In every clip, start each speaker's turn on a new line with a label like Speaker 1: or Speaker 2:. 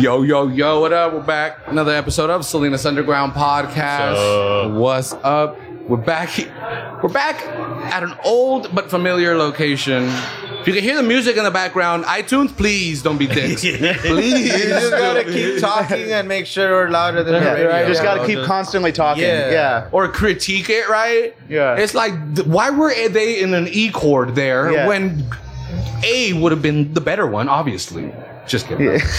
Speaker 1: Yo, yo, yo, what up? We're back. Another episode of Salinas Underground Podcast. What's up? We're back. he- We're back at an old but familiar location. If you can hear the music in the background, iTunes, please don't be dicks. please.
Speaker 2: You just gotta keep talking and make sure we're louder than the radio.
Speaker 3: You just
Speaker 1: Yeah.
Speaker 3: got to keep constantly talking.
Speaker 2: Yeah.
Speaker 3: Yeah.
Speaker 1: Or critique it, right?
Speaker 3: Yeah.
Speaker 1: It's like, th- why were they in an E chord there
Speaker 3: Yeah.
Speaker 1: when A would have been the better one, obviously? Just kidding.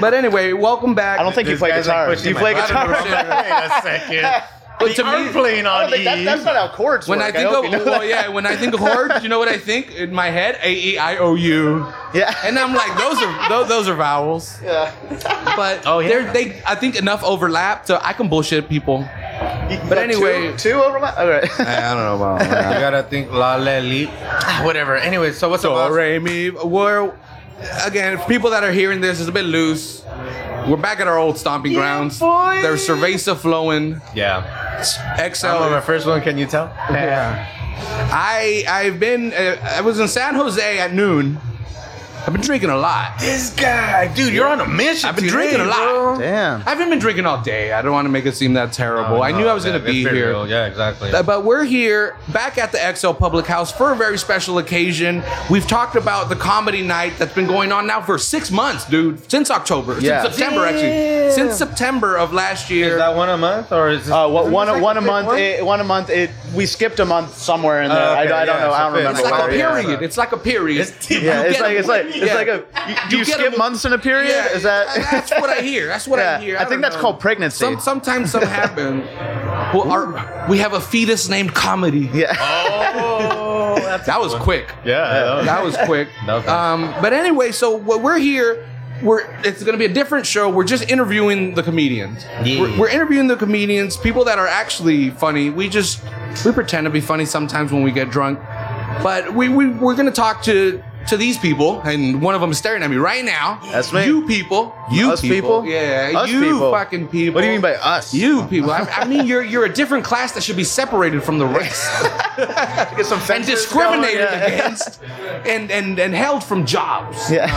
Speaker 1: But anyway, welcome back.
Speaker 3: I don't think you
Speaker 2: This
Speaker 3: play
Speaker 2: guy's, like,
Speaker 3: guitar.
Speaker 2: pushing
Speaker 3: you
Speaker 2: my
Speaker 3: play
Speaker 2: button.
Speaker 3: guitar.
Speaker 1: I don't know.
Speaker 2: Wait a
Speaker 1: But
Speaker 2: second.
Speaker 1: to
Speaker 2: I'm
Speaker 1: me-
Speaker 2: playing
Speaker 3: I
Speaker 2: on
Speaker 3: don't think that,
Speaker 2: E.
Speaker 3: that's not how chords
Speaker 1: when I
Speaker 3: work.
Speaker 1: think
Speaker 3: hope you
Speaker 1: of
Speaker 3: know
Speaker 1: well,
Speaker 3: that.
Speaker 1: yeah, when I think of horde, you know what I think in my head? A E I O U.
Speaker 3: Yeah.
Speaker 1: And I'm like, those are those, those are vowels. But
Speaker 2: Oh, yeah.
Speaker 1: they're- they I think enough overlap to I can bullshit people. But anyway-
Speaker 3: two, two over my. All right.
Speaker 2: I don't know about I gotta think la la li. Ah, Whatever. Anyway, so what's
Speaker 1: So
Speaker 2: up? boss?
Speaker 1: re mi we're again for people that are hearing this, it's a bit loose. We're back at our old stomping grounds.
Speaker 3: boy.
Speaker 1: There's cerveza flowing.
Speaker 2: Yeah.
Speaker 1: XL.
Speaker 2: I'm on my first one. Can you tell?
Speaker 3: yeah.
Speaker 1: I I've been uh, I was in San Jose at noon. I've been drinking a lot.
Speaker 2: This guy, dude, you're on a mission.
Speaker 1: I've been drinking a lot.
Speaker 3: Damn.
Speaker 1: I haven't been drinking all day. I don't want to make it seem that
Speaker 2: Oh,
Speaker 1: terrible. I knew I was going to be here.
Speaker 2: Yeah, exactly.
Speaker 1: Uh, But we're here back at the XL Public House for a very special occasion. We've talked about the comedy night that's been going on now for six months, dude. Since October.
Speaker 3: Yeah.
Speaker 1: Since September,
Speaker 2: Damn.
Speaker 1: actually. Since September of last year.
Speaker 2: Is that one a month or is this,
Speaker 3: Uh, what,
Speaker 2: isn't
Speaker 3: one,
Speaker 2: this like
Speaker 3: one a
Speaker 2: fifth
Speaker 3: month.
Speaker 2: one?
Speaker 3: It, one a month. It. We skipped a month somewhere in there.
Speaker 2: Oh, okay,
Speaker 3: I, I don't
Speaker 2: yeah,
Speaker 3: know. I
Speaker 2: so
Speaker 3: don't remember.
Speaker 1: it's like a
Speaker 3: where, yeah.
Speaker 1: period. It's like a period.
Speaker 2: It's- You
Speaker 3: Yeah, it's
Speaker 1: get
Speaker 3: like
Speaker 1: a-
Speaker 3: it's like it's
Speaker 1: yeah.
Speaker 3: like a. You, do
Speaker 1: You
Speaker 3: you,
Speaker 1: get
Speaker 3: skip
Speaker 1: a-
Speaker 3: months in a period?
Speaker 1: Yeah,
Speaker 3: Is that?
Speaker 1: that's what I hear. That's what
Speaker 3: Yeah,
Speaker 1: I hear.
Speaker 3: I think
Speaker 1: don't
Speaker 3: that's
Speaker 1: know.
Speaker 3: called pregnancy.
Speaker 1: Some, sometimes some happen. Well, our, we have a fetus named comedy.
Speaker 3: yeah.
Speaker 2: Oh, that's
Speaker 1: That was quick.
Speaker 2: yeah.
Speaker 1: That was quick.
Speaker 2: Nothing.
Speaker 1: um, but anyway, so what we're here. We're, it's going to be a different show. We're just interviewing the comedians.
Speaker 2: Yeah.
Speaker 1: We're, we're interviewing the comedians, people that are actually funny. We just we pretend to be funny sometimes when we get drunk, but we, we we're going to talk to to these people, and one of them is staring at me right now.
Speaker 3: That's me.
Speaker 1: You people. You
Speaker 3: Us people?
Speaker 1: Yeah.
Speaker 3: Us
Speaker 1: you
Speaker 3: people.
Speaker 1: fucking people.
Speaker 3: What do you mean by us?
Speaker 1: you people? I, I mean, you're you're a different class that should be separated from the rest.
Speaker 3: get some
Speaker 1: and
Speaker 3: fences
Speaker 1: discriminated
Speaker 3: going, yeah.
Speaker 1: against and, and and held from jobs.
Speaker 3: Yeah.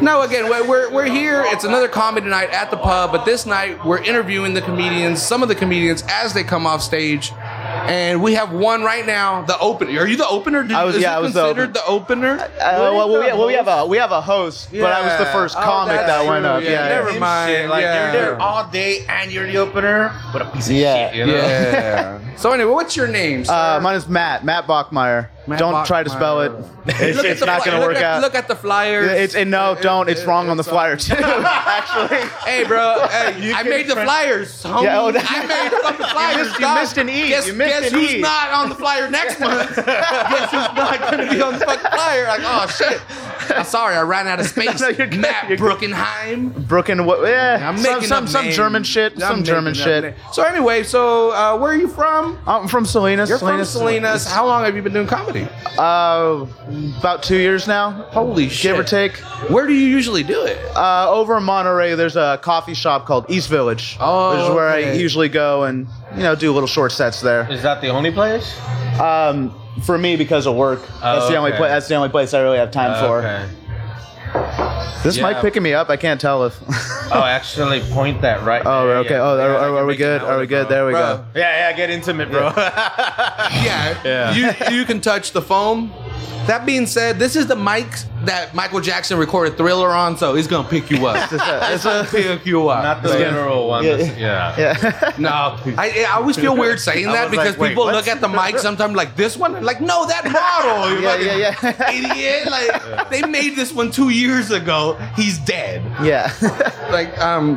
Speaker 1: No, again, we're, we're, we're here. It's another comedy night at the pub, but this night we're interviewing the comedians, some of the comedians as they come off stage. And we have one right now, the opener. Are you the opener? Did,
Speaker 3: I was-
Speaker 1: is
Speaker 3: yeah,
Speaker 1: it
Speaker 3: I was the
Speaker 1: considered the, opener?
Speaker 3: Uh, well, we, well, we have a we have a host, but I was the
Speaker 2: Yeah.
Speaker 3: first
Speaker 1: Oh,
Speaker 3: comic
Speaker 1: that's
Speaker 3: that went
Speaker 1: true.
Speaker 3: up.
Speaker 1: Yeah,
Speaker 3: Yeah, yeah.
Speaker 1: never
Speaker 2: Same
Speaker 1: mind,
Speaker 2: shit, Like
Speaker 1: yeah.
Speaker 2: you're there all day and you're the opener. What a piece of
Speaker 3: Yeah.
Speaker 2: shit. You know?
Speaker 1: Yeah. so anyway, what's your name? Sir?
Speaker 3: Uh, mine is Matt. Matt Bachmeyer.
Speaker 1: Matt
Speaker 3: don't try to
Speaker 1: Bachmeyer.
Speaker 3: spell it. It's,
Speaker 1: Look at
Speaker 3: it's
Speaker 1: the
Speaker 3: not
Speaker 1: flyer.
Speaker 3: going to
Speaker 1: Look
Speaker 3: work
Speaker 1: at-
Speaker 3: out.
Speaker 1: Look at the flyers.
Speaker 3: it's and no, don't. It's wrong on the flyer too. Actually,
Speaker 1: Hey, bro. Hey, I
Speaker 2: can
Speaker 1: made the
Speaker 2: print-
Speaker 1: flyers, homie.
Speaker 3: Yeah, oh, no.
Speaker 1: I made the fucking flyers.
Speaker 3: missed- you
Speaker 1: dog.
Speaker 3: missed an E.
Speaker 1: Guess,
Speaker 3: You missed
Speaker 1: guess
Speaker 3: an
Speaker 1: who's
Speaker 3: E.
Speaker 1: not on the flyer next month? guess who's not going to be on the fucking flyer? Like, oh, shit. I'm sorry, I ran out of space.
Speaker 3: No, no, you're good.
Speaker 1: Matt
Speaker 3: You're good.
Speaker 1: Brookenheim.
Speaker 3: Brooklyn. What? Yeah,
Speaker 1: I'm
Speaker 3: some
Speaker 1: making
Speaker 3: some,
Speaker 1: up
Speaker 3: some
Speaker 1: names.
Speaker 3: German shit.
Speaker 1: I'm
Speaker 3: some
Speaker 1: making
Speaker 3: German
Speaker 1: up
Speaker 3: shit.
Speaker 1: names. So anyway, so uh, where are you from?
Speaker 3: I'm from Salinas.
Speaker 1: You're from Salinas. How long have you been doing comedy?
Speaker 3: Uh, about two years now,
Speaker 1: Holy shit.
Speaker 3: give or take.
Speaker 1: Where do you usually do it?
Speaker 3: Uh, over in Monterey, there's a coffee shop called East Village,
Speaker 1: Oh,
Speaker 3: which is where I
Speaker 1: okay.
Speaker 3: usually go and you know do little short sets there.
Speaker 2: Is that the only place? Oh,
Speaker 3: Um, for me, because of work, that's the only
Speaker 2: okay.
Speaker 3: pla- that's the only place I really have time
Speaker 2: Okay.
Speaker 3: for. This
Speaker 2: Yeah.
Speaker 3: mic picking me up. I can't tell if.
Speaker 2: Oh, actually, point that right.
Speaker 3: oh,
Speaker 2: there,
Speaker 3: okay.
Speaker 2: yeah.
Speaker 3: Oh, are,
Speaker 2: Yeah,
Speaker 3: are,
Speaker 2: I can
Speaker 3: are we
Speaker 2: make it
Speaker 3: good?
Speaker 2: out
Speaker 3: Are we
Speaker 2: with
Speaker 3: good?
Speaker 2: it,
Speaker 3: There we
Speaker 1: Bro.
Speaker 3: go.
Speaker 2: bro. Yeah, yeah. Get intimate, bro.
Speaker 1: Yeah,
Speaker 2: Yeah.
Speaker 1: You you can touch the foam. That being said, this is the mic that Michael Jackson recorded Thriller on, so he's gonna pick you up.
Speaker 3: It's a- it's
Speaker 1: He'll
Speaker 3: a-
Speaker 1: pick you up.
Speaker 2: Not the
Speaker 1: But-
Speaker 2: literal one.
Speaker 3: Yeah.
Speaker 2: Yeah. yeah.
Speaker 3: yeah.
Speaker 1: no, I, I always feel weird saying
Speaker 2: I
Speaker 1: that
Speaker 2: was
Speaker 1: because
Speaker 2: like, wait,
Speaker 1: people
Speaker 2: what?
Speaker 1: look at the mic sometimes like this one, like no, that model, you
Speaker 3: Yeah,
Speaker 1: fucking
Speaker 3: yeah, yeah.
Speaker 1: idiot. Like they made this one two years ago. He's dead.
Speaker 3: yeah.
Speaker 1: Like um,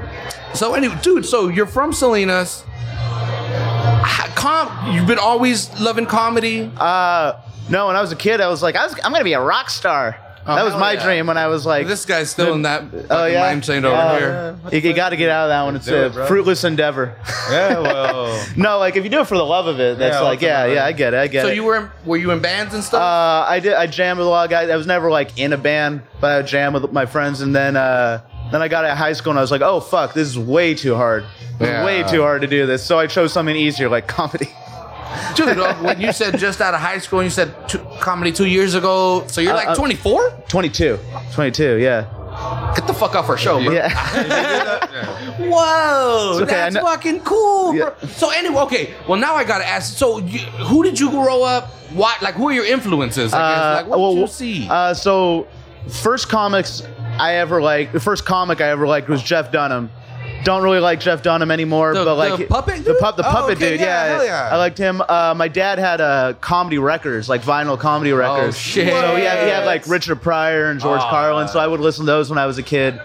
Speaker 1: so anyway, dude. So you're from Salinas. Ha- Com, you've been always loving comedy.
Speaker 3: Uh, no, when I was a kid, I was like, I was, I'm gonna be a rock star.
Speaker 1: Oh,
Speaker 3: that was
Speaker 1: hell
Speaker 3: my
Speaker 1: yeah.
Speaker 3: dream when I was like,
Speaker 1: This guy's still in that
Speaker 3: oh yeah,
Speaker 1: mind chain over
Speaker 3: Uh,
Speaker 1: here.
Speaker 3: You, got to get out of that one. It's
Speaker 2: Do
Speaker 3: a
Speaker 2: it, bro.
Speaker 3: fruitless endeavor.
Speaker 2: Yeah, well.
Speaker 3: no, like if you do it for the love of it, that's
Speaker 2: Yeah,
Speaker 3: like, yeah,
Speaker 2: ultimately.
Speaker 3: yeah, I get it, I get
Speaker 1: So
Speaker 3: it.
Speaker 1: you were in, were you in bands and stuff?
Speaker 3: Uh, I did. I jammed with a lot of guys. I was never like in a band, but I would jam with my friends. And then, uh, then I got out of high school, and I was like, "Oh fuck, this is way too hard. This is
Speaker 1: Yeah.
Speaker 3: Way too hard to do this." So I chose something easier, like comedy.
Speaker 1: Dude, uh, when you said just out of high school, and you said two, comedy two years ago. So you're
Speaker 3: Uh,
Speaker 1: like
Speaker 3: uh,
Speaker 1: 24?
Speaker 3: 22, 22, yeah.
Speaker 1: get the fuck off our show, bro.
Speaker 3: Yeah.
Speaker 2: yeah.
Speaker 1: Whoa,
Speaker 3: It's okay, I
Speaker 1: that's
Speaker 3: know-
Speaker 1: fucking cool. bro.
Speaker 3: Yeah.
Speaker 1: So anyway, okay. Well, now I gotta ask. So, you, who did you grow up? What like who are your influences? I
Speaker 3: Uh,
Speaker 1: guess. Like, what
Speaker 3: well,
Speaker 1: did you see?
Speaker 3: Uh, so, first comics I ever liked, the first comic I ever liked was Jeff Dunham. Don't really like Jeff Dunham anymore,
Speaker 1: The-
Speaker 3: but like
Speaker 1: the puppet
Speaker 3: the,
Speaker 1: dude?
Speaker 3: pup, the
Speaker 1: Oh,
Speaker 3: puppet
Speaker 1: okay,
Speaker 3: dude,
Speaker 1: yeah,
Speaker 3: yeah,
Speaker 1: hell yeah.
Speaker 3: I liked him. Uh, my dad had uh, comedy records, like vinyl comedy records.
Speaker 1: Oh, shit.
Speaker 3: So he had, he had like Richard Pryor and George
Speaker 1: Aw.
Speaker 3: Carlin, so I would listen to those when I was a kid.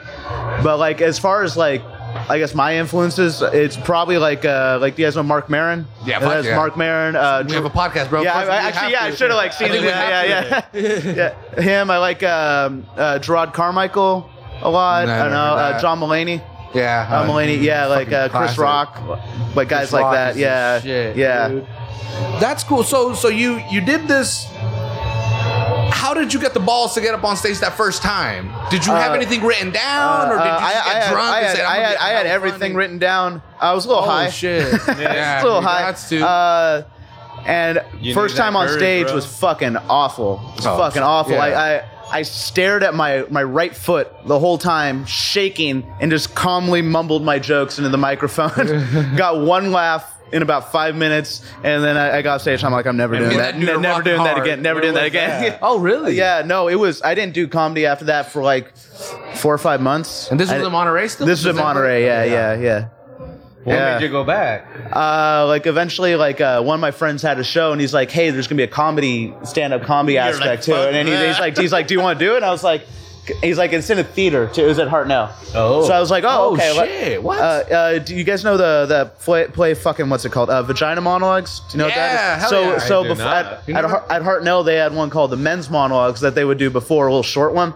Speaker 3: But like as far as like I guess my influences, it's probably like uh, like do you guys know Mark Maron?
Speaker 1: Yeah, fuck
Speaker 3: that's
Speaker 1: yeah.
Speaker 3: Mark Maron. Uh,
Speaker 1: we have a podcast, bro.
Speaker 3: yeah, I, I
Speaker 1: Of course we have
Speaker 3: actually, yeah,
Speaker 1: to.
Speaker 3: I should have like seen
Speaker 1: I think
Speaker 3: him.
Speaker 1: we
Speaker 3: Yeah, yeah, yeah, yeah. Him, I like um, uh, Gerard Carmichael a lot.
Speaker 1: Nah,
Speaker 3: I don't know
Speaker 1: never
Speaker 3: uh,
Speaker 1: that.
Speaker 3: John Mulaney.
Speaker 1: Yeah,
Speaker 3: John
Speaker 1: uh,
Speaker 3: Mulaney, yeah, like uh, Chris
Speaker 1: classic.
Speaker 3: Rock, but guys
Speaker 1: Chris
Speaker 3: like
Speaker 1: Rock
Speaker 3: that,
Speaker 1: is the
Speaker 3: yeah,
Speaker 1: shit,
Speaker 3: yeah.
Speaker 1: dude. That's cool. So so you you did this. How did you get the balls to get up on stage that first time? Did you have
Speaker 3: Uh,
Speaker 1: anything written
Speaker 3: Uh,
Speaker 1: down, or did you
Speaker 3: I,
Speaker 1: just
Speaker 3: I
Speaker 1: get
Speaker 3: had,
Speaker 1: drunk
Speaker 3: I
Speaker 1: and
Speaker 3: had,
Speaker 1: say, "I'm
Speaker 3: I
Speaker 1: gonna
Speaker 3: had,
Speaker 1: get
Speaker 3: I had
Speaker 1: out front
Speaker 3: everything
Speaker 1: and-"
Speaker 3: written down. I was a little
Speaker 1: Oh
Speaker 3: high.
Speaker 1: shit!
Speaker 3: It's a little
Speaker 1: you
Speaker 3: high.
Speaker 1: got to.
Speaker 3: Uh, and
Speaker 2: You
Speaker 3: first
Speaker 2: need that
Speaker 3: time on
Speaker 2: courage,
Speaker 3: stage
Speaker 2: bro.
Speaker 3: was fucking awful. It was
Speaker 1: Oh,
Speaker 3: fucking awful.
Speaker 1: yeah.
Speaker 3: I, I I stared at my my right foot the whole time, shaking, and just calmly mumbled my jokes into the microphone. Got one laugh. In about five minutes, and then I, I got off stage. I'm like, I'm never doing
Speaker 1: man,
Speaker 3: that.
Speaker 1: that dude
Speaker 3: Ne- never
Speaker 1: rocked
Speaker 3: doing that
Speaker 1: hard.
Speaker 3: again. Never
Speaker 2: Where
Speaker 3: doing that
Speaker 2: was
Speaker 3: again.
Speaker 2: that?
Speaker 1: oh really?
Speaker 3: yeah, no, it was. I didn't do comedy after that for like four or five months.
Speaker 1: And this
Speaker 3: I-
Speaker 1: was in Monterey still.
Speaker 3: This was in
Speaker 1: that
Speaker 3: Monterey.
Speaker 1: right?
Speaker 3: Yeah, yeah, yeah.
Speaker 2: What
Speaker 3: Yeah.
Speaker 2: made you go back?
Speaker 3: Uh, like eventually, like uh, one of my friends had a show, and he's like, "Hey, there's gonna be a comedy, stand-up comedy aspect
Speaker 2: like,
Speaker 3: to it."
Speaker 2: "Fuck
Speaker 3: And he's,
Speaker 2: that.
Speaker 3: he's like, "He's like, do you want to do it?" And I was like, "He's like, it's in a theater too. It was at Hartnell."
Speaker 2: Oh.
Speaker 3: so I was like, "Oh,
Speaker 1: Oh,
Speaker 3: okay." let-
Speaker 1: shit. What?
Speaker 3: Uh, uh, do you guys know the the play, play fucking what's it called? Uh, vagina monologues. Do you know what
Speaker 1: Yeah,
Speaker 3: that is?
Speaker 1: hell
Speaker 3: so
Speaker 1: yeah. I
Speaker 3: so
Speaker 2: do
Speaker 3: before
Speaker 2: not.
Speaker 3: at,
Speaker 1: You
Speaker 3: at,
Speaker 1: never-
Speaker 3: Har- at Hartnell they had one called the men's monologues that they would do before a little short one,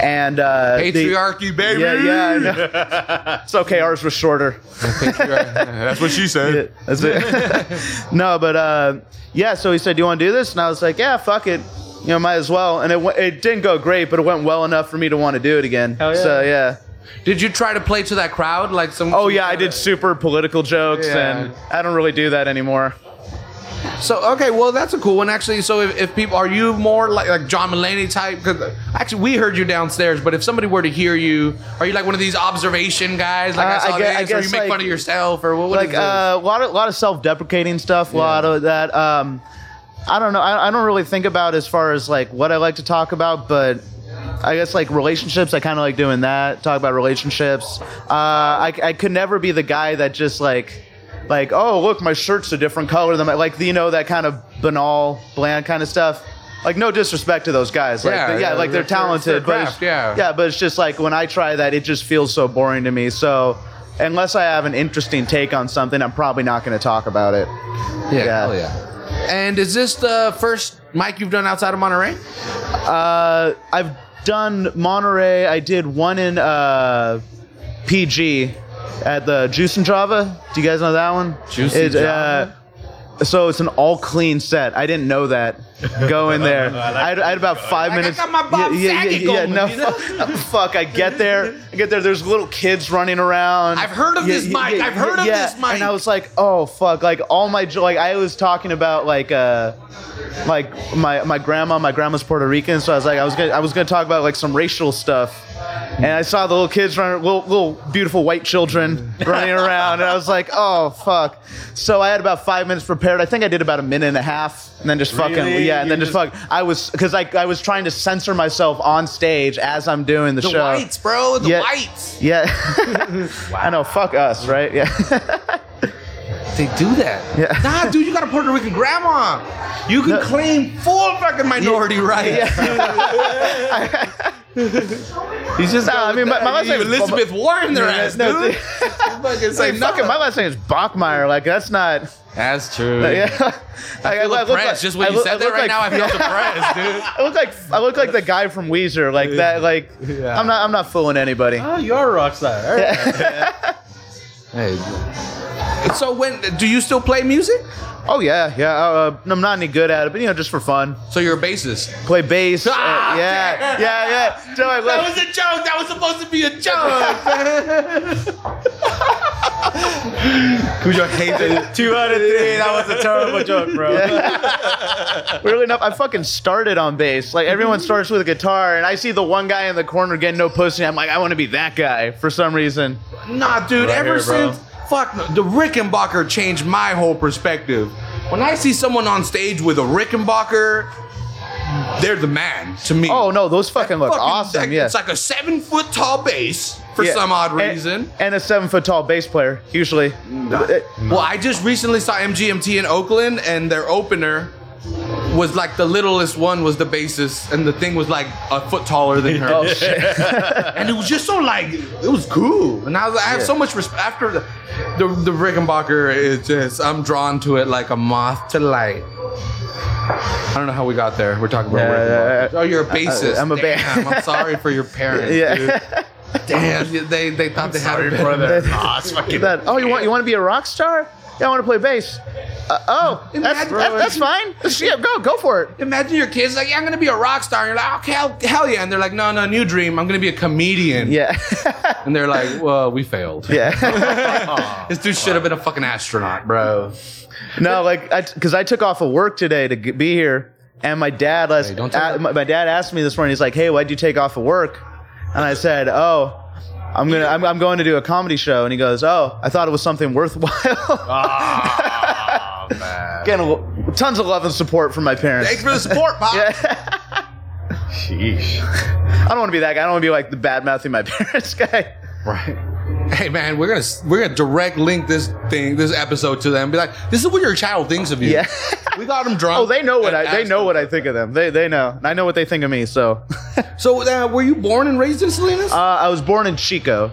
Speaker 3: and uh, the-
Speaker 1: Patriarchy, baby.
Speaker 3: yeah, yeah, I know. it's okay. Ours was shorter.
Speaker 1: That's what she
Speaker 3: Yeah,
Speaker 1: said.
Speaker 3: that's it. no, but uh, yeah. So he said, "Do you want to do this?" And I was like, "Yeah, fuck it. You know, might as well." And it w- it didn't go great, but it went well enough for me to want to do it again.
Speaker 2: Hell yeah.
Speaker 3: So yeah.
Speaker 1: Did you try to play to that crowd like some?
Speaker 3: Oh yeah, I did super political jokes,
Speaker 1: Yeah.
Speaker 3: and I don't really do that anymore.
Speaker 1: So okay, well that's a cool one actually. So if, if people are you more like like John Mulaney type? Because actually we heard you downstairs, but if somebody were to hear you, are you like one of these observation guys? Like
Speaker 3: Uh,
Speaker 1: I
Speaker 3: I
Speaker 1: saw
Speaker 3: gue- I
Speaker 1: this, or you
Speaker 3: guess,
Speaker 1: make
Speaker 3: like-
Speaker 1: fun of yourself, or what? what
Speaker 3: like
Speaker 1: is
Speaker 3: a
Speaker 1: this?
Speaker 3: uh, lot of lot of self deprecating stuff. A lot of that. Um, I don't know. I, I don't really think about as far as like what I like to talk about, but. I guess like relationships, I kind of like doing that. Talk about relationships. Uh, I, I could never be the guy that just like, like, oh look, my shirt's a different color than my like, you know, that kind of banal, bland kind of stuff. Like no disrespect to those guys, like
Speaker 1: Yeah,
Speaker 3: yeah,
Speaker 1: yeah,
Speaker 3: like they're
Speaker 1: it's their- it's their
Speaker 3: talented, but it's-
Speaker 1: craft, yeah.
Speaker 3: yeah, but it's just like when I try that, it just feels so boring to me. So unless I have an interesting take on something, I'm probably not going to talk about it.
Speaker 1: yeah,
Speaker 3: yeah.
Speaker 1: hell yeah. And is this the first mic you've done outside of Monterey?
Speaker 3: Uh, I've done Monterey. I did one in uh, PG at the Juice and Java. Do you guys know that one?
Speaker 1: Juice and Java?
Speaker 3: Uh, so it's an all clean set. I didn't know that. Go in there.
Speaker 2: I like
Speaker 3: I, had, I had about five
Speaker 1: I
Speaker 3: minutes.
Speaker 1: got my Bob Saget going,
Speaker 3: no,
Speaker 1: you know?
Speaker 3: fuck, fuck, I get there. I get there. There's little kids running around.
Speaker 1: I've heard of this mic. I've heard of this mic.
Speaker 3: And I was like, oh fuck! Like all my jo- like I was talking about like uh like my my grandma. My grandma's Puerto Rican, so I was like, I was gonna I was gonna talk about like some racial stuff. And I saw the little kids running, little, little beautiful white children running around, and I was like, "Oh fuck!" So I had about five minutes prepared. I think I did about a minute and a half, and then just fucking
Speaker 2: Really?
Speaker 3: yeah, and then
Speaker 2: You
Speaker 3: just, fuck. I was because I, I was trying to censor myself on stage as I'm doing the,
Speaker 1: The
Speaker 3: show.
Speaker 1: whites, bro. The
Speaker 3: Yeah.
Speaker 1: whites.
Speaker 3: Yeah. I know. Fuck us, right? Yeah.
Speaker 1: They do that.
Speaker 3: Yeah.
Speaker 1: Nah, dude, you got a Puerto Rican grandma. You can claim full fucking minority rights.
Speaker 3: He's just. I mean, my, my last name
Speaker 1: You
Speaker 3: is
Speaker 1: Elizabeth Warren their ass,
Speaker 3: no,
Speaker 1: dude.
Speaker 3: dude.
Speaker 1: fucking
Speaker 3: Like,
Speaker 1: say
Speaker 3: fucking,
Speaker 1: nothing.
Speaker 3: my last name is Bachmeyer. Like, that's not.
Speaker 1: That's true.
Speaker 3: Yeah. I, I
Speaker 1: feel
Speaker 3: look
Speaker 1: oppressed. Just when
Speaker 3: I
Speaker 1: you
Speaker 3: look-
Speaker 1: said
Speaker 3: I
Speaker 1: that
Speaker 3: look
Speaker 1: right
Speaker 3: like-
Speaker 1: now, I
Speaker 3: I
Speaker 1: feel oppressed, dude.
Speaker 3: look like I look like the guy from Weezer. Like that. Like, I'm not. I'm not fooling anybody.
Speaker 2: Oh, you are a rock star. All right.
Speaker 1: So when do you still play music?
Speaker 3: Oh yeah, yeah. Uh, I'm not any good at it, but you know, just for fun,
Speaker 1: So you're a bassist.
Speaker 3: play bass. uh,
Speaker 1: Ah,
Speaker 3: yeah,
Speaker 1: damn.
Speaker 3: yeah, yeah. So I
Speaker 1: That
Speaker 3: love-
Speaker 1: was a joke. That was supposed to be a joke.
Speaker 2: Cujo hates it. Two out of three. That was a terrible joke, bro.
Speaker 3: Weirdly enough, I fucking started on bass. Like
Speaker 2: Mm-hmm.
Speaker 3: everyone starts with a guitar, and I see the one guy in the corner getting no pussy. I'm like, I want to be that guy for some reason.
Speaker 1: Nah, dude.
Speaker 2: Right
Speaker 1: ever
Speaker 2: here, bro.
Speaker 1: since fuck no, the Rickenbacker changed my whole perspective. When I see someone on stage with a Rickenbacker, they're the man to me.
Speaker 3: Oh no, those fucking look
Speaker 1: Fucking-
Speaker 3: awesome.
Speaker 1: that-
Speaker 3: Yeah,
Speaker 1: It's like a seven foot tall bass for
Speaker 3: Yeah.
Speaker 1: some odd
Speaker 3: And-
Speaker 1: reason.
Speaker 3: and a seven foot tall bass player usually. Uh,
Speaker 1: Well, I just recently saw MGMT in Oakland, and their opener was like the littlest one was the bassist, and the thing was like a foot taller than her.
Speaker 3: Oh shit!
Speaker 1: and it was just so like it was cool. And I was like, I have so much respect after the, the the Rickenbacker. It just I'm drawn to it like a moth to light. I don't know how we got there. We're talking about
Speaker 3: Yeah,
Speaker 1: Rickenbacker. Oh, you're a bassist.
Speaker 3: I'm a ba-
Speaker 1: Damn, I'm sorry for your parents. dude.
Speaker 3: Yeah.
Speaker 1: Damn, they they thought they had
Speaker 2: Sorry,
Speaker 1: it.
Speaker 2: brother. Aw, it's fucking.
Speaker 3: That, oh, you want you want to be a rock star? Yeah, I want to play bass. Uh, oh, that's,
Speaker 1: Imagine-
Speaker 3: that- that's fine. Yeah, go go for it.
Speaker 1: Imagine your kids like, yeah, I'm gonna be a rock star. And you're like, okay, hell, hell yeah. And they're like, no, no, new dream. I'm gonna be a comedian.
Speaker 3: Yeah,
Speaker 1: And they're like, well, we failed.
Speaker 3: yeah.
Speaker 1: This dude should have been a fucking astronaut, bro.
Speaker 3: No, like because I took off of work today to g- be here, and my dad last,
Speaker 1: Hey, don't tell
Speaker 3: a-
Speaker 1: them.
Speaker 3: my, my dad asked me this morning. He's like, "Hey, why'd you take off of work?" And I said, "Oh." I'm gonna. I'm, I'm going to do a comedy show, and he goes, "Oh, I thought it was something worthwhile."
Speaker 2: Ah, man.
Speaker 3: Again, a lo- tons of love and support from my parents.
Speaker 1: Thanks for the support, Pop.
Speaker 3: Yeah.
Speaker 2: Sheesh.
Speaker 3: I don't want to be that guy. I don't want to be like the bad mouthing my parents guy.
Speaker 1: Right. Hey man, we're gonna we're gonna direct link this thing, this episode to them. be like, this is what your child thinks of you.
Speaker 3: Yeah.
Speaker 1: We got them drunk.
Speaker 3: Oh, they know what
Speaker 1: and
Speaker 3: I. They
Speaker 1: asked
Speaker 3: know
Speaker 1: them.
Speaker 3: what I think of them. They they know, and I know what they think of me. So, uh,
Speaker 1: So, uh, were you born and raised in Salinas?
Speaker 3: I was born in Chico,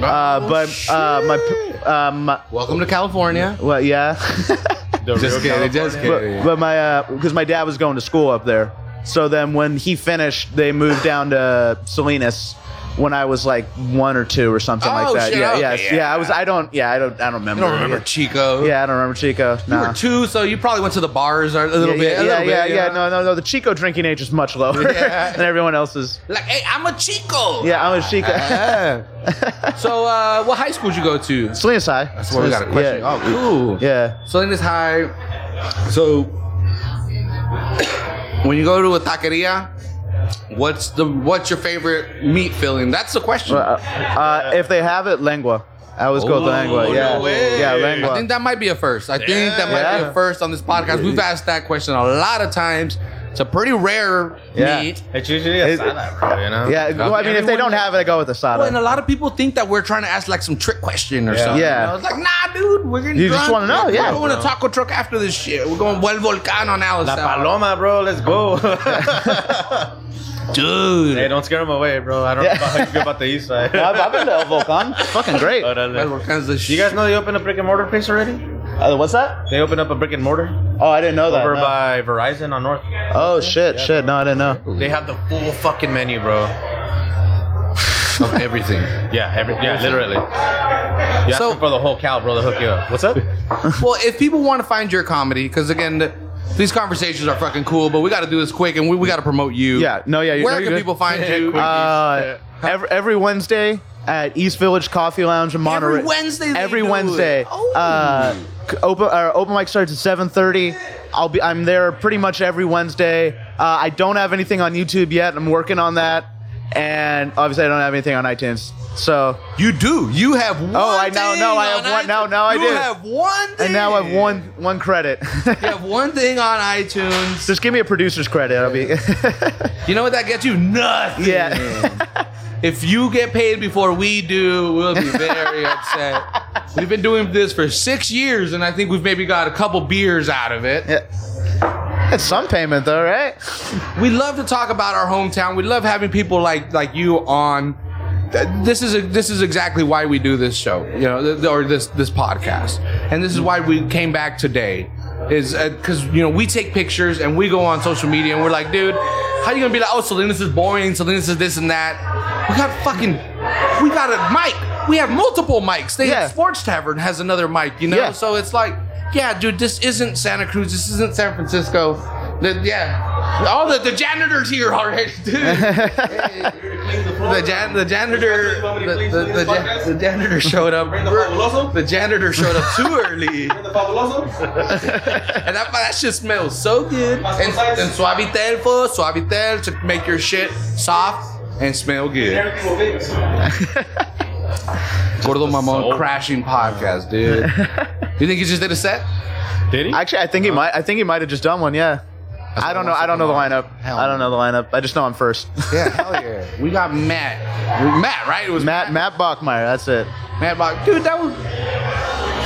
Speaker 3: uh,
Speaker 1: Oh,
Speaker 3: but uh, my p-
Speaker 1: shit.
Speaker 3: um, my-
Speaker 1: Welcome to California.
Speaker 3: well, yeah,
Speaker 2: The
Speaker 1: Just
Speaker 2: real
Speaker 1: kidding, just
Speaker 2: California.
Speaker 3: but,
Speaker 1: kidding.
Speaker 3: but my because my dad was going to school up there. So then when he finished, they moved down to Salinas when I was like one or two or something
Speaker 1: Oh,
Speaker 3: like that.
Speaker 1: shit,
Speaker 3: yeah,
Speaker 1: okay,
Speaker 3: yeah,
Speaker 1: yeah.
Speaker 3: yeah. I was. I don't. Yeah, I don't. I don't
Speaker 1: You
Speaker 3: remember.
Speaker 1: don't remember Chico?
Speaker 3: Yeah, I don't remember Chico.
Speaker 1: You
Speaker 3: No.
Speaker 1: were two, so you probably went to the bars a little
Speaker 3: yeah,
Speaker 1: bit.
Speaker 3: yeah,
Speaker 1: a little
Speaker 3: yeah,
Speaker 1: bit,
Speaker 3: yeah, No, no, no. The Chico drinking age is much lower
Speaker 1: Yeah.
Speaker 3: than everyone else's.
Speaker 1: Like, hey, I'm a Chico. Uh-huh.
Speaker 3: Yeah, I'm a Chico.
Speaker 1: Ah. so, uh, what high school did you go to?
Speaker 3: Salinas High. That's
Speaker 1: So we got a question.
Speaker 3: Yeah.
Speaker 1: Oh, cool.
Speaker 3: yeah.
Speaker 1: Salinas High. So when you go to a taqueria, what's the what's your favorite meat filling? That's the question.
Speaker 3: Uh, uh, if they have it, lengua. I always go with
Speaker 1: Oh,
Speaker 3: lengua. Yeah,
Speaker 1: no way.
Speaker 3: yeah,
Speaker 1: I think
Speaker 3: lengua.
Speaker 1: that might be a first. I think that might be
Speaker 3: Yeah.
Speaker 1: a first on this podcast. We've asked that question a lot of times. It's a pretty rare
Speaker 3: Yeah.
Speaker 1: meat.
Speaker 2: It's usually a
Speaker 3: It-
Speaker 2: salad, bro, you know?
Speaker 3: Yeah, well, I mean, if they don't have it, I go with
Speaker 1: Well, and a
Speaker 3: asada.
Speaker 1: lot of people think that we're trying to ask like some trick question or
Speaker 2: Yeah.
Speaker 1: something.
Speaker 3: Yeah.
Speaker 1: You know, It's like, nah, dude, we're gonna
Speaker 3: You just wanna know,
Speaker 1: We're
Speaker 3: yeah.
Speaker 1: going to taco truck after this shit. We're going well volcano now.
Speaker 2: La
Speaker 1: so-
Speaker 2: Paloma, bro, let's go.
Speaker 1: Dude.
Speaker 2: hey, don't scare him away, bro. I don't know how you feel about the east side.
Speaker 3: I've, I've been to El Volcan. It's fucking great.
Speaker 2: But,
Speaker 1: Well,
Speaker 2: uh,
Speaker 1: volcano's the
Speaker 2: you
Speaker 1: shit.
Speaker 2: guys know they opened a brick and mortar place already?
Speaker 3: Uh, what's that?
Speaker 2: They opened up a brick and mortar
Speaker 3: Oh, I didn't know that.
Speaker 2: over
Speaker 3: no.
Speaker 2: by Verizon on North.
Speaker 3: Oh shit, shit. No, I didn't know.
Speaker 2: They have the full fucking menu, bro.
Speaker 1: of everything.
Speaker 2: Yeah, every, yeah, literally. Yeah,
Speaker 1: So-
Speaker 2: so, for the whole cow, bro, to hook you up. What's up?
Speaker 1: well, if people want to find your comedy, because again, the, these conversations are fucking cool, but we got to do this quick, and we, we got to promote you.
Speaker 3: Yeah, no, yeah. you-
Speaker 1: Where
Speaker 3: no,
Speaker 1: can
Speaker 3: you're good.
Speaker 1: people find you?
Speaker 3: Uh, every, every Wednesday at East Village Coffee Lounge in Monterey.
Speaker 1: Every Wednesday they
Speaker 3: Every
Speaker 1: do it.
Speaker 3: Wednesday.
Speaker 1: Oh.
Speaker 3: Uh, c- open our open mic starts at seven thirty. I'll be I'm there pretty much every Wednesday. Uh, I don't have anything on YouTube yet. I'm working on that, and obviously I don't have anything on iTunes. So Oh,
Speaker 1: you do. You have. one
Speaker 3: I now-
Speaker 1: thing
Speaker 3: no, I
Speaker 1: on
Speaker 3: have one-
Speaker 1: iTunes.
Speaker 3: now- now I
Speaker 1: you
Speaker 3: do.
Speaker 1: have one. Thing.
Speaker 3: and now I've one one credit.
Speaker 1: You have one thing on iTunes.
Speaker 3: Just give me a producer's credit. I'll be
Speaker 1: You know what that gets you? Nothing.
Speaker 3: yeah.
Speaker 1: If you get paid before we do, we'll be very upset. We've been doing this for six years, and I think we've maybe got a couple beers out of it.
Speaker 3: That's some payment though, right?
Speaker 1: we love to talk about our hometown. We love having people like like you on. Th- This is this is exactly why we do this show, you know, th- or this this podcast, and this is why we came back today, is because you know we take pictures and we go on social media and we're like, dude, how you gonna be like, oh, Salinas is boring, Salinas is this and that. We got fucking, we got a mic. We have multiple mics. They
Speaker 3: Yeah.
Speaker 1: Sports Tavern has another mic, you know.
Speaker 3: Yeah.
Speaker 1: So it's like, yeah, dude, this isn't Santa Cruz. This isn't San Francisco. Th- yeah, All the, the janitors here are dude. the jan the janitor the, the, the, jan- the janitor showed up. The janitor showed up too early, and that that shit smells so good. And, and suavitel for suavitel to make your shit soft and smell good. Gordo Mamon
Speaker 4: soul.
Speaker 1: crashing podcast, dude. You think he just did a set?
Speaker 4: Did he?
Speaker 3: Actually, I think he might. I think he might have just done one. Yeah. I don't know. I don't know the lineup.
Speaker 1: Hell
Speaker 3: I don't know the lineup. I just know I'm first.
Speaker 1: Yeah, hell yeah. We got Matt. Matt, right? It was
Speaker 3: Matt Matt Bachmeyer. That's it.
Speaker 1: Matt Bach. Dude, that was.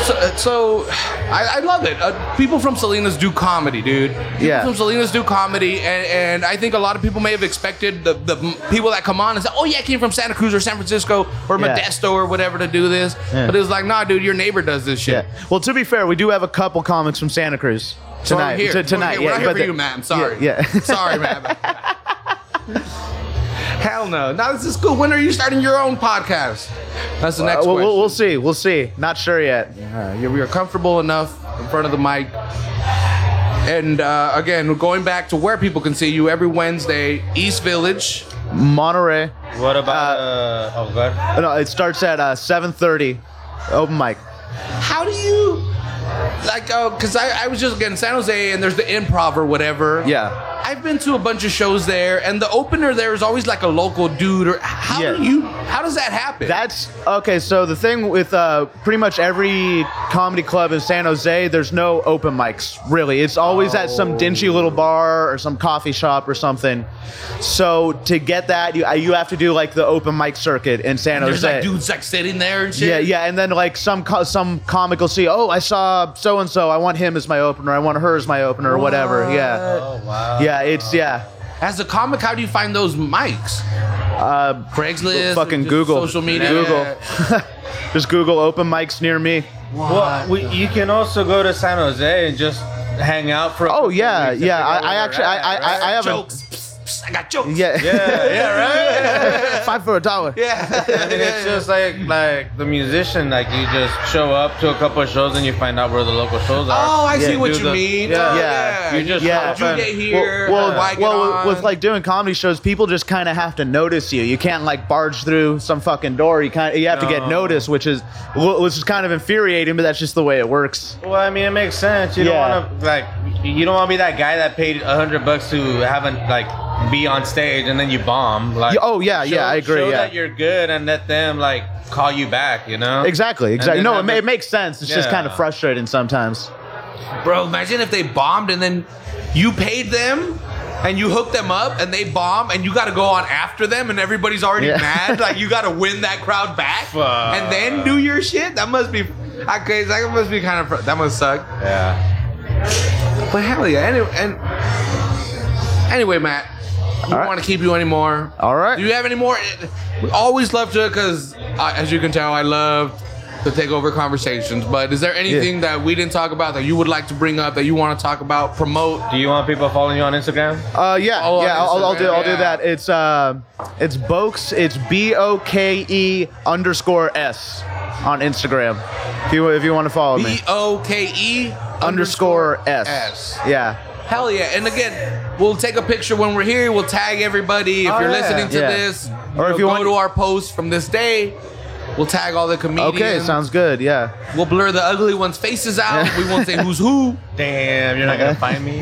Speaker 1: So, uh, so I, I love it. Uh, people from Salinas do comedy, dude. People
Speaker 3: Yeah.
Speaker 1: From Salinas do comedy, and, and I think a lot of people may have expected the, the m- people that come on and say, "Oh yeah, I came from Santa Cruz or San Francisco or
Speaker 3: Yeah.
Speaker 1: Modesto or whatever to do this,"
Speaker 3: Yeah.
Speaker 1: but it was like, "Nah, dude, your neighbor does this shit."
Speaker 3: Yeah. Well, to be fair, we do have a couple comics from Santa Cruz
Speaker 1: So
Speaker 3: tonight.
Speaker 1: I'm here.
Speaker 3: to- tonight,
Speaker 1: We're,
Speaker 3: yeah.
Speaker 1: not here
Speaker 3: but
Speaker 1: for
Speaker 3: the-
Speaker 1: you, Matt. I'm sorry.
Speaker 3: Yeah. yeah.
Speaker 1: sorry, Matt. Hell no. Now this is cool. When are you starting your own podcast? That's the next
Speaker 3: Uh, we'll,
Speaker 1: question.
Speaker 3: we'll, we'll see. We'll see. Not sure yet.
Speaker 1: Uh, you- you're comfortable enough in front of the mic. And uh, again, going back to where people can see you every Wednesday, East Village.
Speaker 3: Monterey.
Speaker 2: What about? Uh, oh God.
Speaker 3: No, it starts at uh, 7:30. Open mic.
Speaker 1: How do you like? Oh, because I, I was just again San Jose, and there's the Improv or whatever.
Speaker 3: Yeah.
Speaker 1: I've been to a bunch of shows there, and the opener there is always like a local dude. Or how
Speaker 3: Yeah.
Speaker 1: do you? "Oh, How does that happen?
Speaker 3: That's okay. So the thing with uh, pretty much every comedy club in San Jose, there's no open mics really. It's always at some dingy little
Speaker 1: Oh.
Speaker 3: bar or some coffee shop or something. So to get that, you you have to do like the open mic circuit in San
Speaker 1: there's
Speaker 3: Jose.
Speaker 1: like dudes like sitting there and shit.
Speaker 3: yeah, yeah, and then like some co- some comic will see, oh, I saw so and so. I want him as my opener. I want her as my opener, or whatever. Yeah,
Speaker 2: Oh wow.
Speaker 3: yeah, it's yeah.
Speaker 1: As a comic, how do you find those mics?
Speaker 3: Uh,
Speaker 1: Craigslist,
Speaker 3: fucking
Speaker 1: just
Speaker 3: Google,
Speaker 1: social media,
Speaker 3: Google. Just Google open mics near me.
Speaker 2: Well, we, you can also go to San Jose and just hang out for. a
Speaker 3: Oh
Speaker 2: couple
Speaker 3: yeah,
Speaker 2: weeks and
Speaker 3: yeah.
Speaker 2: figure
Speaker 3: I,
Speaker 2: out
Speaker 3: I
Speaker 2: where
Speaker 3: actually,
Speaker 2: we're
Speaker 3: I,
Speaker 2: at,
Speaker 3: I,
Speaker 2: right?
Speaker 3: I, I have a
Speaker 1: jokes. Psst, I got jokes.
Speaker 3: yeah,
Speaker 2: yeah, yeah, right.
Speaker 3: five for a dollar.
Speaker 2: I mean, it's just like like the musician. Like you just show up to a couple of shows and you find out where the local shows are.
Speaker 1: Oh, I see
Speaker 2: Yeah,
Speaker 1: what
Speaker 2: do
Speaker 1: you
Speaker 2: the-
Speaker 1: mean.
Speaker 2: yeah.
Speaker 1: Oh,
Speaker 3: Yeah.
Speaker 1: yeah.
Speaker 2: You just
Speaker 3: Yeah.
Speaker 2: yeah.
Speaker 1: How'd you get here? uh,
Speaker 3: Well, well,
Speaker 1: Why get
Speaker 3: well
Speaker 1: on?
Speaker 3: with, with like doing comedy shows, people just kind of have to notice you. You can't like barge through some fucking door. You kind, you have to get
Speaker 2: No.
Speaker 3: noticed, which is wh- which is kind of infuriating, but that's just the way it works.
Speaker 2: Well, I mean, it makes sense. You
Speaker 3: Yeah.
Speaker 2: don't want to like, you don't want to be that guy that paid a hundred bucks to have an like be on stage and then you bomb. Like,
Speaker 3: Yeah, oh, yeah, yeah,
Speaker 2: show-
Speaker 3: I agree,
Speaker 2: Show
Speaker 3: yeah.
Speaker 2: that you're good and let them like call you back. You know.
Speaker 3: Exactly, exactly.
Speaker 2: then
Speaker 3: No, it,
Speaker 2: have
Speaker 3: ma-
Speaker 2: the-
Speaker 3: it makes sense. It's just
Speaker 2: Yeah.
Speaker 3: kind of frustrating sometimes.
Speaker 1: bro, imagine if they bombed and then you paid them and you hooked them up and they bomb and you got to go on after them and everybody's already
Speaker 3: Yeah.
Speaker 1: mad. Like you got to win that crowd back
Speaker 2: Uh,
Speaker 1: and then do your shit. That must be. Okay, that must be kind of fr- that must suck.
Speaker 2: Yeah.
Speaker 1: But hell yeah. Anyway, and anyway, Matt, we don't
Speaker 3: right.
Speaker 1: want to keep you anymore.
Speaker 3: All right.
Speaker 1: Do you have any more? We always love to, because as you can tell, I love to take over conversations. But is there anything that we didn't talk about that you would like to bring up that you want to talk about, promote?
Speaker 2: Do you want people following you on Instagram?
Speaker 3: Uh, yeah,
Speaker 1: Follow on
Speaker 3: yeah. I'll, I'll do.
Speaker 1: Instagram,
Speaker 3: I'll do
Speaker 1: yeah.
Speaker 3: that. It's uh, it's Bokes. It's B O K E underscore S on Instagram. If you if you want to follow me.
Speaker 1: B O K E
Speaker 3: underscore S. Yeah.
Speaker 1: Hell yeah. And again, we'll take a picture when we're here. We'll tag everybody. If
Speaker 2: Oh,
Speaker 1: you're
Speaker 2: yeah.
Speaker 1: listening to
Speaker 3: Yeah.
Speaker 1: this,
Speaker 3: Or if you
Speaker 1: you know, go
Speaker 3: want-
Speaker 1: to our post from this day. We'll tag all the comedians.
Speaker 3: Okay, sounds good. Yeah.
Speaker 1: We'll blur the ugly ones' faces out. We won't say who's who.
Speaker 2: Damn, you're not gonna find me.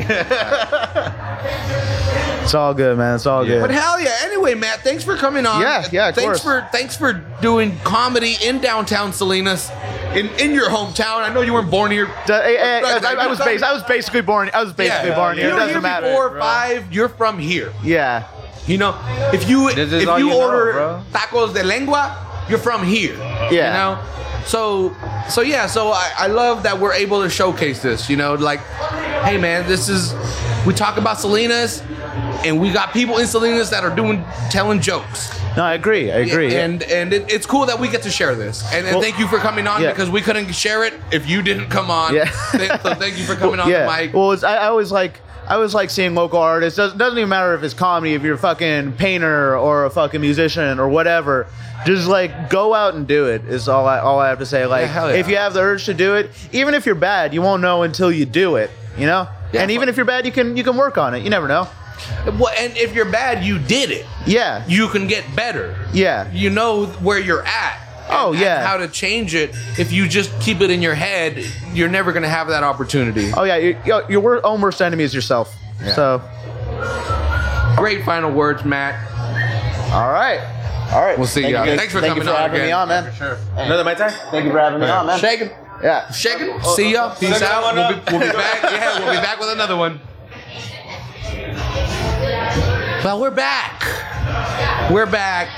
Speaker 3: It's all good, man. It's all
Speaker 1: But
Speaker 3: good.
Speaker 1: hell yeah! Anyway, Matt, thanks for coming on.
Speaker 3: Yeah, yeah, of
Speaker 1: Thanks
Speaker 3: course.
Speaker 1: for thanks for doing comedy in downtown Salinas, in in your hometown. I know you weren't born here.
Speaker 3: D- eh, eh, I, I was bas- I was basically born. I was basically born here.
Speaker 1: You
Speaker 3: It
Speaker 1: were
Speaker 3: doesn't
Speaker 1: here
Speaker 3: matter.
Speaker 1: Before
Speaker 2: bro.
Speaker 1: five, you're from here.
Speaker 3: Yeah.
Speaker 1: You know, if you
Speaker 2: This is
Speaker 1: if
Speaker 2: all
Speaker 1: you,
Speaker 2: you know,
Speaker 1: order
Speaker 2: bro.
Speaker 1: tacos de lengua, you're from here.
Speaker 3: Yeah.
Speaker 1: You know? So so yeah, so I, I love that we're able to showcase this, you know, like, hey man, this is we talk about Salinas and we got people in Salinas that are doing telling jokes.
Speaker 3: No, I agree. I agree.
Speaker 1: And and it, it's cool that we get to share this. And, and
Speaker 3: Well,
Speaker 1: thank you for coming on
Speaker 3: yeah.
Speaker 1: because we couldn't share it if you didn't come on.
Speaker 3: Yeah.
Speaker 1: Th- so thank you for coming on
Speaker 3: yeah.
Speaker 1: the mic.
Speaker 3: Well, it's, I, I always like. I always like seeing local artists. Doesn't, doesn't even matter if it's comedy, if you're a fucking painter or a fucking musician or whatever. Just like go out and do it is all I all I have to say. Like
Speaker 1: hell yeah.
Speaker 3: if you have the urge to do it, even if you're bad, you won't know until you do it. You know.
Speaker 1: Yeah,
Speaker 3: and even
Speaker 1: fuck.
Speaker 3: if you're bad, you can you can work on it. You never know.
Speaker 1: Well, and if you're bad, you did it.
Speaker 3: Yeah.
Speaker 1: You can get better.
Speaker 3: Yeah.
Speaker 1: You know where you're at. and-
Speaker 3: Oh, yeah.
Speaker 1: and how to change it. If you just keep it in your head, you're never gonna have that opportunity.
Speaker 3: Oh yeah. Your, your- your wor- own worst enemy is yourself. So,
Speaker 1: Great final words, Matt.
Speaker 3: all right. All right.
Speaker 1: We'll see
Speaker 3: Thank
Speaker 1: you out.
Speaker 3: guys-
Speaker 1: Thanks for
Speaker 3: thank
Speaker 1: coming
Speaker 3: you for
Speaker 1: on
Speaker 3: having
Speaker 1: again.
Speaker 3: me on, man.
Speaker 2: Sure. Another Mai Tai?
Speaker 3: Thank you for having me on, man.
Speaker 1: Shaking.
Speaker 3: Yeah.
Speaker 1: Shaking. See
Speaker 2: Oh,
Speaker 1: ya. Peace
Speaker 2: Second
Speaker 1: out.
Speaker 2: one
Speaker 1: We'll be,
Speaker 2: up.
Speaker 1: we'll be back. Yeah, we'll be back with another one. Well, we're back. We're back.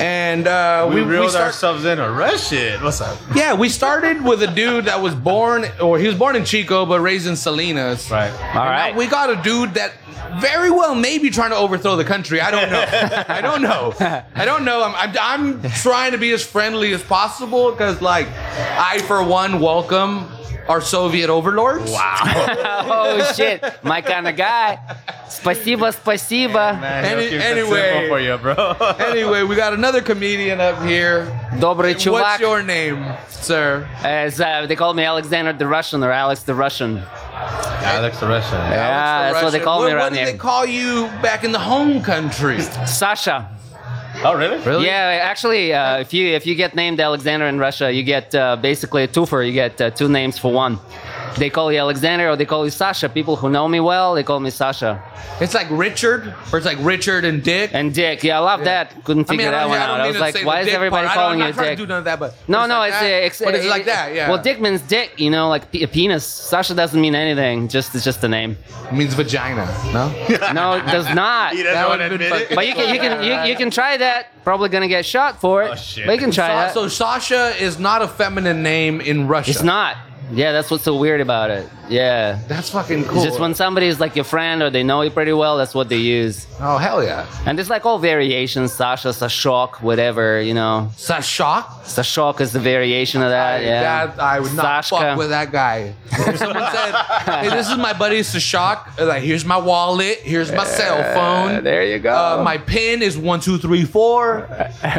Speaker 1: And uh, we,
Speaker 2: We, reeled
Speaker 1: we start-
Speaker 2: ourselves in a rush it. What's up?
Speaker 1: Yeah, we started with a dude that was born, or he was born in Chico, but raised in Salinas.
Speaker 2: Right.
Speaker 1: All
Speaker 3: right.
Speaker 1: We got a dude that very well may be trying to overthrow the country. I don't know. I don't know. I don't know. I'm, I'm, I'm trying to be as friendly as possible because, like, I, for one, welcome our Soviet overlords. Wow.
Speaker 4: oh shit, my kind of guy. Спасибо, спасибо.
Speaker 2: Man,
Speaker 1: Any-
Speaker 2: he'll keep it
Speaker 1: anyway.
Speaker 2: simple for you, bro.
Speaker 1: Anyway, we got another comedian up
Speaker 4: Uh,
Speaker 1: here.
Speaker 4: Добрый чувак.
Speaker 1: What's your name, sir?
Speaker 4: As uh, they call me Alexander the Russian or Alex the Russian.
Speaker 2: Alex the Russian.
Speaker 4: yeah, that's
Speaker 1: Alex the
Speaker 4: what they
Speaker 1: Russian.
Speaker 4: call me
Speaker 1: What-
Speaker 4: around
Speaker 1: What did they
Speaker 4: here.
Speaker 1: call you back in the home country?
Speaker 4: Sasha.
Speaker 2: Oh, really? Really?
Speaker 4: Yeah, actually, uh, if you if you get named Alexander in Russia, you get uh, basically a twofer. You get uh, two names for one. They call you Alexander or they call you Sasha. People who know me well, they call me Sasha.
Speaker 1: It's like Richard, or it's like Richard and Dick.
Speaker 4: And Dick, yeah, I love that. Couldn't
Speaker 1: I
Speaker 4: figure
Speaker 1: mean, I
Speaker 4: that
Speaker 1: don't,
Speaker 4: one
Speaker 1: I don't
Speaker 4: out.
Speaker 1: mean
Speaker 4: I was
Speaker 1: to
Speaker 4: like,
Speaker 1: say the
Speaker 4: why is
Speaker 1: dick
Speaker 4: everybody
Speaker 1: part. I don't-
Speaker 4: calling
Speaker 1: I'm
Speaker 4: you
Speaker 1: not trying
Speaker 4: Dick?
Speaker 1: to do none of that, but
Speaker 4: No,
Speaker 1: it's
Speaker 4: no,
Speaker 1: like
Speaker 4: it's,
Speaker 1: that.
Speaker 4: a, it's
Speaker 1: but it's
Speaker 4: it-
Speaker 1: like that,
Speaker 4: it-
Speaker 1: yeah.
Speaker 4: Well, dick means dick, you know, like pe- a penis. Sasha doesn't mean anything. Just it's just the name.
Speaker 1: It means vagina. No,
Speaker 4: No, it does not.
Speaker 2: He doesn't want to
Speaker 1: would've been
Speaker 2: admit it.
Speaker 1: fucking-
Speaker 4: but you can you can you, you can try that. Probably gonna get shot for it.
Speaker 2: Oh, shit.
Speaker 4: But you can try that.
Speaker 1: so, so Sasha is not a feminine name in Russia.
Speaker 4: it's not. Yeah, that's what's so weird about it. Yeah.
Speaker 1: That's fucking cool.
Speaker 4: It's just when somebody is like your friend or they know you pretty well, that's what they use.
Speaker 1: Oh hell yeah,
Speaker 4: And there's like all variations, Sasha, Sashok, whatever, you know.
Speaker 1: Sasha.
Speaker 4: Sashok is the variation of that, yeah.
Speaker 1: That I would not
Speaker 4: Sashka.
Speaker 1: fuck with that guy. If someone said, "Hey, this is my buddy Sashak," like, here's my wallet, here's my cell phone.
Speaker 4: there you go.
Speaker 1: Uh, my pin is one two three four.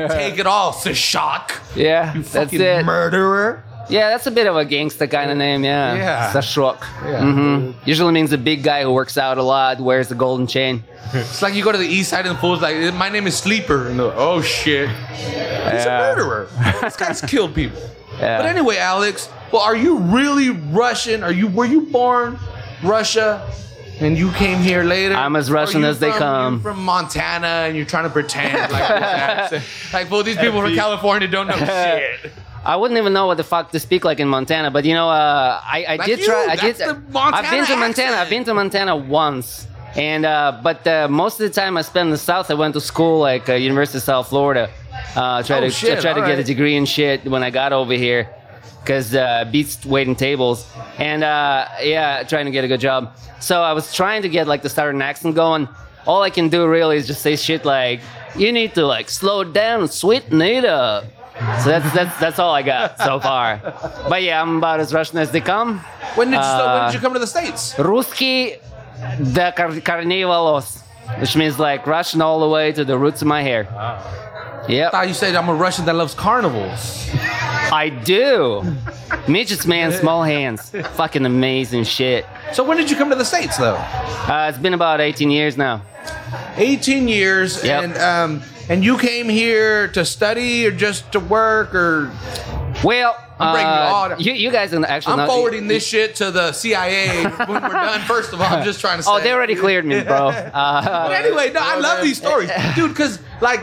Speaker 1: Take it all, Sashak.
Speaker 4: Yeah,
Speaker 1: You
Speaker 4: that's
Speaker 1: fucking
Speaker 4: it.
Speaker 1: murderer.
Speaker 4: Yeah, that's a bit of a gangster kind of name, yeah.
Speaker 1: Yeah.
Speaker 4: Sashok. hmm Usually means a big guy who works out a lot, wears a golden chain.
Speaker 1: It's like you go to the east side and the fool's like, my name is Sleeper. And they're like, oh shit. He's a murderer. this guy's killed people.
Speaker 4: Yeah.
Speaker 1: But anyway, Alex, well, are you really Russian? Are you were you born Russia? And you came here later.
Speaker 4: I'm as
Speaker 1: Or
Speaker 4: Russian
Speaker 1: you
Speaker 4: as they
Speaker 1: from-
Speaker 4: come.
Speaker 1: you from Montana, and you're trying to pretend like this accent. like, well, these people from
Speaker 2: Every-
Speaker 1: California don't know shit.
Speaker 4: I wouldn't even know what the fuck to speak like in Montana, but you know, uh, I, I
Speaker 1: Like
Speaker 4: did
Speaker 1: you,
Speaker 4: try. I
Speaker 1: that's
Speaker 4: did.
Speaker 1: the Montana
Speaker 4: I've been to Montana.
Speaker 1: accent.
Speaker 4: I've been to Montana once, and uh, but uh, most of the time I spent in the South. I went to school like uh, University of South Florida. Uh, try
Speaker 1: Oh,
Speaker 4: to
Speaker 1: shit,
Speaker 4: try to get a
Speaker 1: alright.
Speaker 4: degree and shit when I got over here, because uh, beats waiting tables and uh, yeah, trying to get a good job. So I was trying to get like the southern accent going. All I can do really is just say shit like, "You need to like slow down, and sweeten it up." So that's that's that's all I got so far. But yeah, I'm about as Russian as they come.
Speaker 1: When did, you, so when
Speaker 4: Uh,
Speaker 1: did you come to the states?
Speaker 4: Русский до кор- корней волос, which means like Russian all the way to the roots of my hair. Yep.
Speaker 1: I Ah. thought you said I'm a Russian that loves carnivals.
Speaker 4: I do. Midgets, man, small hands. Fucking amazing shit.
Speaker 1: So when did you come to the states, though?
Speaker 4: Uh, it's been about 18 years now.
Speaker 1: 18 years
Speaker 4: Yep.
Speaker 1: and um and you came here to study or just to work or
Speaker 4: Well,
Speaker 1: I'm breaking
Speaker 4: uh,
Speaker 1: the order.
Speaker 4: you, you guys can actually. e-
Speaker 1: I'm
Speaker 4: know-
Speaker 1: forwarding this shit to the CIA when we're done. First of all, I'm just trying to say.
Speaker 4: Oh, they already cleared me, bro. Uh,
Speaker 1: But anyway, no, I love these stories, dude. Because like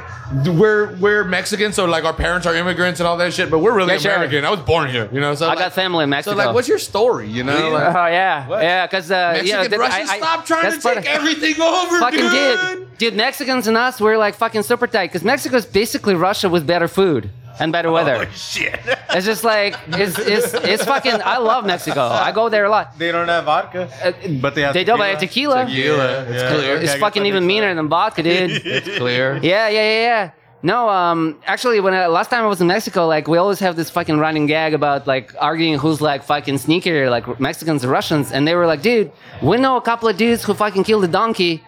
Speaker 1: we're we're Mexican, so like our parents are immigrants and all that shit. But we're really
Speaker 4: Yeah, sure.
Speaker 1: American. I was born here, you know. So
Speaker 4: I
Speaker 1: like,
Speaker 4: got family in
Speaker 1: So
Speaker 4: Mexico.
Speaker 1: like, what's your story? You know, like,
Speaker 4: Oh yeah, yeah, because uh,
Speaker 1: Mexican
Speaker 4: yeah, that-
Speaker 1: Russians
Speaker 4: I- I-
Speaker 1: stop trying to
Speaker 4: that's part
Speaker 1: take
Speaker 4: of-
Speaker 1: everything over,
Speaker 4: fucking
Speaker 1: dude.
Speaker 4: did. Dude, Mexicans and us, we're like fucking super tight because Mexico is basically Russia with better food and better
Speaker 1: Oh,
Speaker 4: weather.
Speaker 2: Shit.
Speaker 4: It's just like, it's, it's, it's fucking, I love Mexico. I go there a lot.
Speaker 2: They don't have vodka.
Speaker 4: Uh,
Speaker 2: But they have
Speaker 4: they don't have tequila.
Speaker 1: Tequila, it's clear.
Speaker 4: It's fucking even meaner than vodka, dude.
Speaker 1: It's clear.
Speaker 4: Yeah, yeah, yeah, yeah. No, um, actually, when I, last time I was in Mexico, like we always have this fucking running gag about like arguing who's like fucking sneakier, like Mexicans or Russians, and they were like, dude, we know a couple of dudes who fucking killed a donkey,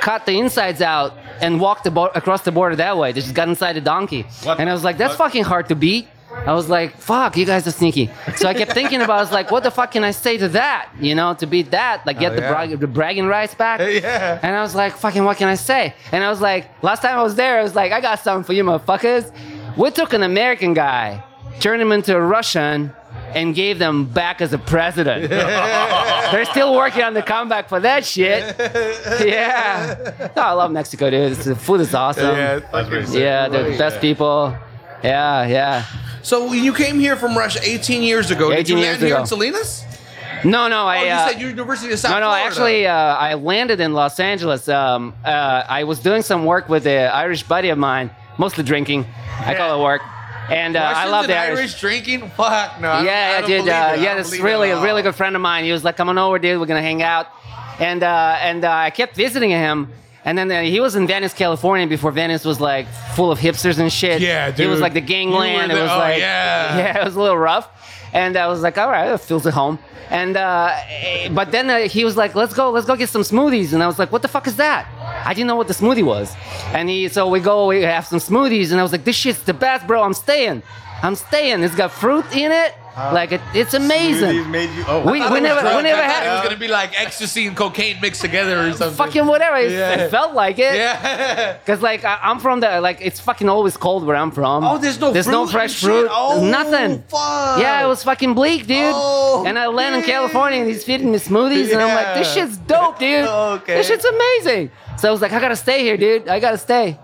Speaker 4: cut the insides out, and walked the bo- across the border that way. They just got inside a donkey,
Speaker 2: What
Speaker 4: and I was like, that's
Speaker 2: the fuck?
Speaker 4: fucking hard to beat. I was like, fuck, you guys are sneaky. So I kept thinking about, I was like, what the fuck can I say to that? You know, to beat that, like get
Speaker 1: Oh,
Speaker 4: the,
Speaker 1: yeah.
Speaker 4: brag- the bragging rights back.
Speaker 1: Yeah.
Speaker 4: And I was like, fucking, what can I say? And I was like, last time I was there, I was like, I got something for you motherfuckers. We took an American guy, turned him into a Russian, and gave them back as a president. They're still working on the comeback for that shit. Yeah. No, I love Mexico, dude. It's, the food is awesome.
Speaker 1: Yeah,
Speaker 4: Yeah,
Speaker 1: fucking
Speaker 2: pretty
Speaker 1: sick.
Speaker 4: they're the best people. Yeah, yeah.
Speaker 1: So you came here from Russia 18 years ago. Did
Speaker 4: 18
Speaker 1: you
Speaker 4: years
Speaker 1: land here
Speaker 4: ago.
Speaker 1: in Salinas?
Speaker 4: No, no, I.
Speaker 1: oh, you
Speaker 4: uh,
Speaker 1: said University of South
Speaker 4: no, no.
Speaker 1: Florida.
Speaker 4: Actually, uh, I landed in Los Angeles. Um, uh, I was doing some work with an Irish buddy of mine, mostly drinking. I call it work, and uh, I
Speaker 1: Russians
Speaker 4: love
Speaker 1: and
Speaker 4: the Irish.
Speaker 1: Irish drinking. Fuck no. I don't-
Speaker 4: yeah,
Speaker 1: I
Speaker 4: I
Speaker 1: don't
Speaker 4: did.
Speaker 1: believe
Speaker 4: Uh,
Speaker 1: it. I
Speaker 4: yeah,
Speaker 1: don't
Speaker 4: this
Speaker 1: believe
Speaker 4: really
Speaker 1: it
Speaker 4: a
Speaker 1: at
Speaker 4: really
Speaker 1: all.
Speaker 4: good friend of mine. He was like, "Come on over, dude. We're gonna hang out," and uh, and uh, I kept visiting him. And then uh, he was in Venice, California, before Venice was like full of hipsters and shit.
Speaker 1: Yeah,
Speaker 4: It was
Speaker 1: dude.
Speaker 4: like the
Speaker 1: You were
Speaker 4: gangland.
Speaker 1: the-
Speaker 4: it was
Speaker 1: oh,
Speaker 4: like
Speaker 1: yeah.
Speaker 4: yeah, it was a little rough. And I was like, all right, it feels at home. And uh, eh, but then uh, he was like, let's go, let's go get some smoothies. And I was like, what the fuck is that? I didn't know what the smoothie was. And he, so we go, we have some smoothies, and I was like, this shit's the best, bro. I'm staying, I'm staying. It's got fruit in it, like it, it's amazing.
Speaker 5: Smoothies made you. Oh,
Speaker 4: We,
Speaker 1: I thought
Speaker 4: we
Speaker 1: it was
Speaker 4: never, we
Speaker 1: drugs.
Speaker 4: never
Speaker 1: I thought It was
Speaker 4: had
Speaker 1: gonna be like ecstasy and cocaine mixed together or something.
Speaker 4: fucking whatever. It, it felt like it.
Speaker 1: Yeah.
Speaker 4: Cause like I, I'm from the like it's fucking always cold where I'm from.
Speaker 1: Oh, there's no
Speaker 4: there's
Speaker 1: fruit
Speaker 4: no
Speaker 1: and
Speaker 4: fresh
Speaker 1: shit.
Speaker 4: fruit. There's
Speaker 1: Oh,
Speaker 4: nothing.
Speaker 1: fuck.
Speaker 4: Yeah, it was fucking bleak, dude.
Speaker 1: Oh,
Speaker 4: and I land in California and he's feeding me smoothies and I'm like, this
Speaker 1: Yeah.
Speaker 4: shit's dope, dude.
Speaker 1: Okay.
Speaker 4: This shit's amazing. So I was like, I gotta stay here, dude. I gotta stay.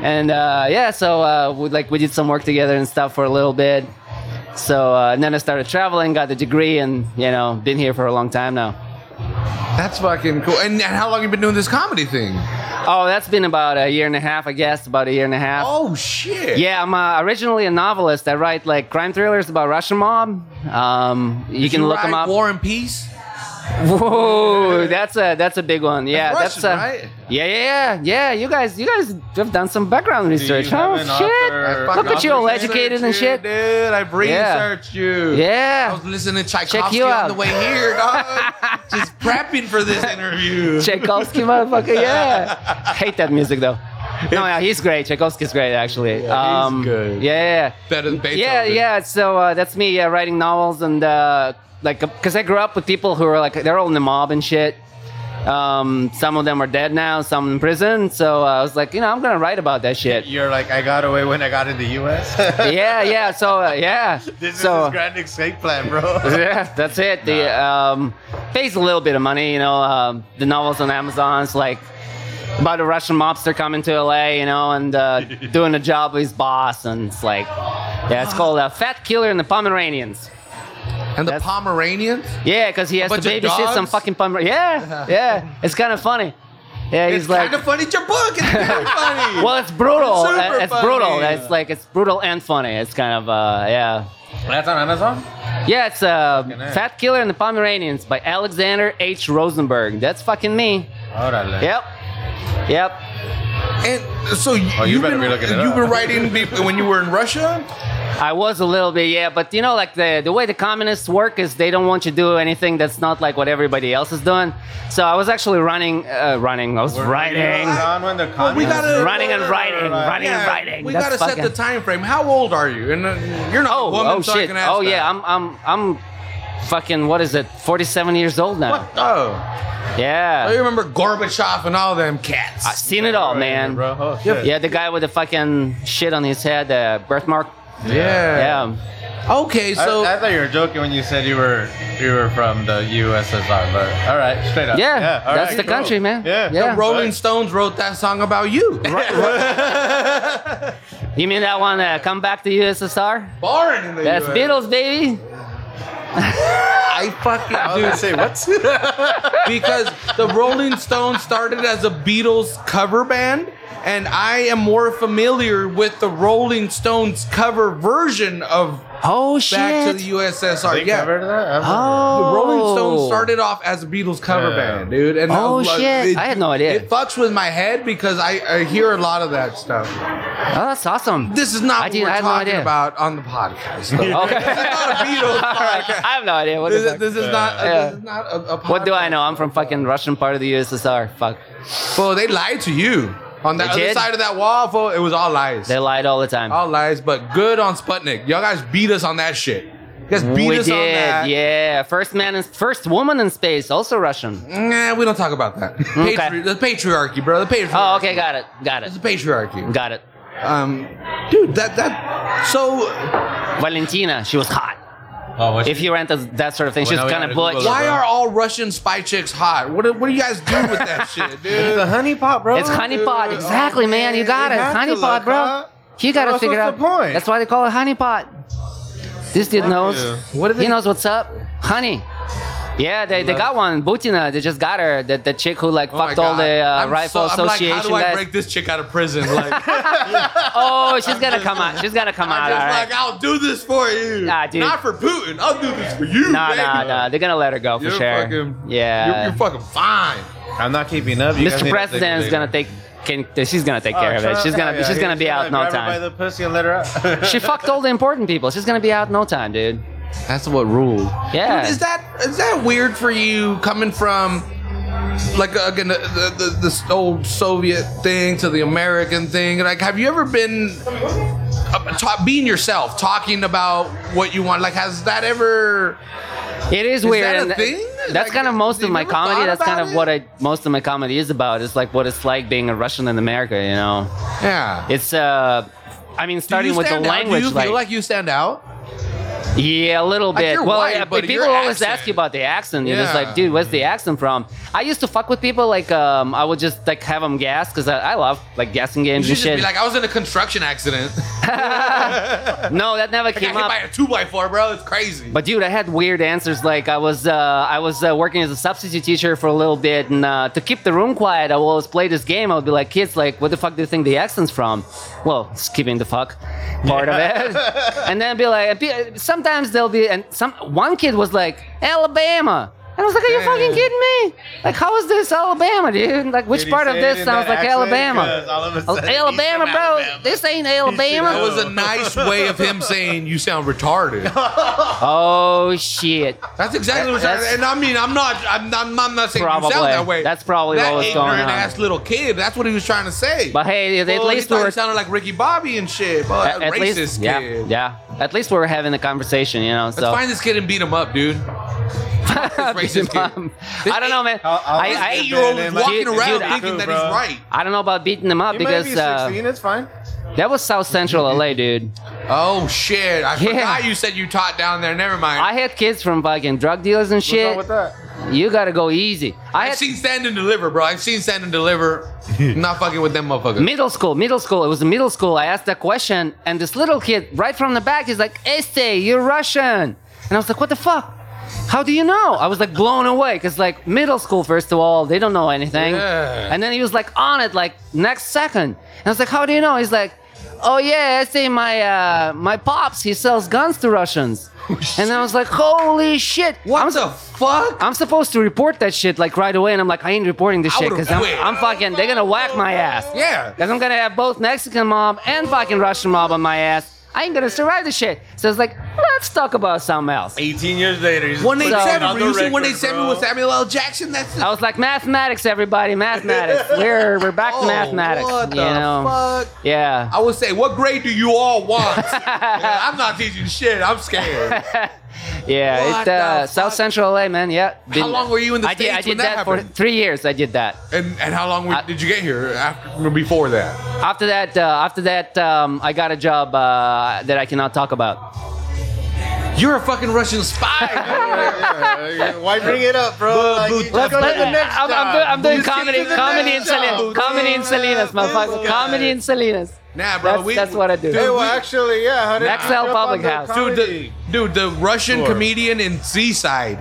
Speaker 4: And uh, yeah, so uh, we like we did some work together and stuff for a little bit. So uh, and then I started traveling, got the degree, and you know, been here for a long time now.
Speaker 1: That's fucking cool. And, and how long you been doing this comedy thing?
Speaker 4: Oh, that's been about a year and a half, I guess, about a year and a half.
Speaker 1: Oh shit.
Speaker 4: Yeah, I'm uh, originally a novelist. I write like crime thrillers about Russian mob. Um, you
Speaker 1: Did
Speaker 4: can
Speaker 1: you
Speaker 4: look them
Speaker 1: write
Speaker 4: up.
Speaker 1: War and Peace.
Speaker 4: Whoa, that's a that's a big one. Yeah,
Speaker 1: That's
Speaker 4: that's,
Speaker 1: Russian,
Speaker 4: a,
Speaker 1: right?
Speaker 4: yeah, yeah, yeah, yeah. You guys, you guys have done some background research,
Speaker 2: have
Speaker 4: huh?
Speaker 2: an
Speaker 4: Shit,
Speaker 2: author-
Speaker 4: look at you, all
Speaker 1: Research
Speaker 4: educated and
Speaker 1: you,
Speaker 4: shit.
Speaker 1: Dude, I researched you. I
Speaker 4: Yeah,
Speaker 1: was listening to Tchaikovsky
Speaker 4: you
Speaker 1: on
Speaker 4: out.
Speaker 1: the way here, dog. Just prepping for this interview.
Speaker 4: Tchaikovsky, motherfucker. Yeah, hate that music though. No, yeah, he's great. Tchaikovsky's great, actually.
Speaker 1: he's
Speaker 4: um,
Speaker 1: good.
Speaker 4: Yeah, yeah. yeah.
Speaker 1: Better than Beethoven.
Speaker 4: Yeah, yeah. So uh, that's me uh, writing novels and uh, like, because I grew up with people who are like, they're all in the mob and shit. Um, some of them are dead now, some in prison. So uh, I was like, you know, I'm gonna write about that shit.
Speaker 5: you're like I got away when I got in the U.S.
Speaker 4: yeah, yeah. So uh, yeah.
Speaker 5: this
Speaker 4: so,
Speaker 5: is his grand escape plan, bro.
Speaker 4: yeah, that's it. The um, pays a little bit of money, you know. Um, the novels on Amazon's like about a Russian mobster coming to LA, you know, and uh, doing a job with his boss, and it's like, yeah, it's called uh, Fat Killer and the Pomeranians.
Speaker 1: And the
Speaker 4: That's-
Speaker 1: Pomeranians?
Speaker 4: Yeah, because he has to
Speaker 1: bunch of
Speaker 4: babysit some
Speaker 1: dogs?
Speaker 4: fucking Pomeranian. Yeah, yeah, it's kind of funny. Yeah, he's
Speaker 1: it's
Speaker 4: like,
Speaker 1: kind of funny. It's your book. It's very funny.
Speaker 4: well, it's brutal.
Speaker 1: Super
Speaker 4: Uh, it's
Speaker 1: funny.
Speaker 4: brutal. It's like it's brutal and funny. It's kind of uh, yeah.
Speaker 2: That's on Amazon.
Speaker 4: Yeah, it's uh,
Speaker 2: hell.
Speaker 4: Fat Killer and the Pomeranians by Alexander H. Rosenberg. That's fucking me.
Speaker 2: Órale.
Speaker 4: Yep. Yep.
Speaker 1: And so you,
Speaker 5: Oh, you
Speaker 1: you've
Speaker 5: better
Speaker 1: been,
Speaker 5: be looking it
Speaker 1: you've
Speaker 5: up.
Speaker 1: been writing be- when you were in Russia.
Speaker 4: I was a little bit, yeah, but you know, like the, the way the communists work is they don't want you to do anything that's not like what everybody else is doing. So I was actually running, uh, running, I was writing,
Speaker 5: Gone when the
Speaker 1: Well, we gotta
Speaker 4: running and writing, running and
Speaker 1: Yeah,
Speaker 4: writing.
Speaker 1: We
Speaker 4: That's
Speaker 1: gotta set
Speaker 4: fucking-
Speaker 1: the time frame. How old are you? And uh, you're not
Speaker 4: Oh,
Speaker 1: a woman,
Speaker 4: oh
Speaker 1: so I
Speaker 4: shit.
Speaker 1: can ask
Speaker 4: Oh
Speaker 1: that.
Speaker 4: yeah, I'm I'm I'm fucking what is it? 47 years old now.
Speaker 1: What? Oh, I
Speaker 4: Yeah.
Speaker 1: remember Gorbachev and all them cats.
Speaker 4: I've seen it all, man.
Speaker 5: Bro, oh, shit.
Speaker 4: Yeah, the guy with the fucking shit on his head, uh, birthmark.
Speaker 1: yeah.
Speaker 4: Yeah.
Speaker 1: Okay,
Speaker 2: I,
Speaker 1: so
Speaker 2: I thought you were joking when you said you were you were from the USSR, but all right, straight up.
Speaker 4: Yeah,
Speaker 5: all
Speaker 4: that's
Speaker 5: right,
Speaker 4: the
Speaker 5: cool.
Speaker 4: country, man.
Speaker 5: Yeah.
Speaker 1: the
Speaker 4: yeah.
Speaker 1: Rolling Stones wrote that song about you.
Speaker 4: You mean that one? Uh, come back to USSR.
Speaker 1: Born in the
Speaker 4: That's
Speaker 1: US.
Speaker 4: Beatles, baby.
Speaker 1: I
Speaker 5: I was
Speaker 1: fucking
Speaker 5: gonna
Speaker 1: dude
Speaker 5: say what's
Speaker 1: because the Rolling Stones started as a Beatles cover band, and I am more familiar with the Rolling Stones cover version of
Speaker 4: Oh shit.
Speaker 1: Back to the USSR. yeah.
Speaker 5: covered that? I'm-
Speaker 1: The
Speaker 4: oh.
Speaker 1: Rolling Stones started off as a Beatles cover
Speaker 5: Yeah.
Speaker 1: band, dude. And
Speaker 4: Oh,
Speaker 1: I'm like-
Speaker 4: shit. I had no idea.
Speaker 1: It fucks with my head because I, I hear a lot of that stuff.
Speaker 4: Oh, that's awesome.
Speaker 1: This is
Speaker 4: I
Speaker 1: not what
Speaker 4: didn't- I
Speaker 1: we're
Speaker 4: had no
Speaker 1: talking
Speaker 4: idea.
Speaker 1: about on the podcast. though.
Speaker 4: Okay.
Speaker 1: this is not a Beatles
Speaker 4: All right.
Speaker 1: podcast.
Speaker 4: I have no idea. What,
Speaker 1: This
Speaker 4: the
Speaker 1: is,
Speaker 4: fuck.
Speaker 1: this is not.
Speaker 4: Yeah.
Speaker 1: This is not a, a podcast.
Speaker 4: what do I know? I'm from fucking Russian part of the USSR. Fuck.
Speaker 1: Well, they lied to you. On the
Speaker 4: They
Speaker 1: other
Speaker 4: did?
Speaker 1: side of that wall, fool, it was all lies.
Speaker 4: They lied all the time.
Speaker 1: all lies, but good on Sputnik. Y'all guys beat us on that shit. You guys beat
Speaker 4: we
Speaker 1: us on that.
Speaker 4: did, yeah. First man, in, first woman in space, also Russian.
Speaker 1: Nah, we don't talk about that.
Speaker 4: Okay.
Speaker 1: Patri- the patriarchy, bro. The patriarchy.
Speaker 4: Oh, okay, got it, got it,
Speaker 1: It's the patriarchy.
Speaker 4: got it.
Speaker 1: Um, dude, that that so
Speaker 4: Valentina, she was hot.
Speaker 2: Oh, what's
Speaker 4: If you rent us that sort of thing,
Speaker 2: Well,
Speaker 4: she's
Speaker 2: now we
Speaker 4: kind of
Speaker 2: gotta
Speaker 4: butch.
Speaker 2: Google it.
Speaker 1: why are all Russian spy chicks hot? What do, what do you guys do with that shit, dude?
Speaker 4: Uh,
Speaker 2: the honey pot, bro?
Speaker 4: It's honey pot,
Speaker 1: dude.
Speaker 4: exactly, man. You got
Speaker 5: you
Speaker 4: it,
Speaker 5: have
Speaker 4: honey
Speaker 5: to
Speaker 4: pot,
Speaker 5: look
Speaker 4: bro.
Speaker 5: up.
Speaker 4: You got to
Speaker 5: else
Speaker 4: figure out.
Speaker 5: what's the point?
Speaker 4: That's why they call it honey pot. This dude knows.
Speaker 1: What do
Speaker 4: He
Speaker 1: they-
Speaker 4: knows what's up, honey. Yeah, they, they got one, Butina. They just got her. The, the chick who like
Speaker 1: Oh my
Speaker 4: fucked all
Speaker 1: God.
Speaker 4: the uh,
Speaker 1: I'm
Speaker 4: rifle
Speaker 1: so- I'm like,
Speaker 4: association.
Speaker 1: how do I
Speaker 4: guys.
Speaker 1: break this chick out of prison? Like, I'm
Speaker 4: oh, she's gonna come out. She's gonna come out.
Speaker 1: just
Speaker 4: all right.
Speaker 1: like, I'll do this for you.
Speaker 4: Nah, dude.
Speaker 1: Not for Putin. I'll do this for you.
Speaker 4: No,
Speaker 1: baby.
Speaker 4: no, no. They're gonna let her go for
Speaker 1: You're
Speaker 4: sure.
Speaker 1: fucking. You're,
Speaker 4: yeah.
Speaker 1: you're fucking fine.
Speaker 2: I'm not keeping up. You guys need
Speaker 4: Mr.
Speaker 2: to
Speaker 4: President is
Speaker 2: take it Oh,
Speaker 4: gonna take. Can, she's gonna take care of it. She's gonna. she's gonna be out in no
Speaker 5: By
Speaker 4: time.
Speaker 5: the pussy and let her out.
Speaker 4: She fucked all the important people. She's gonna be out in no time, dude.
Speaker 1: That's what ruled.
Speaker 4: Yeah.
Speaker 1: Dude, is that is that weird for you coming from like uh, again the, the, the this old Soviet thing to the American thing? Like, have you ever been uh, ta- being yourself, talking about what you want? Like, has that ever?
Speaker 4: It is,
Speaker 1: that
Speaker 4: weird.
Speaker 1: a
Speaker 4: and th-
Speaker 1: thing?
Speaker 4: That's
Speaker 1: Like,
Speaker 4: kind of most
Speaker 1: you
Speaker 4: of my
Speaker 1: never thought
Speaker 4: comedy. That's kind
Speaker 1: about
Speaker 4: of
Speaker 1: it?
Speaker 4: what I most of my comedy is about. It's like what it's like being a Russian in America. You know,
Speaker 1: Yeah.
Speaker 4: it's uh, I mean,
Speaker 1: Do you
Speaker 4: starting with the
Speaker 1: stand out?
Speaker 4: language,
Speaker 1: Do you
Speaker 4: like,
Speaker 1: feel like you stand out?
Speaker 4: yeah, a little
Speaker 1: Like,
Speaker 4: bit.
Speaker 1: you're
Speaker 4: well,
Speaker 1: white,
Speaker 4: yeah,
Speaker 1: but
Speaker 4: people
Speaker 1: your
Speaker 4: always
Speaker 1: accent-
Speaker 4: ask you about the accent. You're just
Speaker 1: Yeah.
Speaker 4: like, dude, where's the accent from? I used to fuck with people like um, I would just like have them guess because I, I love like guessing
Speaker 1: You
Speaker 4: games
Speaker 1: should
Speaker 4: and
Speaker 1: just
Speaker 4: shit.
Speaker 1: be like, I was in a construction accident.
Speaker 4: no, that never
Speaker 1: I got hit
Speaker 4: came up.
Speaker 1: by a two by four, bro. It's crazy.
Speaker 4: But dude, I had weird answers. Like I was, uh, I was uh, working as a substitute teacher for a little bit, and uh, to keep the room quiet, I would always play this game. I would be like, "Kids, like, what the fuck do you think the accent's from?" Well, skipping the fuck part of it, and then be like, be- sometimes they'll be, and some one kid was like, "Alabama." And I was like, "Are you fucking kidding me? Like, how is this Alabama, dude? Like, which
Speaker 5: Did he
Speaker 4: part of
Speaker 5: say it
Speaker 4: this
Speaker 5: in
Speaker 4: sounds
Speaker 5: that
Speaker 4: like
Speaker 5: accent?
Speaker 4: Alabama?
Speaker 5: 'Cause all of a
Speaker 4: Al-
Speaker 5: sudden he's
Speaker 4: Alabama,
Speaker 5: from
Speaker 4: bro.
Speaker 5: Alabama.
Speaker 4: This ain't Alabama."
Speaker 1: that was a nice way of him saying you sound retarded.
Speaker 4: oh shit.
Speaker 1: That's exactly what I'm
Speaker 4: That's-
Speaker 1: saying. And I mean, I'm not, I'm not, I'm not saying
Speaker 4: Probably.
Speaker 1: you sound that way.
Speaker 4: That's probably
Speaker 1: that
Speaker 4: what was
Speaker 1: ignorant
Speaker 4: going on.
Speaker 1: ass little kid. That's what he was trying to say.
Speaker 4: But hey, at- at
Speaker 1: Well, he
Speaker 4: least we
Speaker 1: thought
Speaker 4: were
Speaker 1: he sounded like Ricky Bobby and shit. But
Speaker 4: at
Speaker 1: uh, racist
Speaker 4: least,
Speaker 1: kid.
Speaker 4: yeah, yeah. At least we were having a conversation, you know.
Speaker 1: Let's
Speaker 4: So
Speaker 1: find this kid and beat him up, dude.
Speaker 4: Beat
Speaker 1: racist
Speaker 4: him
Speaker 1: kid.
Speaker 4: up.
Speaker 1: This
Speaker 4: I don't know, man.
Speaker 5: I'll- I'll-
Speaker 4: I,
Speaker 5: this
Speaker 4: I,
Speaker 1: Eight-year-old was
Speaker 5: Dude,
Speaker 1: walking
Speaker 4: dude,
Speaker 1: around
Speaker 4: I-
Speaker 1: thinking that he's
Speaker 5: bro.
Speaker 1: right.
Speaker 4: I don't know about beating them up
Speaker 5: You might
Speaker 4: because
Speaker 5: be
Speaker 4: uh,
Speaker 5: 16. It's fine.
Speaker 4: that was South Central LA, dude.
Speaker 1: Oh shit! I
Speaker 4: Yeah.
Speaker 1: forgot you said you taught down there. Never mind.
Speaker 4: I
Speaker 1: I,
Speaker 4: had kids from fucking drug dealers and
Speaker 5: What's
Speaker 4: shit.
Speaker 5: wrong with that?
Speaker 4: You gotta go easy. I
Speaker 1: have
Speaker 4: had
Speaker 1: seen stand and deliver, bro. I've seen stand and deliver. not fucking with them motherfuckers.
Speaker 4: middle school, middle school. It was middle school. I asked that question, and this little kid right from the back is like, "Este, you're Russian," and I was like, "What the fuck?" How do you know? I was like blown away because like middle school, first of all, they don't know anything.
Speaker 1: Yeah.
Speaker 4: And then he was like on it like next second. And I was like, how do you know? He's like, oh yeah, I say my uh, my pops, he sells guns to Russians. and I was like, holy shit!
Speaker 1: Oh, What
Speaker 4: I'm,
Speaker 1: the fuck?
Speaker 4: I'm supposed to report that shit like right away, and I'm like, I ain't reporting this
Speaker 1: I
Speaker 4: shit
Speaker 1: would've
Speaker 4: because I'm,
Speaker 1: quit.
Speaker 4: I'm fucking. They're gonna whack my ass.
Speaker 1: Yeah.
Speaker 4: Because I'm gonna have both Mexican mob and fucking Russian mob on my ass. I ain't gonna survive this shit. So it's like, let's talk about something else.
Speaker 5: 18 years later, he's
Speaker 1: One eight
Speaker 4: So-
Speaker 1: seven. Were you
Speaker 5: On the
Speaker 1: seeing one eight
Speaker 5: record,
Speaker 1: seven
Speaker 5: bro.
Speaker 1: with Samuel L. Jackson? That's the
Speaker 4: I was like, mathematics, everybody, mathematics. We're we're back to
Speaker 1: Oh,
Speaker 4: mathematics.
Speaker 1: What the
Speaker 4: you know?
Speaker 1: fuck?
Speaker 4: Yeah.
Speaker 1: I would say, what grade do you all want? Yeah, I'm not teaching shit. I'm scared.
Speaker 4: Yeah,
Speaker 1: What
Speaker 4: it, uh,
Speaker 1: the
Speaker 4: South
Speaker 1: fuck?
Speaker 4: Central LA, man. Yeah. Been-
Speaker 1: long were you in the
Speaker 4: I did,
Speaker 1: States
Speaker 4: I did
Speaker 1: when
Speaker 4: that,
Speaker 1: that
Speaker 4: for
Speaker 1: happened?
Speaker 4: three years. I did that.
Speaker 1: And and how long were,
Speaker 4: I-
Speaker 1: did you get here after or before that?
Speaker 4: After that, uh, after that, um, I got a job uh, that I cannot talk about.
Speaker 1: You're a fucking Russian spy.
Speaker 5: Why bring it up, bro? like, you just go to the next
Speaker 4: I'm, I'm, doing, I'm doing
Speaker 5: You skip
Speaker 4: comedy,
Speaker 5: to the
Speaker 4: comedy in
Speaker 5: next
Speaker 4: Salinas,
Speaker 5: job.
Speaker 4: comedy in Salinas, motherfucker,
Speaker 5: guy.
Speaker 4: comedy in Salinas.
Speaker 1: nah, bro.
Speaker 4: That's,
Speaker 1: we,
Speaker 4: that's what I do.
Speaker 5: Hey, well, actually, yeah. How did
Speaker 4: Maxell
Speaker 5: you trip on
Speaker 4: Public
Speaker 5: the
Speaker 4: House.
Speaker 1: Dude, the,
Speaker 5: comedy?
Speaker 1: dude, the Russian
Speaker 5: Sure.
Speaker 1: comedian in Seaside.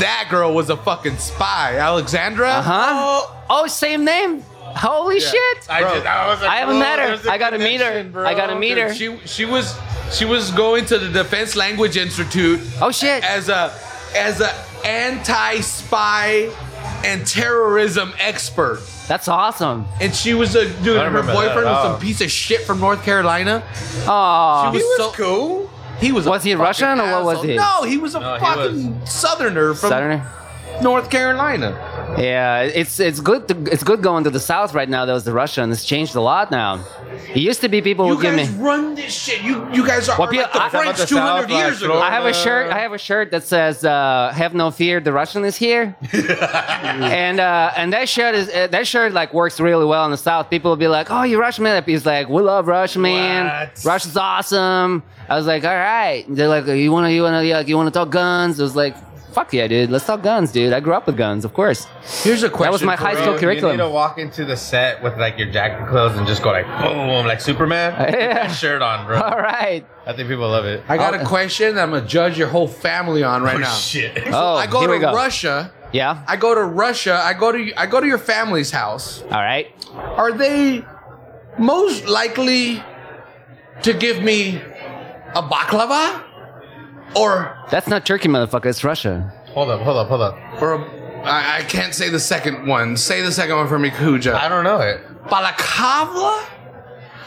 Speaker 1: That girl was a fucking spy. Alexandra?
Speaker 4: Huh?
Speaker 1: Oh,
Speaker 4: Oh, same name. Holy shit! I,
Speaker 5: I, just, I, was like,
Speaker 4: haven't
Speaker 5: whoa,
Speaker 4: met
Speaker 5: there's
Speaker 4: her.
Speaker 5: a
Speaker 4: I gotta meet her.
Speaker 5: connection, bro.
Speaker 4: I gotta meet her.
Speaker 1: dude, she she was she was going to the Defense Language Institute
Speaker 4: oh shit!
Speaker 1: as a as a anti-spy and terrorism expert.
Speaker 4: That's awesome.
Speaker 1: And she was a dude. Her
Speaker 5: remember that
Speaker 1: boyfriend
Speaker 5: at
Speaker 1: was
Speaker 5: all.
Speaker 1: some piece of shit from North Carolina.
Speaker 4: Oh,
Speaker 1: He was so-
Speaker 5: cool.
Speaker 1: He was. a
Speaker 4: Was he
Speaker 1: fucking
Speaker 4: Russian or what was
Speaker 1: asshole.
Speaker 4: he?
Speaker 1: No, he was a
Speaker 5: No, he
Speaker 1: fucking Southerner from
Speaker 4: Saturday.
Speaker 1: North Carolina.
Speaker 4: Yeah, it's it's good to, it's good going to the south right now. That was the Russian. It's changed a lot now. It used to be people
Speaker 1: You
Speaker 4: would give
Speaker 1: guys
Speaker 4: me.
Speaker 1: run this shit. You you guys are,
Speaker 4: Well,
Speaker 1: are like the
Speaker 4: I-
Speaker 1: French
Speaker 2: the
Speaker 1: 200
Speaker 2: South, like,
Speaker 1: years ago.
Speaker 4: I have a shirt. I have a shirt that says uh, "Have no fear, the Russian is here," and uh, and that shirt is uh, that shirt like works really well in the South. People will be like, "Oh, you Russian man?" He's like, "We love Russian man.
Speaker 1: What?
Speaker 4: Russia's awesome." I was like, "All right." They're like, "You want to you want to like, you want to talk guns?" I was like, "Fuck yeah, dude! Let's talk guns, dude. I grew up with guns, of course."
Speaker 1: Here's a question.
Speaker 4: That was my
Speaker 1: for
Speaker 4: high
Speaker 1: you.
Speaker 4: school curriculum.
Speaker 2: You need to walk into the set with like your jacket clothes and just go like boom, like Superman. Get that shirt on, bro.
Speaker 4: All right. uh,
Speaker 2: I think people love it.
Speaker 1: I got
Speaker 4: Oh.
Speaker 1: a question that I'm gonna judge your whole family on right now.
Speaker 2: Shit.
Speaker 4: Oh,
Speaker 1: I go
Speaker 4: here
Speaker 1: to
Speaker 4: we go.
Speaker 1: Russia.
Speaker 4: Yeah.
Speaker 1: I go to Russia. I go to I go to your family's house.
Speaker 4: All right.
Speaker 1: Are they most likely to give me a baklava or
Speaker 4: That's not Turkey, motherfucker. It's Russia.
Speaker 2: Hold up, hold up, hold up.
Speaker 1: or a, I, I can't say the second one. Say the second one for me,
Speaker 2: I
Speaker 1: Kuja.
Speaker 2: don't know it.
Speaker 1: Balakavla?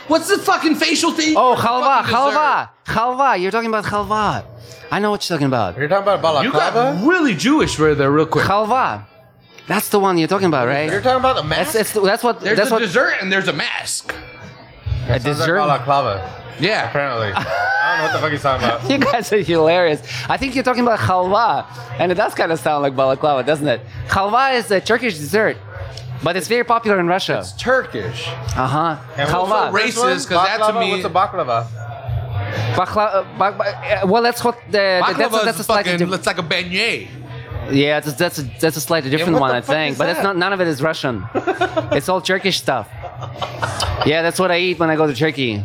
Speaker 1: What's the fucking facial thing?
Speaker 4: Oh, halva,
Speaker 1: Fucking dessert.
Speaker 4: halva, halva. You're talking about halva. I know what you're talking about.
Speaker 2: You're talking about
Speaker 1: You got
Speaker 2: balaclava.
Speaker 1: really Jewish right there, real quick.
Speaker 4: Halva. That's the one you're talking about, right?
Speaker 2: You're talking about the
Speaker 4: that's, that's,
Speaker 2: mask.
Speaker 4: that's what.
Speaker 1: There's
Speaker 4: that's
Speaker 1: a
Speaker 4: what.
Speaker 1: dessert and there's a mask.
Speaker 4: a
Speaker 2: Sounds like
Speaker 4: dessert.
Speaker 2: balaclava.
Speaker 1: Yeah.
Speaker 2: Apparently, I don't know what the fuck he's talking about.
Speaker 4: you guys are hilarious. I think you're talking about halva, and it does kind of sound like balaclava, doesn't it? Halva is a Turkish dessert, but it's very popular in Russia.
Speaker 1: It's Turkish.
Speaker 4: Uh huh.
Speaker 2: And what's
Speaker 4: Halva.
Speaker 1: the ra-
Speaker 2: This
Speaker 1: Racist, 'cause that to
Speaker 2: Balaclava?
Speaker 1: me-
Speaker 2: What's a baklava?
Speaker 4: Bakla- uh, bak- bak- uh, well, that's what the, the- that's, a-
Speaker 1: Baklava
Speaker 4: that's a
Speaker 1: is
Speaker 4: slightly
Speaker 1: fucking,
Speaker 4: different.
Speaker 1: looks like a beignet.
Speaker 4: Yeah, that's, that's a that's a slightly different
Speaker 2: what
Speaker 4: one,
Speaker 2: the
Speaker 4: I
Speaker 2: fuck
Speaker 4: think.
Speaker 2: is
Speaker 4: But it's
Speaker 2: that?
Speaker 4: not none of it is Russian. it's all Turkish stuff. Yeah, that's what I eat when I go to Turkey.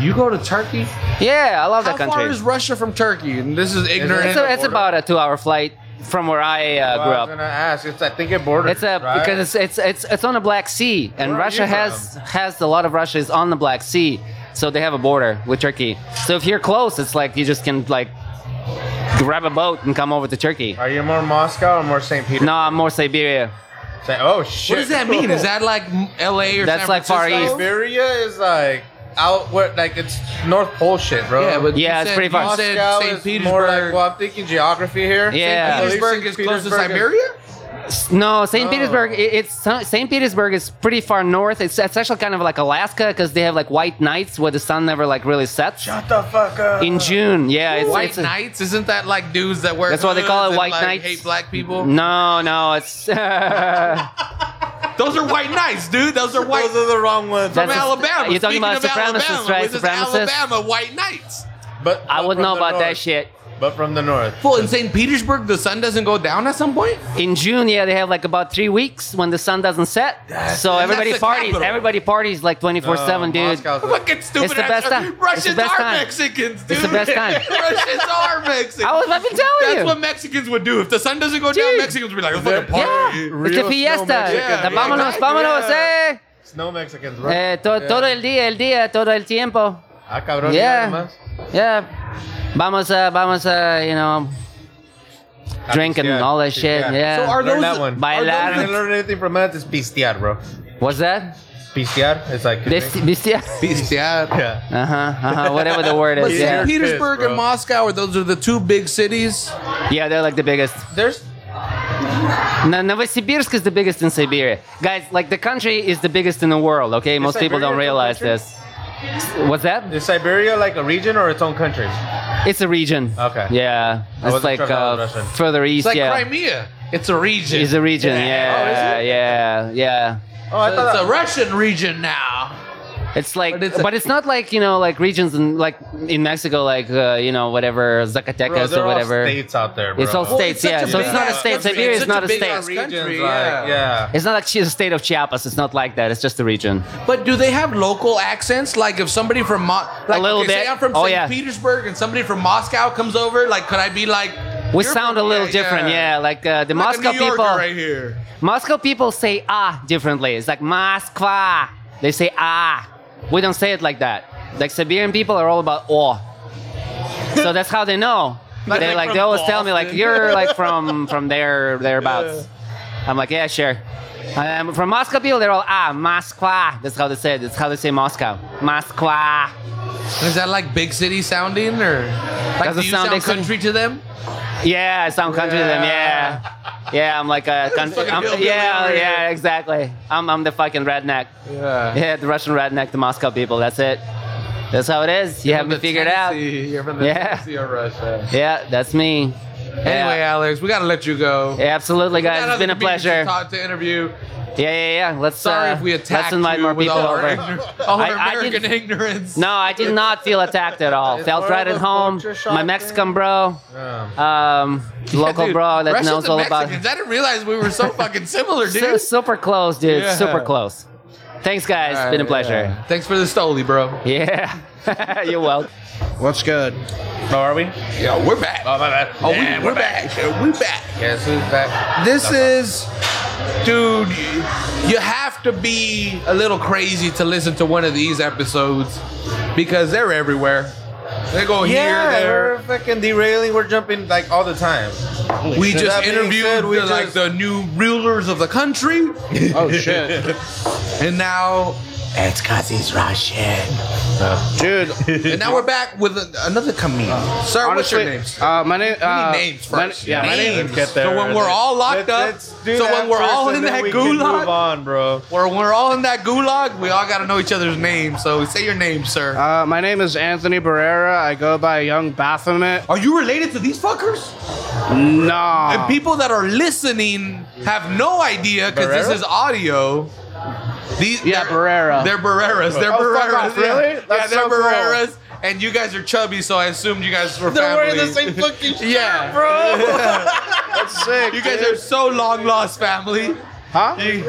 Speaker 1: You go to Turkey?
Speaker 4: Yeah, I love
Speaker 1: How
Speaker 4: that country.
Speaker 1: far is Russia from Turkey? And this is ignorant.
Speaker 4: It's, a, it's about a two-hour flight from where I uh,
Speaker 2: Well,
Speaker 4: grew
Speaker 2: I was
Speaker 4: up.
Speaker 2: gonna ask. It's I think it borders.
Speaker 4: It's a
Speaker 2: right?
Speaker 4: because it's, it's it's it's on the Black Sea, and
Speaker 2: Where are
Speaker 4: Russia
Speaker 2: you
Speaker 4: has has a lot of Russia is on the Black Sea, so they have a border with Turkey. So if you're close, it's like you just can like grab a boat and come over to Turkey.
Speaker 2: Are you more Moscow or more St. Peter?
Speaker 4: No, I'm more Siberia.
Speaker 2: Say- oh shit.
Speaker 1: What does that mean? Is that like m- L.A. or
Speaker 4: That's
Speaker 1: San
Speaker 4: like Far
Speaker 1: Francisco?
Speaker 4: East.
Speaker 2: Siberia is like out where like it's North Pole shit, bro.
Speaker 1: Yeah, but
Speaker 4: Yeah,
Speaker 1: you
Speaker 4: it's
Speaker 1: said-
Speaker 4: pretty far.
Speaker 1: You
Speaker 2: Moscow
Speaker 1: said St.
Speaker 2: is more like
Speaker 1: Petersburg.
Speaker 2: well, I'm thinking geography here.
Speaker 4: Yeah.
Speaker 2: At least
Speaker 1: Petersburg is
Speaker 2: St.
Speaker 1: close to
Speaker 2: Petersburg is-
Speaker 1: Siberia.
Speaker 4: S- No, St.
Speaker 2: Oh.
Speaker 4: Petersburg. i- It's St. Petersburg is pretty far north. It's, it's actually kind of like Alaska because they have like white nights where the sun never like really sets.
Speaker 2: Shut the fuck up.
Speaker 4: In June, yeah, it's
Speaker 1: White
Speaker 4: it's a-
Speaker 1: knights, isn't that like dudes that wear?
Speaker 4: That's why they call it
Speaker 1: hoods and,
Speaker 4: white
Speaker 1: like,
Speaker 4: knights.
Speaker 1: Hate black people.
Speaker 4: No, no, it's that's
Speaker 1: Those are white knights, dude. Those are white
Speaker 5: Those are the wrong ones.
Speaker 1: from
Speaker 4: a-
Speaker 1: Alabama.
Speaker 4: You're talking
Speaker 1: Speaking
Speaker 4: about
Speaker 1: of
Speaker 4: supremacists,
Speaker 1: Alabama,
Speaker 4: right?
Speaker 1: This is
Speaker 4: Supremacists.
Speaker 1: Alabama white knights.
Speaker 2: But
Speaker 4: I
Speaker 2: but
Speaker 4: wouldn't know
Speaker 2: from the
Speaker 4: about that
Speaker 2: north.
Speaker 4: shit.
Speaker 2: But from the north.
Speaker 1: Well, in St. Petersburg, the sun doesn't go down at some point.
Speaker 4: In June, yeah, they have like about three weeks when the sun doesn't set. so
Speaker 1: and
Speaker 4: everybody
Speaker 1: that's the
Speaker 4: parties.
Speaker 1: capital.
Speaker 4: Everybody parties like 24 7, dude.
Speaker 2: Moscow's a-
Speaker 1: Fucking stupid.
Speaker 4: It's the
Speaker 1: ass-
Speaker 4: best time.
Speaker 1: Russians
Speaker 4: It's the best
Speaker 1: are
Speaker 4: time.
Speaker 1: Mexicans, dude.
Speaker 4: It's the best time.
Speaker 1: Russians are Mexicans.
Speaker 4: I was fucking telling
Speaker 1: That's
Speaker 4: you.
Speaker 1: what Mexicans would do. If the sun doesn't go down,
Speaker 4: Dude.
Speaker 1: Mexicans would be like, let's fucking
Speaker 4: yeah,
Speaker 1: party.
Speaker 4: it's the
Speaker 2: Real
Speaker 4: fiesta.
Speaker 2: snowman.
Speaker 1: Yeah,
Speaker 4: the
Speaker 1: yeah,
Speaker 4: vámonos,
Speaker 1: exactly.
Speaker 4: vámonos,
Speaker 2: Yeah.
Speaker 4: eh.
Speaker 2: Snow Mexicans, bro.
Speaker 4: Eh, to- Todo el día, el día, todo el tiempo.
Speaker 2: Ah, cabrón,
Speaker 4: Yeah.
Speaker 2: mira nomás.
Speaker 4: Yeah. Vamos, uh, vamos, uh, you know, drinking
Speaker 2: Pistear.
Speaker 4: all that shit.
Speaker 2: Pistear.
Speaker 4: Yeah.
Speaker 1: So are
Speaker 2: Learn
Speaker 1: those-
Speaker 2: that one.
Speaker 4: Bailar.
Speaker 2: I didn't learn anything from that. It's pistear, bro.
Speaker 4: What's that?
Speaker 2: Pistear. It's like.
Speaker 4: This, this, yeah.
Speaker 1: Yeah.
Speaker 2: yeah.
Speaker 4: Uh huh. Uh huh. Whatever the word
Speaker 1: But
Speaker 4: is. Yeah.
Speaker 1: St. Petersburg
Speaker 2: Yes, bro.
Speaker 1: and Moscow are those are the two big cities.
Speaker 4: Yeah, they're like the biggest.
Speaker 2: There's
Speaker 4: No, Novosibirsk is the biggest in Siberia. Guys, like the country is the biggest in the world, okay? Most people
Speaker 2: Siberia
Speaker 4: don't
Speaker 2: its own
Speaker 4: realize
Speaker 2: country?
Speaker 4: this. What's that?
Speaker 2: Is Siberia like a region or its own country?
Speaker 4: It's a region.
Speaker 2: Okay.
Speaker 4: Yeah. It's
Speaker 2: wasn't
Speaker 4: like
Speaker 2: sure if that
Speaker 4: uh,
Speaker 2: was Russian.
Speaker 4: further east.
Speaker 1: It's like
Speaker 4: yeah.
Speaker 1: Crimea. It's a region.
Speaker 4: It's a region. Yeah.
Speaker 2: Oh, is it?
Speaker 4: yeah. Yeah.
Speaker 2: Oh, I
Speaker 1: It's a
Speaker 2: thought
Speaker 1: Russian region now.
Speaker 4: It's like, but
Speaker 1: But
Speaker 4: it's,
Speaker 1: it's a-
Speaker 4: not like you know, like regions in like in Mexico, like uh, you know, whatever
Speaker 2: bro,
Speaker 4: Zacatecas
Speaker 2: they're
Speaker 4: or
Speaker 2: all
Speaker 4: whatever.
Speaker 2: states out there, bro.
Speaker 4: It's all
Speaker 1: Well,
Speaker 4: states,
Speaker 1: it's such
Speaker 4: yeah.
Speaker 1: a
Speaker 4: So it's
Speaker 1: big
Speaker 4: not a
Speaker 1: ass
Speaker 4: state.
Speaker 1: country.
Speaker 4: Siberia
Speaker 1: It's
Speaker 4: is
Speaker 1: such
Speaker 4: not
Speaker 1: a
Speaker 4: a
Speaker 1: big
Speaker 4: state.
Speaker 1: ass
Speaker 2: regions,
Speaker 1: country,
Speaker 2: like,
Speaker 1: yeah.
Speaker 2: yeah.
Speaker 4: It's not like she's a state of Chiapas. It's not like that. It's just a region.
Speaker 1: But do they have local accents? Like if somebody from Mo- like,
Speaker 4: little
Speaker 1: okay, say
Speaker 4: bit.
Speaker 1: I'm from
Speaker 4: Oh,
Speaker 1: St.
Speaker 4: yeah.
Speaker 1: Petersburg and somebody from Moscow comes over, like could I be like
Speaker 4: We
Speaker 1: "You're
Speaker 4: sound a
Speaker 1: from-
Speaker 4: little different, yeah. Like uh, the
Speaker 1: Like a
Speaker 4: Moscow
Speaker 1: New Yorker
Speaker 4: people,
Speaker 1: right here.
Speaker 4: Moscow people say ah differently. It's like Moskva. They say ah. We don't say it like that. Like Siberian people are all about oh. So that's how they know. they
Speaker 1: Like they're
Speaker 4: like
Speaker 1: from
Speaker 4: they always tell me like
Speaker 1: Boston.
Speaker 4: you're like from from there thereabouts. I'm like yeah sure. I'm from Moscow people. They're all ah Moskva. That's how they say it. That's how they say Moscow. Moskva.
Speaker 1: Is that like big city sounding or like
Speaker 4: Does
Speaker 1: do
Speaker 4: it
Speaker 1: you
Speaker 4: sound
Speaker 1: sound
Speaker 4: big city?
Speaker 1: country to them?
Speaker 4: Yeah, I sound country to them. Yeah. Yeah, I'm like a. Con-
Speaker 1: fucking
Speaker 4: I'm-
Speaker 1: hillbilly
Speaker 4: yeah,
Speaker 1: over here.
Speaker 4: yeah, exactly. I'm, I'm the fucking redneck.
Speaker 1: Yeah.
Speaker 4: Yeah, the Russian redneck, the Moscow people. That's it. That's how it is. You have
Speaker 1: From
Speaker 4: me
Speaker 1: the
Speaker 4: figured out.
Speaker 1: Tennessee. You're from the
Speaker 4: Yeah.
Speaker 1: Tennessee or Russia.
Speaker 4: Yeah, that's me.
Speaker 1: Anyway, Alex, we gotta let you go.
Speaker 4: Yeah, absolutely,
Speaker 1: Got
Speaker 4: guys. It's
Speaker 1: other
Speaker 4: been a
Speaker 1: comedians to
Speaker 4: pleasure.
Speaker 1: Talk to interview.
Speaker 4: Yeah, yeah, yeah. Let's.
Speaker 1: Sorry
Speaker 4: uh,
Speaker 1: if we attacked
Speaker 4: Let's invite
Speaker 1: you
Speaker 4: more
Speaker 1: with
Speaker 4: people
Speaker 1: all our,
Speaker 4: over.
Speaker 1: igno- all our
Speaker 4: I- I
Speaker 1: American
Speaker 4: didn't-
Speaker 1: ignorance.
Speaker 4: No, I did not feel attacked at all. Felt
Speaker 5: more
Speaker 4: right
Speaker 5: of
Speaker 4: at
Speaker 5: a
Speaker 4: home.
Speaker 5: culture shock
Speaker 4: My
Speaker 5: thing.
Speaker 4: Mexican bro,
Speaker 2: Yeah.
Speaker 4: um, local
Speaker 1: Dude,
Speaker 4: bro that
Speaker 1: Russians
Speaker 4: knows
Speaker 1: and
Speaker 4: all about.
Speaker 1: Mexicans. I didn't realize we were so fucking similar, dude.
Speaker 4: Su- super close, dude.
Speaker 1: Yeah.
Speaker 4: Super close. Thanks, guys.
Speaker 1: All right,
Speaker 4: been a pleasure.
Speaker 1: yeah. Thanks for the stoli, bro.
Speaker 4: Yeah. You're welcome.
Speaker 5: What's good?
Speaker 2: How are we?
Speaker 1: Yo, we're back.
Speaker 2: Oh, my bad.
Speaker 1: Oh,
Speaker 2: Yeah,
Speaker 1: we, we're back. Yeah, We're back.
Speaker 2: Guess who's back?
Speaker 1: This is, dude, you have to be a little crazy to listen to one of these episodes because they're everywhere. They go
Speaker 2: Yeah,
Speaker 1: here,
Speaker 2: we're fucking derailing. We're jumping like all the time.
Speaker 1: there. We
Speaker 2: So
Speaker 1: just
Speaker 2: that being
Speaker 1: interviewed
Speaker 2: said, we
Speaker 1: the, like
Speaker 2: just-
Speaker 1: the new rulers of the country,
Speaker 5: Oh shit,
Speaker 1: and now
Speaker 5: dude.
Speaker 1: and now we're back with a, another comedian. Sir, what's your
Speaker 5: Honestly,
Speaker 1: name? sir?
Speaker 5: Uh, my name. Uh,
Speaker 1: We need names
Speaker 5: my-
Speaker 1: first.
Speaker 5: yeah, my name.
Speaker 1: names.
Speaker 2: Get there.
Speaker 1: So when we're all locked
Speaker 2: Let's-
Speaker 1: up,
Speaker 2: let's do
Speaker 1: so
Speaker 2: that
Speaker 1: when we're
Speaker 2: first
Speaker 1: all
Speaker 2: and
Speaker 1: in
Speaker 2: then
Speaker 1: that
Speaker 2: we can Move
Speaker 1: gulag,
Speaker 2: on, bro.
Speaker 1: we're, when we're all in that gulag, we all gotta know each other's names. So say your name, sir.
Speaker 5: Uh, my name is Anthony Barrera. I go by Young Baphomet.
Speaker 1: Are you related to these fuckers?
Speaker 5: Nah.
Speaker 1: And people that are listening have no idea because this
Speaker 2: Barrera?
Speaker 1: is audio. These,
Speaker 5: Yeah,
Speaker 1: they're-
Speaker 5: Barrera.
Speaker 1: They're Barreras. They're
Speaker 5: Oh, fuck
Speaker 1: Barreras.
Speaker 5: off, really?
Speaker 1: Yeah,
Speaker 5: That's
Speaker 1: yeah they're
Speaker 5: so cool.
Speaker 1: Barreras. And you guys are chubby, so I assumed you guys were
Speaker 5: They're
Speaker 1: family.
Speaker 5: wearing the same fucking shit,
Speaker 1: Yeah.
Speaker 5: bro. That's sick.
Speaker 1: You guys
Speaker 5: dude.
Speaker 1: are so long lost family.
Speaker 5: huh?
Speaker 1: You-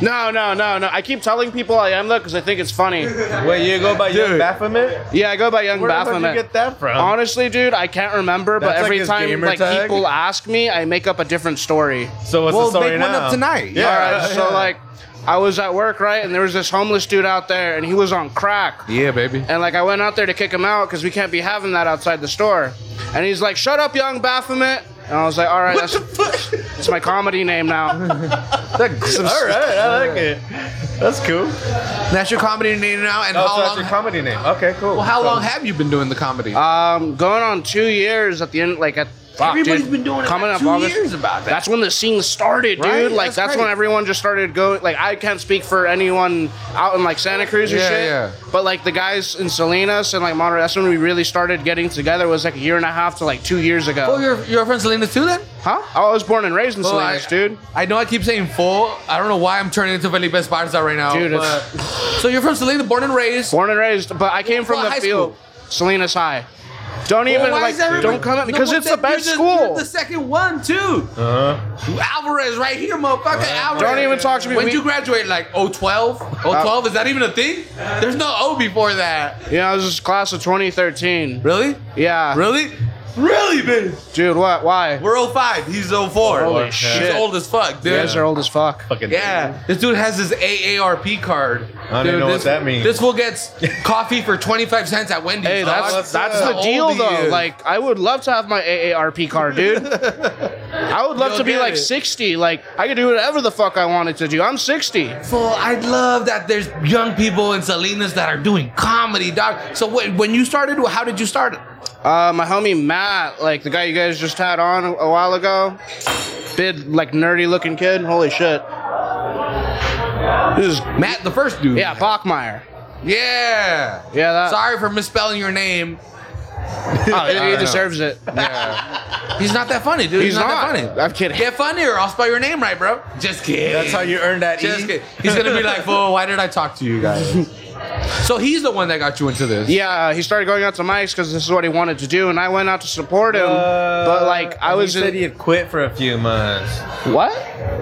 Speaker 5: No, no, no, no. I keep telling people I am though because I think it's funny.
Speaker 2: Wait, you go by Young
Speaker 1: Dude.
Speaker 2: Baphomet?
Speaker 5: Yeah, I go by Young
Speaker 2: Where the fuck
Speaker 5: Baphomet.
Speaker 2: did you get that from?
Speaker 5: Honestly, dude, I can't remember, but
Speaker 2: That's like
Speaker 5: every
Speaker 2: his
Speaker 5: time
Speaker 2: gamer
Speaker 5: like
Speaker 2: tag?
Speaker 5: people ask me, I make up a different story.
Speaker 2: so what's
Speaker 1: Well,
Speaker 2: the story
Speaker 1: make
Speaker 2: now?
Speaker 1: one up tonight.
Speaker 2: Yeah.
Speaker 5: All right, so
Speaker 2: yeah.
Speaker 5: like, I was at work, right, and there was this homeless dude out there, and he was on crack.
Speaker 1: Yeah, baby.
Speaker 5: And like I went out there to kick him out because we can't be having that outside the store. And he's like, "Shut up, young Baphomet." And I was like, "All right, that's, that's my comedy name now."
Speaker 2: All right, I like it. That's cool.
Speaker 1: That's your comedy name now. And
Speaker 2: Oh,
Speaker 1: how
Speaker 2: so that's
Speaker 1: long?
Speaker 2: your comedy name. Okay, cool.
Speaker 1: well, how
Speaker 2: So-
Speaker 1: long have you been doing the comedy?
Speaker 5: Um, going on two years at the end, like at fuck,
Speaker 1: Everybody's
Speaker 5: dude.
Speaker 1: been doing it
Speaker 5: Coming
Speaker 1: like
Speaker 5: up
Speaker 1: two
Speaker 5: August-
Speaker 1: years about that.
Speaker 5: That's when the scene started, dude.
Speaker 1: Right?
Speaker 5: Like
Speaker 1: That's
Speaker 5: that's, when
Speaker 1: crazy.
Speaker 5: everyone just started going. Like I can't speak for anyone out in like Santa Cruz or
Speaker 1: Yeah,
Speaker 5: shit.
Speaker 1: yeah.
Speaker 5: But like the guys in Salinas and like Monterey, that's when we really started getting together. Was like a year and a half to like two years ago.
Speaker 1: oh, you're, you're from Salinas too, then?
Speaker 5: Huh? Oh, I was born and raised in
Speaker 1: Well,
Speaker 5: Salinas,
Speaker 1: I,
Speaker 5: dude.
Speaker 1: I know I keep saying full. I don't know why I'm turning into Felipe Esparza right now.
Speaker 5: Dude,
Speaker 1: but, so you're from Salinas, born and raised.
Speaker 5: Born and raised, but I came from
Speaker 1: What
Speaker 5: the
Speaker 1: high
Speaker 5: field. Salinas High. Don't even
Speaker 1: Why
Speaker 5: like
Speaker 1: is everybody-
Speaker 5: don't come at me because
Speaker 1: No,
Speaker 5: it's the
Speaker 1: but
Speaker 5: best
Speaker 1: you're
Speaker 5: school.
Speaker 1: You're the second one too.
Speaker 2: Uh-huh.
Speaker 1: Alvarez right here, motherfucker. Alvarez.
Speaker 5: Don't even talk to me.
Speaker 1: When
Speaker 5: We- Uh,
Speaker 1: did you graduate? Like 012? 012? Is that even a thing? There's no O before that.
Speaker 5: yeah, I was just class of 2013.
Speaker 1: Really?
Speaker 5: Yeah,
Speaker 1: Really? Really, bitch.
Speaker 5: dude. What? Why? You
Speaker 1: We're 05. He's 04.
Speaker 5: Holy
Speaker 1: He's
Speaker 5: shit.
Speaker 1: old as fuck, dude.
Speaker 5: guys are old as fuck.
Speaker 2: Fucking
Speaker 1: Yeah, this dude has his AARP card.
Speaker 2: I don't even know what
Speaker 1: this,
Speaker 2: that means.
Speaker 1: This fool gets coffee for 25 cents at Wendy's.
Speaker 5: Hey, that's
Speaker 1: dog.
Speaker 2: what's
Speaker 5: that's
Speaker 2: up?
Speaker 5: the
Speaker 1: How
Speaker 5: deal
Speaker 1: old he
Speaker 5: though.
Speaker 1: is.
Speaker 5: Like, I would love to have my AARP card, dude. I would love
Speaker 1: You'll
Speaker 5: to be
Speaker 1: get
Speaker 5: like
Speaker 1: it.
Speaker 5: 60. Like, I could do whatever the fuck I wanted to do. I'm 60.
Speaker 1: Fool, I love that there's young people in Salinas that are doing comedy, dog. So wait, when you started, how did you start? it?
Speaker 5: Uh, my homie Matt, like the guy you guys just had on a, a while ago, big like nerdy looking kid. Holy shit! This is
Speaker 1: Matt, the first dude.
Speaker 5: yeah, Bachmeyer.
Speaker 1: Yeah.
Speaker 5: Yeah, that.
Speaker 1: Sorry for misspelling your name.
Speaker 5: Oh,
Speaker 1: I
Speaker 5: he
Speaker 1: know.
Speaker 5: deserves it.
Speaker 1: He's not that funny, dude.
Speaker 5: He's
Speaker 1: He's, not, that
Speaker 5: not.
Speaker 1: funny.
Speaker 5: I'm kidding.
Speaker 1: Get funny or I'll spell your name right, bro. Just kidding.
Speaker 2: That's how you earn that
Speaker 1: Just
Speaker 2: E?
Speaker 1: kidding. He's gonna be like, "Fool, why did I talk to you guys?" so he's the one that got you into this.
Speaker 5: Yeah, uh, he started going out to mics because this is what he wanted to do, and I went out to support him.
Speaker 2: Uh,
Speaker 5: but like, I
Speaker 2: he
Speaker 5: was
Speaker 2: said
Speaker 5: in,
Speaker 2: he had quit for a few months.
Speaker 5: what?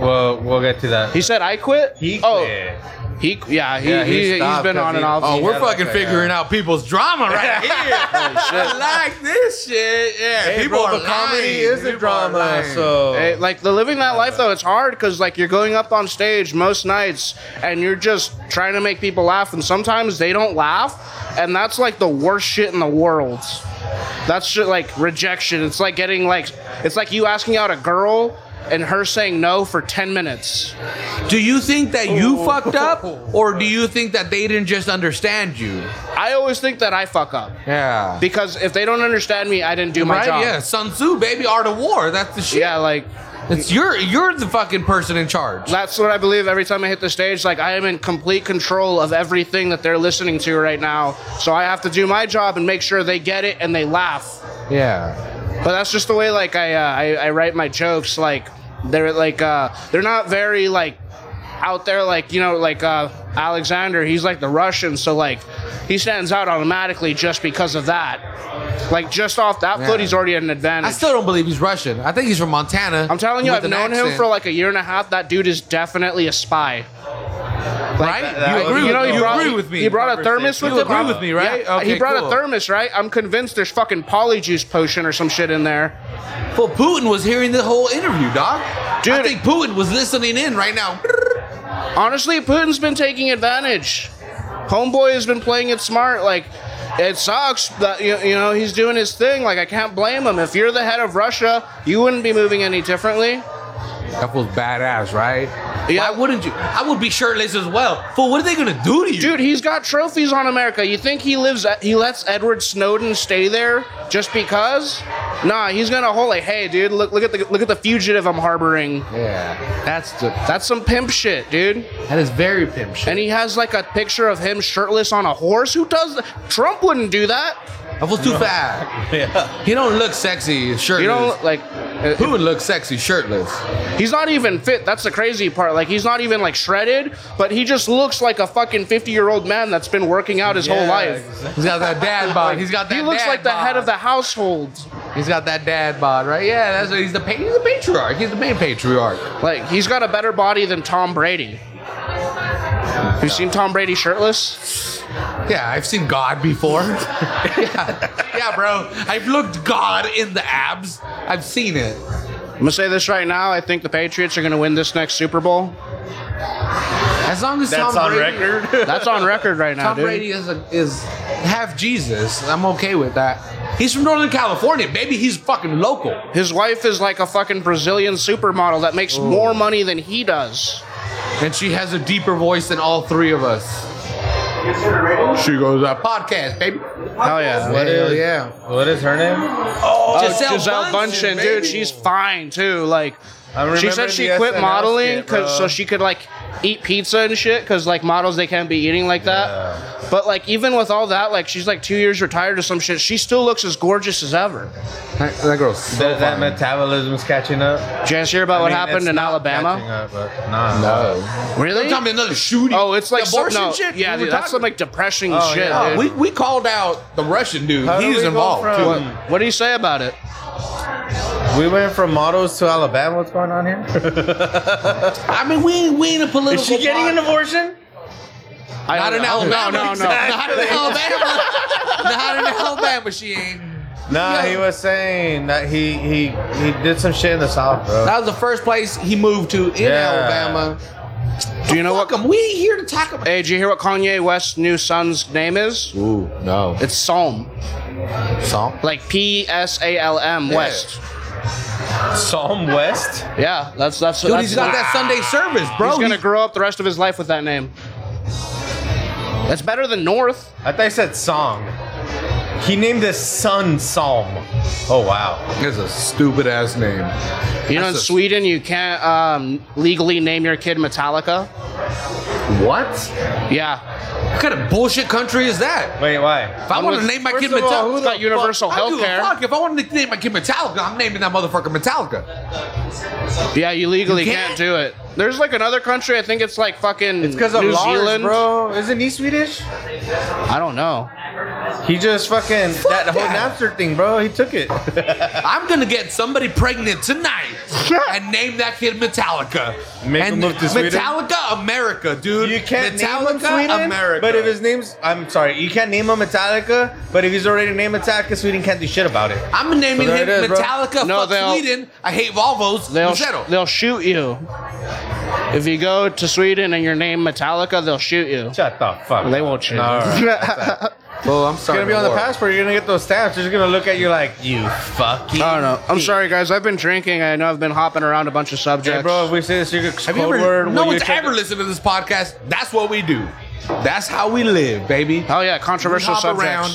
Speaker 2: Well, we'll get to that.
Speaker 5: He said I quit.
Speaker 2: He quit.
Speaker 5: oh, he yeah he,
Speaker 2: Yeah, he
Speaker 5: he, he has
Speaker 2: stopped
Speaker 5: been
Speaker 2: 'cause
Speaker 5: on and
Speaker 2: he-
Speaker 5: off.
Speaker 1: Oh, we're
Speaker 2: Yeah,
Speaker 1: fucking
Speaker 2: okay,
Speaker 1: figuring out people's drama right here. I like this shit. Yeah,
Speaker 2: Hey,
Speaker 1: people
Speaker 2: bro,
Speaker 1: are
Speaker 2: the comedy
Speaker 1: lying.
Speaker 2: is a
Speaker 1: People are
Speaker 2: drama,
Speaker 1: lying.
Speaker 2: so
Speaker 5: Hey, like the living that life though, it's hard because like you're going up on stage most nights and you're just trying to make people laugh, and sometimes they don't laugh, and that's like the worst shit in the world. That's shit like rejection. It's like getting like it's like you asking out a girl and her saying no for ten minutes.
Speaker 1: do you think that you fucked up, or do you think that they didn't just understand you?
Speaker 5: I always think that I fuck up
Speaker 1: Yeah.
Speaker 5: because if they don't understand me, I didn't do my
Speaker 1: right?
Speaker 5: job.
Speaker 1: Yeah. Sun Tzu, baby, art of war. That's the shit.
Speaker 5: Yeah, like
Speaker 1: It's you're you're the fucking person in charge.
Speaker 5: That's what I believe every time I hit the stage. Like, I am in complete control of everything that they're listening to right now. So I have to do my job and make sure they get it and they laugh.
Speaker 1: Yeah.
Speaker 5: But that's just the way, like, I, uh, I, I write my jokes. Like, they're, like, uh, they're not very, like, out there, like, you know, like, uh, Alexander, he's like the Russian. So, like, he stands out automatically just because of that. Like, just off that foot, he's already at an advantage.
Speaker 1: I still don't believe he's Russian. I think he's from Montana.
Speaker 5: I'm telling you,
Speaker 1: with
Speaker 5: I've
Speaker 1: an
Speaker 5: known him
Speaker 1: accent,
Speaker 5: for like a year and a half. That dude is definitely a spy.
Speaker 1: right.
Speaker 2: that
Speaker 1: you
Speaker 2: was-
Speaker 1: agree,
Speaker 5: you
Speaker 1: with,
Speaker 5: know,
Speaker 1: you
Speaker 5: he brought,
Speaker 1: agree with me.
Speaker 5: He brought a thermos with
Speaker 1: You
Speaker 5: him.
Speaker 1: agree with me, right?
Speaker 5: Yeah. he
Speaker 1: Okay,
Speaker 5: brought
Speaker 1: cool.
Speaker 5: a thermos, right? I'm convinced there's fucking polyjuice potion or some shit in there.
Speaker 1: Well, Putin was hearing the whole interview, doc. I
Speaker 5: Dude-
Speaker 1: think Putin was listening in right now.
Speaker 5: Honestly, Putin's been taking advantage. Homeboy has been playing it smart. Like, it sucks that you, you know he's doing his thing. Like, I can't blame him. If you're the head of Russia, you wouldn't be moving any differently.
Speaker 1: That was badass, right?
Speaker 5: Yeah.
Speaker 1: Why wouldn't you? I would be shirtless as well. Fool, what are they gonna do to you?
Speaker 5: Dude, he's got trophies on America. You think he lives? He lets Edward Snowden stay there just because? Nah, he's gonna hold like, hey, dude, look, look at the look at the fugitive I'm harboring.
Speaker 1: Yeah, that's the,
Speaker 5: That's some pimp shit, dude.
Speaker 1: that is very pimp shit.
Speaker 5: And he has like a picture of him shirtless on a horse. Who does? th- Trump wouldn't do that.
Speaker 1: I was too fat. yeah. He don't look sexy shirtless.
Speaker 5: You know, like, uh,
Speaker 1: Putin looks sexy shirtless.
Speaker 5: he's not even fit. That's the crazy part. Like, he's not even like shredded, but he just looks like a fucking fifty-year-old man that's been working out his whole life.
Speaker 1: He's got that dad bod. He's got that.
Speaker 5: He looks
Speaker 1: dad
Speaker 5: like the head
Speaker 1: bod.
Speaker 5: of the household.
Speaker 1: He's got that dad bod, right? Yeah, that's what he's the pa- he's the patriarch. He's the main patriarch.
Speaker 5: Like he's got a better body than Tom Brady. Have you seen Tom Brady shirtless?
Speaker 1: Yeah, I've seen God before. yeah. yeah, bro. I've looked God in the abs. I've seen it.
Speaker 5: I'm gonna say this right now. I think the Patriots are gonna win this next Super Bowl.
Speaker 1: As long as
Speaker 2: That's
Speaker 1: Tom
Speaker 2: on
Speaker 1: Brady,
Speaker 2: record.
Speaker 5: That's on record right now,
Speaker 1: Tom
Speaker 5: dude.
Speaker 1: Brady is a, is half Jesus. I'm okay with that. He's from Northern California, baby. He's fucking local.
Speaker 5: His wife is like a fucking Brazilian supermodel that makes more money than he does.
Speaker 1: And she has a deeper voice than all three of us. She goes, that podcast, baby.
Speaker 5: Hell yeah.
Speaker 1: Hell
Speaker 2: is-
Speaker 1: yeah.
Speaker 2: what is her name?
Speaker 1: Oh,
Speaker 5: Giselle, Bundchen, dude, she's fine too. Like,
Speaker 2: I'm
Speaker 5: she said
Speaker 2: remembering
Speaker 5: she
Speaker 2: the
Speaker 5: quit
Speaker 2: SNL
Speaker 5: modeling
Speaker 2: skit,
Speaker 5: 'cause-
Speaker 2: bro.
Speaker 5: so she could like eat pizza and shit because like models they can't be eating like that. But like even with all that, like she's like two years retired or some shit. She still looks as gorgeous as ever.
Speaker 1: That, that girl's so
Speaker 2: That, that
Speaker 1: fine.
Speaker 2: metabolism's catching up.
Speaker 5: Did you guys hear about
Speaker 2: I
Speaker 5: what
Speaker 2: mean,
Speaker 5: happened
Speaker 2: it's
Speaker 5: in
Speaker 2: not
Speaker 5: Alabama?
Speaker 2: catching up, but nah.
Speaker 1: No.
Speaker 5: Really?
Speaker 1: Tell me another shooting.
Speaker 5: Oh, it's like
Speaker 1: The
Speaker 5: some-
Speaker 1: abortion
Speaker 5: no,
Speaker 1: shit.
Speaker 5: Yeah,
Speaker 1: We were
Speaker 5: dude, that's
Speaker 1: talking-
Speaker 5: some like depressing
Speaker 2: Oh,
Speaker 5: shit.
Speaker 2: yeah.
Speaker 5: dude.
Speaker 1: we, we called out the Russian dude.
Speaker 2: How do we
Speaker 1: He's
Speaker 2: go
Speaker 1: involved
Speaker 2: from-
Speaker 1: too.
Speaker 5: what, what do you say about it?
Speaker 2: We went from models to Alabama. What's going on here?
Speaker 1: I mean, we ain't, we ain't a political. pod-
Speaker 2: abortion?
Speaker 5: I
Speaker 1: Not
Speaker 5: don't
Speaker 1: in
Speaker 5: know.
Speaker 1: Alabama.
Speaker 5: No, no, no.
Speaker 1: Not in Alabama. Not in Alabama. She ain't.
Speaker 2: Nah, he was saying that he he he did some shit in the South, bro.
Speaker 1: That was the first place he moved to in
Speaker 2: Yeah.
Speaker 1: Alabama.
Speaker 5: Do you know
Speaker 1: Fuck
Speaker 5: what?
Speaker 1: him. We ain't here to talk about.
Speaker 5: Hey, did you hear what Kanye West's new son's name is?
Speaker 1: Ooh, no.
Speaker 5: It's Psalm.
Speaker 1: Song.
Speaker 5: Like P S A L M West.
Speaker 2: Psalm West.
Speaker 5: Yeah, that's that's.
Speaker 1: Dude,
Speaker 5: that's
Speaker 1: he's got that Sunday service, bro.
Speaker 5: He's gonna
Speaker 1: He's-
Speaker 5: grow up the rest of his life with that name. That's better than North.
Speaker 2: I thought he said song. He named his son Psalm. Oh wow.
Speaker 1: That's a stupid ass name.
Speaker 5: You know, in
Speaker 1: That's a-
Speaker 5: Sweden, you can't um, legally name your kid Metallica.
Speaker 1: What?
Speaker 5: Yeah,
Speaker 1: What kind of bullshit country is that?
Speaker 2: Wait, why?
Speaker 1: If I
Speaker 5: I'm
Speaker 1: want to
Speaker 5: with-
Speaker 1: name my
Speaker 5: first
Speaker 1: kid
Speaker 5: of all,
Speaker 1: Metallica,
Speaker 5: who
Speaker 1: who
Speaker 5: the fuck- universal
Speaker 1: I don't give a
Speaker 5: healthcare?
Speaker 1: Fuck. If I want to name my kid Metallica, I'm naming that motherfucker Metallica.
Speaker 5: yeah, you legally
Speaker 1: You
Speaker 5: can't?
Speaker 1: can't?
Speaker 5: do it. There's like another country. I think it's like fucking
Speaker 2: It's because of
Speaker 5: New
Speaker 2: Lars,
Speaker 5: Zealand.
Speaker 2: bro. Isn't he Swedish?
Speaker 5: I don't know.
Speaker 2: He just fucking that, whole
Speaker 1: that.
Speaker 2: Napster thing, bro. He took it.
Speaker 1: I'm gonna get somebody pregnant tonight and name that kid Metallica.
Speaker 2: Make
Speaker 1: and
Speaker 2: him move to Sweden?
Speaker 1: Metallica America, dude.
Speaker 2: you can't
Speaker 1: Metallica
Speaker 2: name him Sweden,
Speaker 1: America.
Speaker 2: but if his name's I'm sorry, you can't name him Metallica. But if he's already named Metallica, Sweden can't do shit about it.
Speaker 1: I'm naming
Speaker 2: So there
Speaker 1: him
Speaker 2: it is, bro.
Speaker 1: Metallica.
Speaker 5: No,
Speaker 1: fuck
Speaker 5: they'll-
Speaker 1: Sweden. I hate Volvos.
Speaker 5: They'll
Speaker 1: Settle.
Speaker 5: they'll shoot you if you go to Sweden and your name Metallica. They'll shoot you.
Speaker 2: Shut the fuck.
Speaker 5: They
Speaker 2: up.
Speaker 5: won't shoot.
Speaker 2: All
Speaker 5: you.
Speaker 2: right.
Speaker 1: oh, I'm
Speaker 2: It's
Speaker 1: sorry.
Speaker 2: gonna be on the passport. You're gonna get those stamps. They're just gonna look at you like you fucking.
Speaker 5: I don't know. I'm sorry, guys. I've been drinking. I know I've been hopping around a bunch of subjects.
Speaker 2: Hey, bro, if we say the secret
Speaker 1: Have
Speaker 2: code
Speaker 1: you ever,
Speaker 2: word,
Speaker 1: no
Speaker 2: will you
Speaker 1: one's
Speaker 2: check-
Speaker 1: ever listened to this podcast. That's what we do. That's how we live, baby.
Speaker 5: Oh yeah, controversial
Speaker 1: We hop
Speaker 5: subjects.
Speaker 1: around.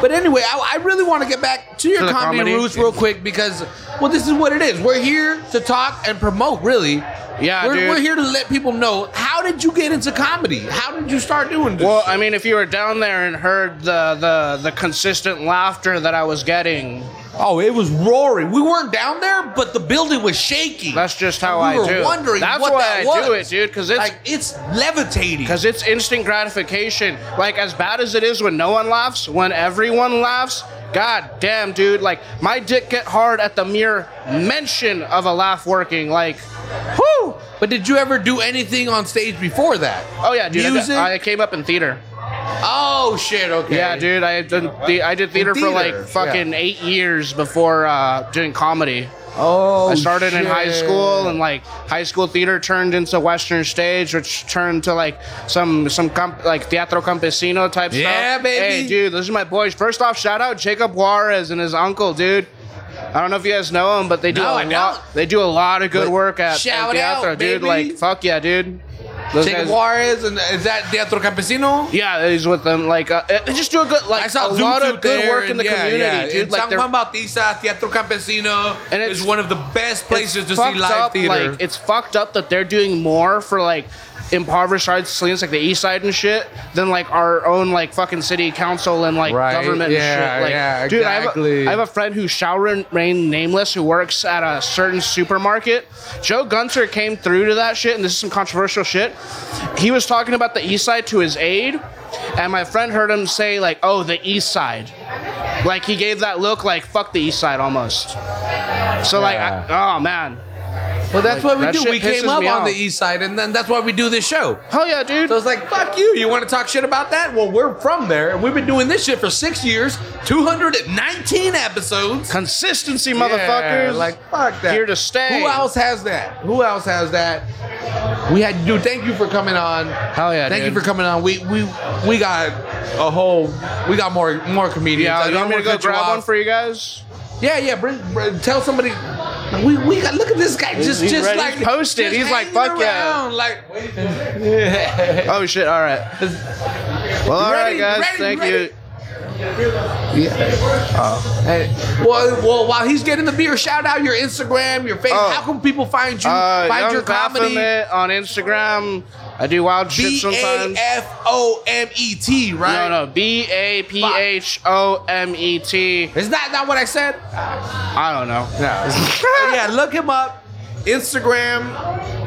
Speaker 1: But anyway, I, I really want to get back to your
Speaker 2: the
Speaker 1: comedy,
Speaker 2: comedy.
Speaker 1: roots real quick because, well, this is what it is. We're here to talk and promote, really.
Speaker 5: Yeah,
Speaker 1: we're,
Speaker 5: dude.
Speaker 1: we're here to let people know how did you get into comedy? How did you start doing this?
Speaker 5: Well,
Speaker 1: shit?
Speaker 5: I mean, if you were down there and heard the, the, the consistent laughter that I was getting,
Speaker 1: oh, it was roaring. We weren't down there, but the building was shaking.
Speaker 5: that's just how
Speaker 1: We
Speaker 5: I
Speaker 1: were
Speaker 5: do.
Speaker 1: wondering
Speaker 5: that's
Speaker 1: what
Speaker 5: why
Speaker 1: that
Speaker 5: I
Speaker 1: was.
Speaker 5: do it, dude. Because it's
Speaker 1: like it's levitating.
Speaker 5: Because it's instant gratification. Like, as bad as it is when no one laughs, when everyone laughs, god damn, dude. Like, my dick get hard at the mere mention of a laugh working. Like, whoo!
Speaker 1: But did you ever do anything on stage before that?
Speaker 5: Oh, yeah, dude. I-
Speaker 1: Music?
Speaker 5: I, came up in theater.
Speaker 1: oh shit! Okay.
Speaker 5: Yeah, dude. I did, the, I did theater, for
Speaker 1: theater,
Speaker 5: like fucking eight years before uh, doing comedy.
Speaker 1: Oh,
Speaker 5: I started in high
Speaker 1: shit.
Speaker 5: school, and like high school theater turned into Western stage, which turned to like some some comp- like teatro campesino type stuff.
Speaker 1: Yeah, baby.
Speaker 5: Hey, dude, those are my boys. First off, shout out Jacob Juarez and his uncle, dude. I don't know if you guys know him, but they do
Speaker 1: No, I
Speaker 5: a
Speaker 1: don't.
Speaker 5: lot. They do a lot of good
Speaker 1: But
Speaker 5: work at,
Speaker 1: shout
Speaker 5: at
Speaker 1: out,
Speaker 5: Teatro, dude.
Speaker 1: baby.
Speaker 5: Like, fuck yeah, dude. Those
Speaker 1: Jacob
Speaker 5: guys-
Speaker 1: Juarez, and is that Teatro Campesino?
Speaker 5: yeah, he's with them. Like, uh, they just do a good, like,
Speaker 1: I saw
Speaker 5: a lot
Speaker 1: Zuzu
Speaker 5: of good
Speaker 1: there,
Speaker 5: work in
Speaker 1: and
Speaker 5: the
Speaker 1: yeah,
Speaker 5: community,
Speaker 1: yeah.
Speaker 5: dude.
Speaker 1: In
Speaker 5: like,
Speaker 1: San
Speaker 5: they're
Speaker 1: Juan Bautista, Teatro Campesino
Speaker 5: And
Speaker 1: is
Speaker 5: it's-
Speaker 1: one of the best places to see
Speaker 5: fucked
Speaker 1: live
Speaker 5: up,
Speaker 1: theater.
Speaker 5: Like it's fucked up that they're doing more for like impoverished sides, Salinas, like the East Side and shit, than like our own like fucking city council and like
Speaker 1: Right,
Speaker 5: government and
Speaker 1: yeah,
Speaker 5: shit. Like,
Speaker 1: yeah,
Speaker 5: dude, I have,
Speaker 1: exactly.
Speaker 5: a, I have a friend who shall remain nameless who works at a certain supermarket. Joe Gunter came through to that shit, and this is some controversial shit. He was talking about the East Side to his aide, and my friend heard him say like, "Oh, the East Side." Like he gave that look like fuck the East Side almost. So like, I, oh man,
Speaker 1: well, that's what we
Speaker 5: that
Speaker 1: do.
Speaker 5: shit
Speaker 1: We came
Speaker 5: pisses
Speaker 1: up
Speaker 5: me
Speaker 1: on
Speaker 5: off.
Speaker 1: the E east side, and then that's why we do this show.
Speaker 5: Hell yeah, dude.
Speaker 1: So it's like, fuck you. You want to talk shit about that? Well, we're from there, and we've been doing this shit for six years, 219 episodes.
Speaker 5: Consistency, motherfuckers.
Speaker 1: Yeah, like, fuck that.
Speaker 5: Here to stay.
Speaker 1: Who else has that? Who else has that? We had, dude. Thank you for coming on.
Speaker 5: Hell yeah,
Speaker 1: Thank
Speaker 5: dude.
Speaker 1: you for coming on. We we we got a whole. We got more more comedians.
Speaker 5: Yeah,
Speaker 1: I
Speaker 5: you
Speaker 1: don't
Speaker 5: want me to
Speaker 1: wanna
Speaker 5: go
Speaker 1: cut you
Speaker 5: grab one
Speaker 1: off.
Speaker 5: for you guys?
Speaker 1: Yeah, yeah. Bring, bring- tell somebody. We, we got look at this guy just
Speaker 5: he's
Speaker 1: just
Speaker 5: ready.
Speaker 1: like
Speaker 5: He's posted.
Speaker 1: just
Speaker 5: He's like,
Speaker 1: hanging
Speaker 5: fuck yeah.
Speaker 1: around, Like
Speaker 5: Oh shit! All right. Well, all right,
Speaker 1: Ready,
Speaker 5: guys.
Speaker 1: ready,
Speaker 5: Thank
Speaker 1: ready.
Speaker 5: you. Uh,
Speaker 1: hey, well, well while he's getting the beer, shout out your Instagram, your Facebook.
Speaker 5: Oh.
Speaker 1: How can people find you?
Speaker 5: Uh,
Speaker 1: find
Speaker 5: Young
Speaker 1: your comedy.
Speaker 5: Baphomet on Instagram. I do wild shit
Speaker 1: B a
Speaker 5: sometimes.
Speaker 1: f o m e t. Right.
Speaker 5: No, no. B A P H O M E T.
Speaker 1: Is that not what I said?
Speaker 5: I don't know.
Speaker 1: No. yeah, look him up. Instagram.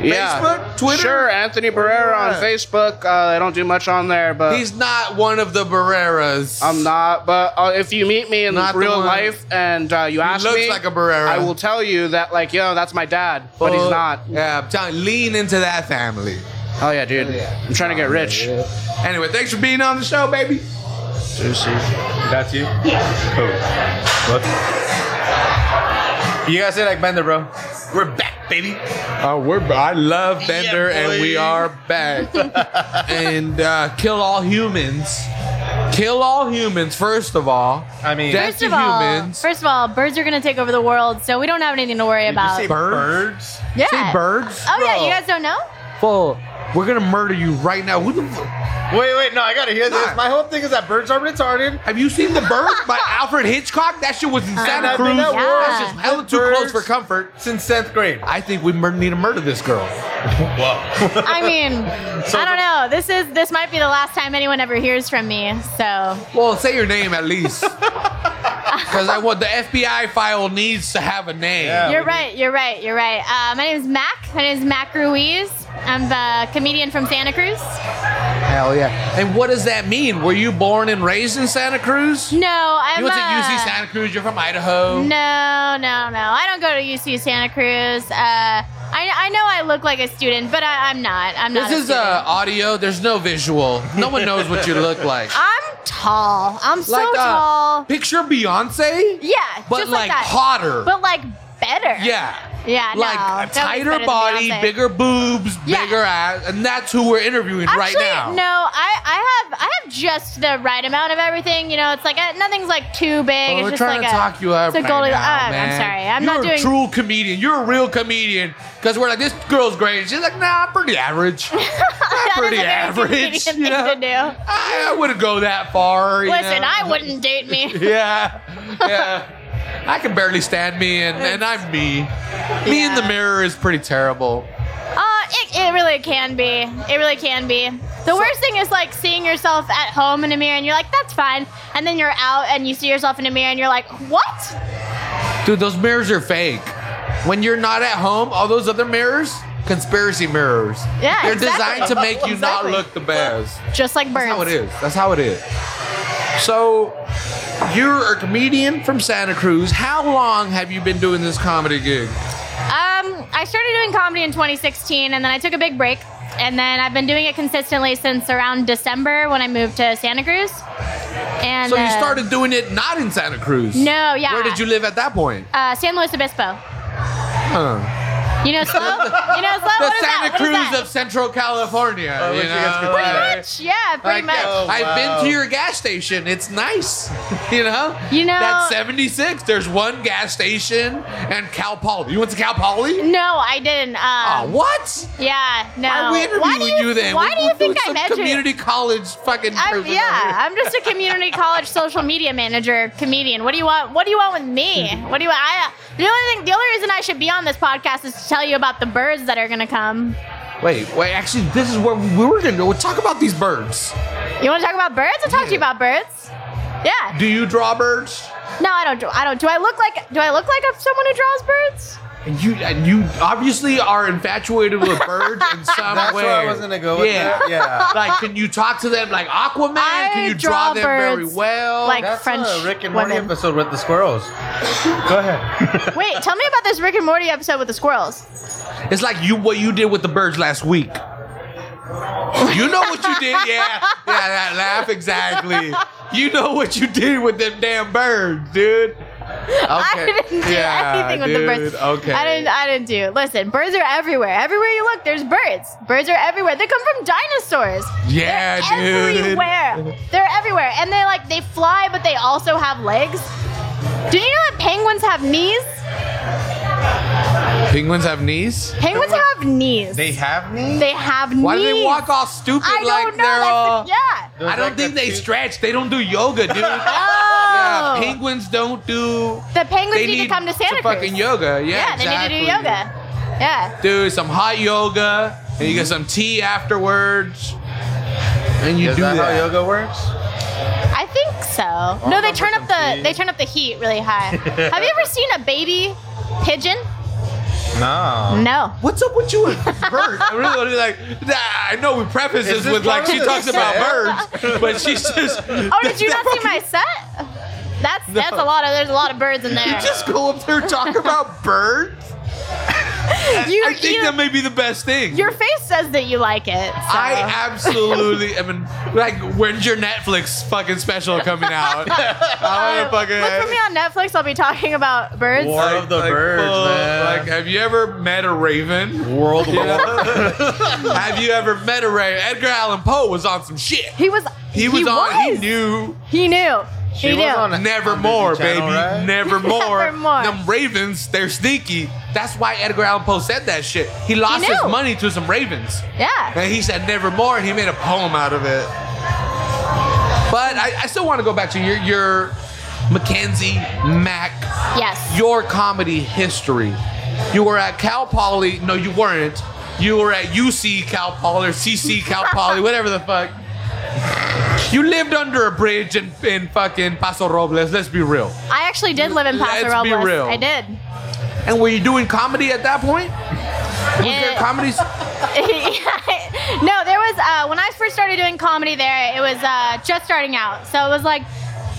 Speaker 5: Yeah.
Speaker 1: Facebook? Twitter?
Speaker 5: Sure, Anthony Barrera on
Speaker 1: Yeah.
Speaker 5: Facebook. Uh, I don't do much on there, but
Speaker 1: He's not one of the Barreras.
Speaker 5: I'm not, but uh, if you meet me in
Speaker 1: Not the
Speaker 5: real
Speaker 1: one.
Speaker 5: life and uh, you ask
Speaker 1: looks
Speaker 5: me,
Speaker 1: like a Barrera.
Speaker 5: I will tell you that, like, yo, that's my dad, but he's not.
Speaker 1: Yeah, I'm telling. you, Lean into that family.
Speaker 5: Oh yeah, dude, I'm trying to get rich.
Speaker 1: Anyway, thanks for being on the show, baby.
Speaker 2: That's you? Cool. What? You guys say like Bender, bro.
Speaker 1: We're back, baby. Uh, we're. I love Bender,
Speaker 2: Yeah,
Speaker 1: and
Speaker 2: boy.
Speaker 1: we are back. and uh, kill all humans. Kill all humans. First of all,
Speaker 2: I mean-
Speaker 1: death
Speaker 6: First
Speaker 1: to
Speaker 6: of all,
Speaker 1: humans.
Speaker 6: first of all, birds are gonna take over the world, so we don't have anything to worry about.
Speaker 2: birds?
Speaker 6: yeah.
Speaker 1: Say birds.
Speaker 6: Oh yeah,
Speaker 1: Bro.
Speaker 6: you guys don't know?
Speaker 1: Full. We're gonna murder you right now. Who the, f-
Speaker 2: Wait, wait, no, I gotta hear
Speaker 1: Nah.
Speaker 2: this. My whole thing is that birds are retarded.
Speaker 1: have you seen the bird by Alfred Hitchcock? That shit was in
Speaker 2: And
Speaker 1: Santa
Speaker 2: I've been
Speaker 1: Cruz.
Speaker 2: at
Speaker 6: Yeah.
Speaker 2: war
Speaker 6: That's
Speaker 1: Just hella too close
Speaker 2: Birds.
Speaker 1: for comfort.
Speaker 2: since 10th grade.
Speaker 1: I think we mur- need to murder this girl.
Speaker 6: I mean, I don't know. This is this might be the last time anyone ever hears from me. So
Speaker 1: Well, say your name at least. Because I want the FBI file needs to have a name.
Speaker 2: Yeah.
Speaker 6: you're
Speaker 2: we
Speaker 6: right, you're right, you're right. Uh, my name is Mac. My name is Mac Ruiz. I'm the comedian from Santa Cruz.
Speaker 1: Hell yeah. And what does that mean? Were you born and raised in Santa Cruz?
Speaker 6: No, I'm.
Speaker 1: You went to
Speaker 6: uh,
Speaker 1: UC Santa Cruz. You're from
Speaker 6: No,
Speaker 1: Idaho.
Speaker 6: no, no. I don't go to UC Santa Cruz. Uh, I, I know I look like a student, but I, I'm not. I'm not.
Speaker 1: This is
Speaker 6: a student.
Speaker 1: uh, audio. There's no visual. No one knows what you look like.
Speaker 6: I'm tall. I'm so
Speaker 1: like uh,
Speaker 6: tall.
Speaker 1: Picture Beyonce,
Speaker 6: Yeah,
Speaker 1: but
Speaker 6: just like,
Speaker 1: like,
Speaker 6: that.
Speaker 1: hotter.
Speaker 6: But like better.
Speaker 1: yeah.
Speaker 6: Yeah,
Speaker 1: like
Speaker 6: no,
Speaker 1: a
Speaker 6: nobody's better
Speaker 1: tighter
Speaker 6: than
Speaker 1: body,
Speaker 6: Beyonce.
Speaker 1: bigger boobs,
Speaker 6: Yeah.
Speaker 1: bigger ass, and that's who we're interviewing right
Speaker 6: Actually,
Speaker 1: now.
Speaker 6: No, I, I have I have just the right amount of everything. You know, it's like uh nothing's like too big.
Speaker 1: Well,
Speaker 6: it's
Speaker 1: we're
Speaker 6: just
Speaker 1: trying
Speaker 6: like
Speaker 1: to
Speaker 6: a,
Speaker 1: talk you up.
Speaker 6: It's a
Speaker 1: right
Speaker 6: goldie-
Speaker 1: now,
Speaker 6: uh, I'm
Speaker 1: man.
Speaker 6: sorry, I'm
Speaker 1: You're
Speaker 6: not doing.
Speaker 1: a true comedian. You're a real comedian. Because we're like, this girl's great. And she's like, nah, I'm pretty average. I'm
Speaker 6: that is a
Speaker 1: pretty
Speaker 6: very
Speaker 1: average.
Speaker 6: convenient
Speaker 1: you know?
Speaker 6: thing to do.
Speaker 1: I, I wouldn't go that far. you
Speaker 6: Listen,
Speaker 1: know?
Speaker 6: I wouldn't date me.
Speaker 1: Yeah, yeah. I can barely stand me, and, and I'm me. Me in the
Speaker 6: Yeah.
Speaker 1: mirror is pretty terrible.
Speaker 6: Uh, it, it really can be. It really can be. The worst thing is like seeing yourself at home in a mirror and you're like, that's fine. And then you're out and you see yourself in a mirror and you're like, what?
Speaker 1: Dude, those mirrors are fake. When you're not at home, all those other mirrors, conspiracy mirrors.
Speaker 6: Yeah,
Speaker 1: They're
Speaker 6: exactly.
Speaker 1: designed to make you
Speaker 6: Exactly.
Speaker 1: not look the best.
Speaker 6: Just like
Speaker 1: That's
Speaker 6: burns.
Speaker 1: how it is. That's how it is. So, you're a comedian from Santa Cruz. How long have you been doing this comedy gig?
Speaker 6: Um, I started doing comedy in 2016 and then I took a big break. And then I've been doing it consistently since around December when I moved to Santa Cruz. And
Speaker 1: So, you
Speaker 6: uh,
Speaker 1: started doing it not in Santa Cruz.
Speaker 6: No, yeah.
Speaker 1: Where did you live at that point?
Speaker 6: Uh, San Luis Obispo.
Speaker 1: Huh.
Speaker 6: You know, slow. you know, slow.
Speaker 1: The
Speaker 6: what is that?
Speaker 1: Santa
Speaker 6: What is
Speaker 1: Cruz
Speaker 6: that?
Speaker 1: of Central California.
Speaker 2: Oh,
Speaker 1: you
Speaker 2: what you
Speaker 1: know?
Speaker 2: guys could
Speaker 1: Like-
Speaker 2: say.
Speaker 6: Pretty much, yeah, pretty
Speaker 1: like,
Speaker 6: much.
Speaker 2: Oh,
Speaker 1: I've
Speaker 2: wow.
Speaker 1: been to your gas station. It's nice. You know?
Speaker 6: You know-
Speaker 1: That's 76. There's one gas station and Cal Poly. You went to Cal Poly?
Speaker 6: No, I didn't.
Speaker 1: Oh,
Speaker 6: Um,
Speaker 1: what?
Speaker 6: Yeah, no.
Speaker 1: Why are we interviewing
Speaker 6: why do you,
Speaker 1: then?
Speaker 6: Why
Speaker 1: We-
Speaker 6: do
Speaker 1: we're
Speaker 6: you think
Speaker 1: doing
Speaker 6: I
Speaker 1: some
Speaker 6: met you?
Speaker 1: community college fucking
Speaker 6: I'm,
Speaker 1: person
Speaker 6: yeah,
Speaker 1: over here.
Speaker 6: I'm just a community college social media manager, comedian. What do you want? What do you want with me? What do you want? I, the only thing, the only reason I should be on this podcast is to tell you about the birds that are gonna come.
Speaker 1: Wait, wait. Actually, this is where we were gonna go. We'll talk about these birds.
Speaker 6: You want to talk about birds? I'll talk to you about birds. Yeah.
Speaker 1: Do you draw birds?
Speaker 6: No, I don't. Do, I don't. Do I look like? Do I look like a- someone who draws birds?
Speaker 1: And you and you obviously are infatuated with birds in some
Speaker 2: That's
Speaker 1: way.
Speaker 2: where I was gonna go with
Speaker 1: yeah.
Speaker 2: that. Yeah.
Speaker 1: like, can you talk to them like Aquaman?
Speaker 6: I
Speaker 1: can you
Speaker 6: draw
Speaker 1: draw, them very
Speaker 6: birds
Speaker 1: well?
Speaker 6: like-
Speaker 2: That's
Speaker 6: French
Speaker 2: a Rick and Morty
Speaker 6: women.
Speaker 2: episode with the squirrels. Go ahead.
Speaker 6: Wait, tell me about this Rick and Morty episode with the squirrels.
Speaker 1: it's like you what you did with the birds last week. You know what you did, yeah, yeah. That laugh exactly. You know what you did with them damn birds, dude. Okay.
Speaker 6: I didn't do
Speaker 1: yeah,
Speaker 6: anything with
Speaker 1: dude.
Speaker 6: the birds.
Speaker 1: Okay.
Speaker 6: I didn't. I didn't do. Listen, birds are everywhere. Everywhere you look, there's birds. Birds are everywhere. They come from dinosaurs.
Speaker 1: yeah, dude.
Speaker 6: Everywhere. They're everywhere, and they like they fly, but they also have legs. Did you know that penguins have knees?
Speaker 1: Penguins have knees.
Speaker 6: Penguins have knees.
Speaker 2: they have me.
Speaker 6: They have knees.
Speaker 1: Why do they walk all stupid
Speaker 6: I
Speaker 1: like
Speaker 6: don't know.
Speaker 1: they're
Speaker 6: That's
Speaker 1: all?
Speaker 6: yeah.
Speaker 2: Those
Speaker 1: I don't
Speaker 2: like
Speaker 1: think
Speaker 2: the
Speaker 1: they
Speaker 2: two-
Speaker 1: stretch. They don't do yoga, dude.
Speaker 6: Oh.
Speaker 1: Yeah, penguins don't do.
Speaker 6: The penguins
Speaker 1: They
Speaker 6: need, to come to Santa Cruz.
Speaker 1: fucking yoga.
Speaker 6: yeah,
Speaker 1: Yeah,
Speaker 6: they need to do
Speaker 1: exactly.
Speaker 6: yoga. Yeah.
Speaker 1: Do some hot yoga, and you get some tea afterwards, and you
Speaker 2: Is
Speaker 1: do
Speaker 2: that,
Speaker 1: that.
Speaker 2: how yoga works?
Speaker 6: I think
Speaker 1: Oh,
Speaker 6: so. No, they
Speaker 2: remember
Speaker 6: turn up
Speaker 2: some
Speaker 6: the
Speaker 2: tea.
Speaker 6: they turn up the heat really high. Have you ever seen a baby pigeon?
Speaker 2: No.
Speaker 6: No.
Speaker 1: What's up with you and birds? I really want to be like, nah, I know we preface this
Speaker 2: Is this
Speaker 1: with like
Speaker 2: part
Speaker 1: she
Speaker 2: of
Speaker 1: talks
Speaker 2: the
Speaker 1: about birds, but she's just.
Speaker 6: Oh, did you not see my set? That's that's a lot of there's a lot of birds in
Speaker 1: You
Speaker 6: there.
Speaker 1: just go up there and talk about birds.
Speaker 6: You-
Speaker 1: I think
Speaker 6: you-
Speaker 1: that may be the best thing.
Speaker 6: your face says that you like it. so.
Speaker 1: I absolutely am. In, like, when's your Netflix fucking special coming out? I
Speaker 6: Uh,
Speaker 1: want to fucking.
Speaker 6: look for me on Netflix. I'll be talking about birds.
Speaker 2: War of the Birds,
Speaker 1: full- Like,
Speaker 2: man.
Speaker 1: have you ever met a raven?
Speaker 2: World War.
Speaker 1: have you ever met a raven? Edgar Allan Poe was on some shit.
Speaker 6: He was.
Speaker 1: He was on. He knew.
Speaker 6: He knew.
Speaker 2: She
Speaker 6: he
Speaker 2: was
Speaker 6: knew.
Speaker 2: on-
Speaker 1: Nevermore,
Speaker 2: On Disney
Speaker 1: baby.
Speaker 2: Channel, right?
Speaker 1: Nevermore.
Speaker 6: Nevermore.
Speaker 1: Them ravens, they're sneaky. That's why Edgar Allan Poe said that shit. He lost his
Speaker 6: knew.
Speaker 1: money to some ravens.
Speaker 6: yeah.
Speaker 1: And he said nevermore, and he made a poem out of it. But I, I still want to go back to your your Mackenzie Mac,
Speaker 6: Yes.
Speaker 1: your comedy history. You were at Cal Poly. No, you weren't. You were at UC Cal Poly or CC Cal Poly, whatever the fuck. You lived under a bridge in, in fucking Paso Robles. Let's be real.
Speaker 6: I actually did live in Paso
Speaker 1: Let's be
Speaker 6: Robles.
Speaker 1: real.
Speaker 6: I did.
Speaker 1: And were you doing comedy at that point? Was there
Speaker 6: It-
Speaker 1: comedy? s-
Speaker 6: no, there was uh, when I first started doing comedy there. It was uh, just starting out, so it was like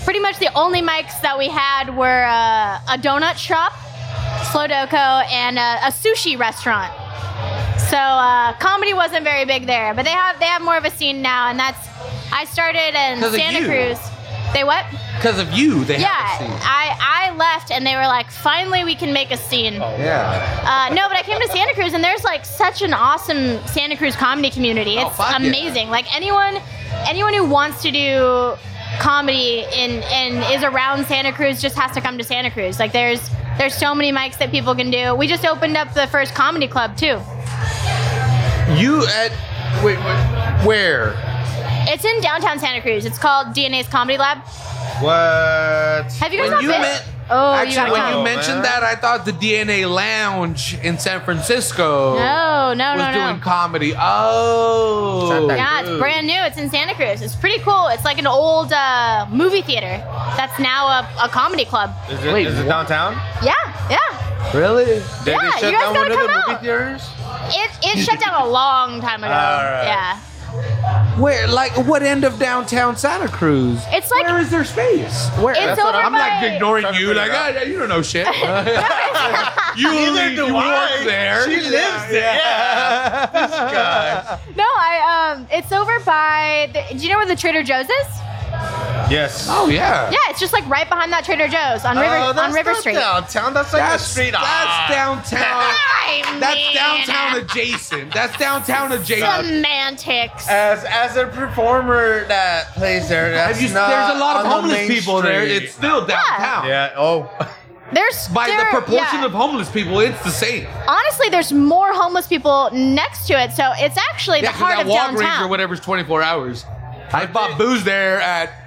Speaker 6: pretty much the only mics that we had were uh, a donut shop, Slow Doco, and a, a sushi restaurant. So uh, comedy wasn't very big there, but they have they have more of a scene now, and that's I started in
Speaker 1: 'Cause of
Speaker 6: Santa
Speaker 1: you.
Speaker 6: Cruz. They what?
Speaker 1: Because of you, they
Speaker 6: Yeah,
Speaker 1: haven't seen.
Speaker 6: I I left and they were like, finally, we can make a scene.
Speaker 1: Oh,
Speaker 2: Yeah.
Speaker 6: Uh, no, but I came to Santa Cruz, and there's like such an awesome Santa Cruz comedy community. It's
Speaker 1: Oh, fuck yeah.
Speaker 6: amazing. Like anyone, anyone who wants to do comedy in and is around Santa Cruz just has to come to Santa Cruz. Like there's there's so many mics that people can do. We just opened up the first comedy club too.
Speaker 1: You at wait, wait where?
Speaker 6: It's in downtown Santa Cruz. It's called DNA's Comedy Lab.
Speaker 2: What?
Speaker 6: Have you guys
Speaker 1: When
Speaker 6: not
Speaker 1: you
Speaker 6: been?
Speaker 1: met-
Speaker 6: oh, you
Speaker 1: Actually,
Speaker 6: gotta
Speaker 1: when
Speaker 6: come.
Speaker 1: you
Speaker 2: Oh,
Speaker 1: mentioned
Speaker 2: man.
Speaker 1: that, I thought the DNA Lounge in San Francisco
Speaker 6: no, no,
Speaker 1: was
Speaker 6: no, no.
Speaker 1: doing comedy. Oh,
Speaker 6: Yeah, it's brand new. It's in Santa Cruz. It's pretty cool. It's like an old uh, movie theater that's now a, a comedy club.
Speaker 2: Is it, is it downtown?
Speaker 6: Yeah, yeah.
Speaker 1: really?
Speaker 2: Did
Speaker 6: Yeah,
Speaker 2: they shut
Speaker 6: you guys
Speaker 2: down
Speaker 6: gotta
Speaker 2: one of the
Speaker 6: come
Speaker 2: movie
Speaker 6: out.
Speaker 2: theaters?
Speaker 6: It, it shut down a long time ago.
Speaker 2: Alright.
Speaker 6: Yeah.
Speaker 1: Where? Like what end of downtown Santa Cruz?
Speaker 6: It's like-
Speaker 1: where is their space? Where?
Speaker 6: It's
Speaker 2: That's
Speaker 6: over
Speaker 2: what
Speaker 6: by.
Speaker 2: I'm-
Speaker 1: I'm not ignoring
Speaker 2: Trying to
Speaker 1: you.
Speaker 2: figure
Speaker 1: Like
Speaker 2: it out.
Speaker 1: "Ah, you don't know shit. you only-
Speaker 2: do
Speaker 1: you
Speaker 2: I.
Speaker 1: work there.
Speaker 2: She lives there. Yeah. this guy.
Speaker 6: No, I um, it's over by. The, do you know where the Trader Joe's is?
Speaker 2: Yes.
Speaker 1: Oh yeah.
Speaker 6: Yeah, it's just like right behind that Trader Joe's on River
Speaker 2: Oh,
Speaker 6: on
Speaker 2: that's
Speaker 6: River
Speaker 2: not
Speaker 6: Street.
Speaker 2: Downtown. That's like
Speaker 1: That's
Speaker 2: the street.
Speaker 1: That's downtown.
Speaker 6: I
Speaker 1: That's
Speaker 6: mean,
Speaker 1: downtown adjacent. That's downtown adjacent.
Speaker 6: Semantics.
Speaker 2: As as a performer that plays there, that's
Speaker 1: Have you-
Speaker 2: not
Speaker 1: there's a lot of
Speaker 2: on the
Speaker 1: homeless
Speaker 2: main
Speaker 1: people there.
Speaker 2: street.
Speaker 1: It's still downtown.
Speaker 2: yeah. Oh.
Speaker 6: There's
Speaker 1: By
Speaker 6: there-
Speaker 1: the proportion
Speaker 6: yeah.
Speaker 1: of homeless people, it's the same.
Speaker 6: honestly, there's more homeless people next to it, so it's actually the heart
Speaker 1: that
Speaker 6: of
Speaker 1: Walgreens or
Speaker 6: downtown.
Speaker 1: whatever's 24 hours. I bought booze there at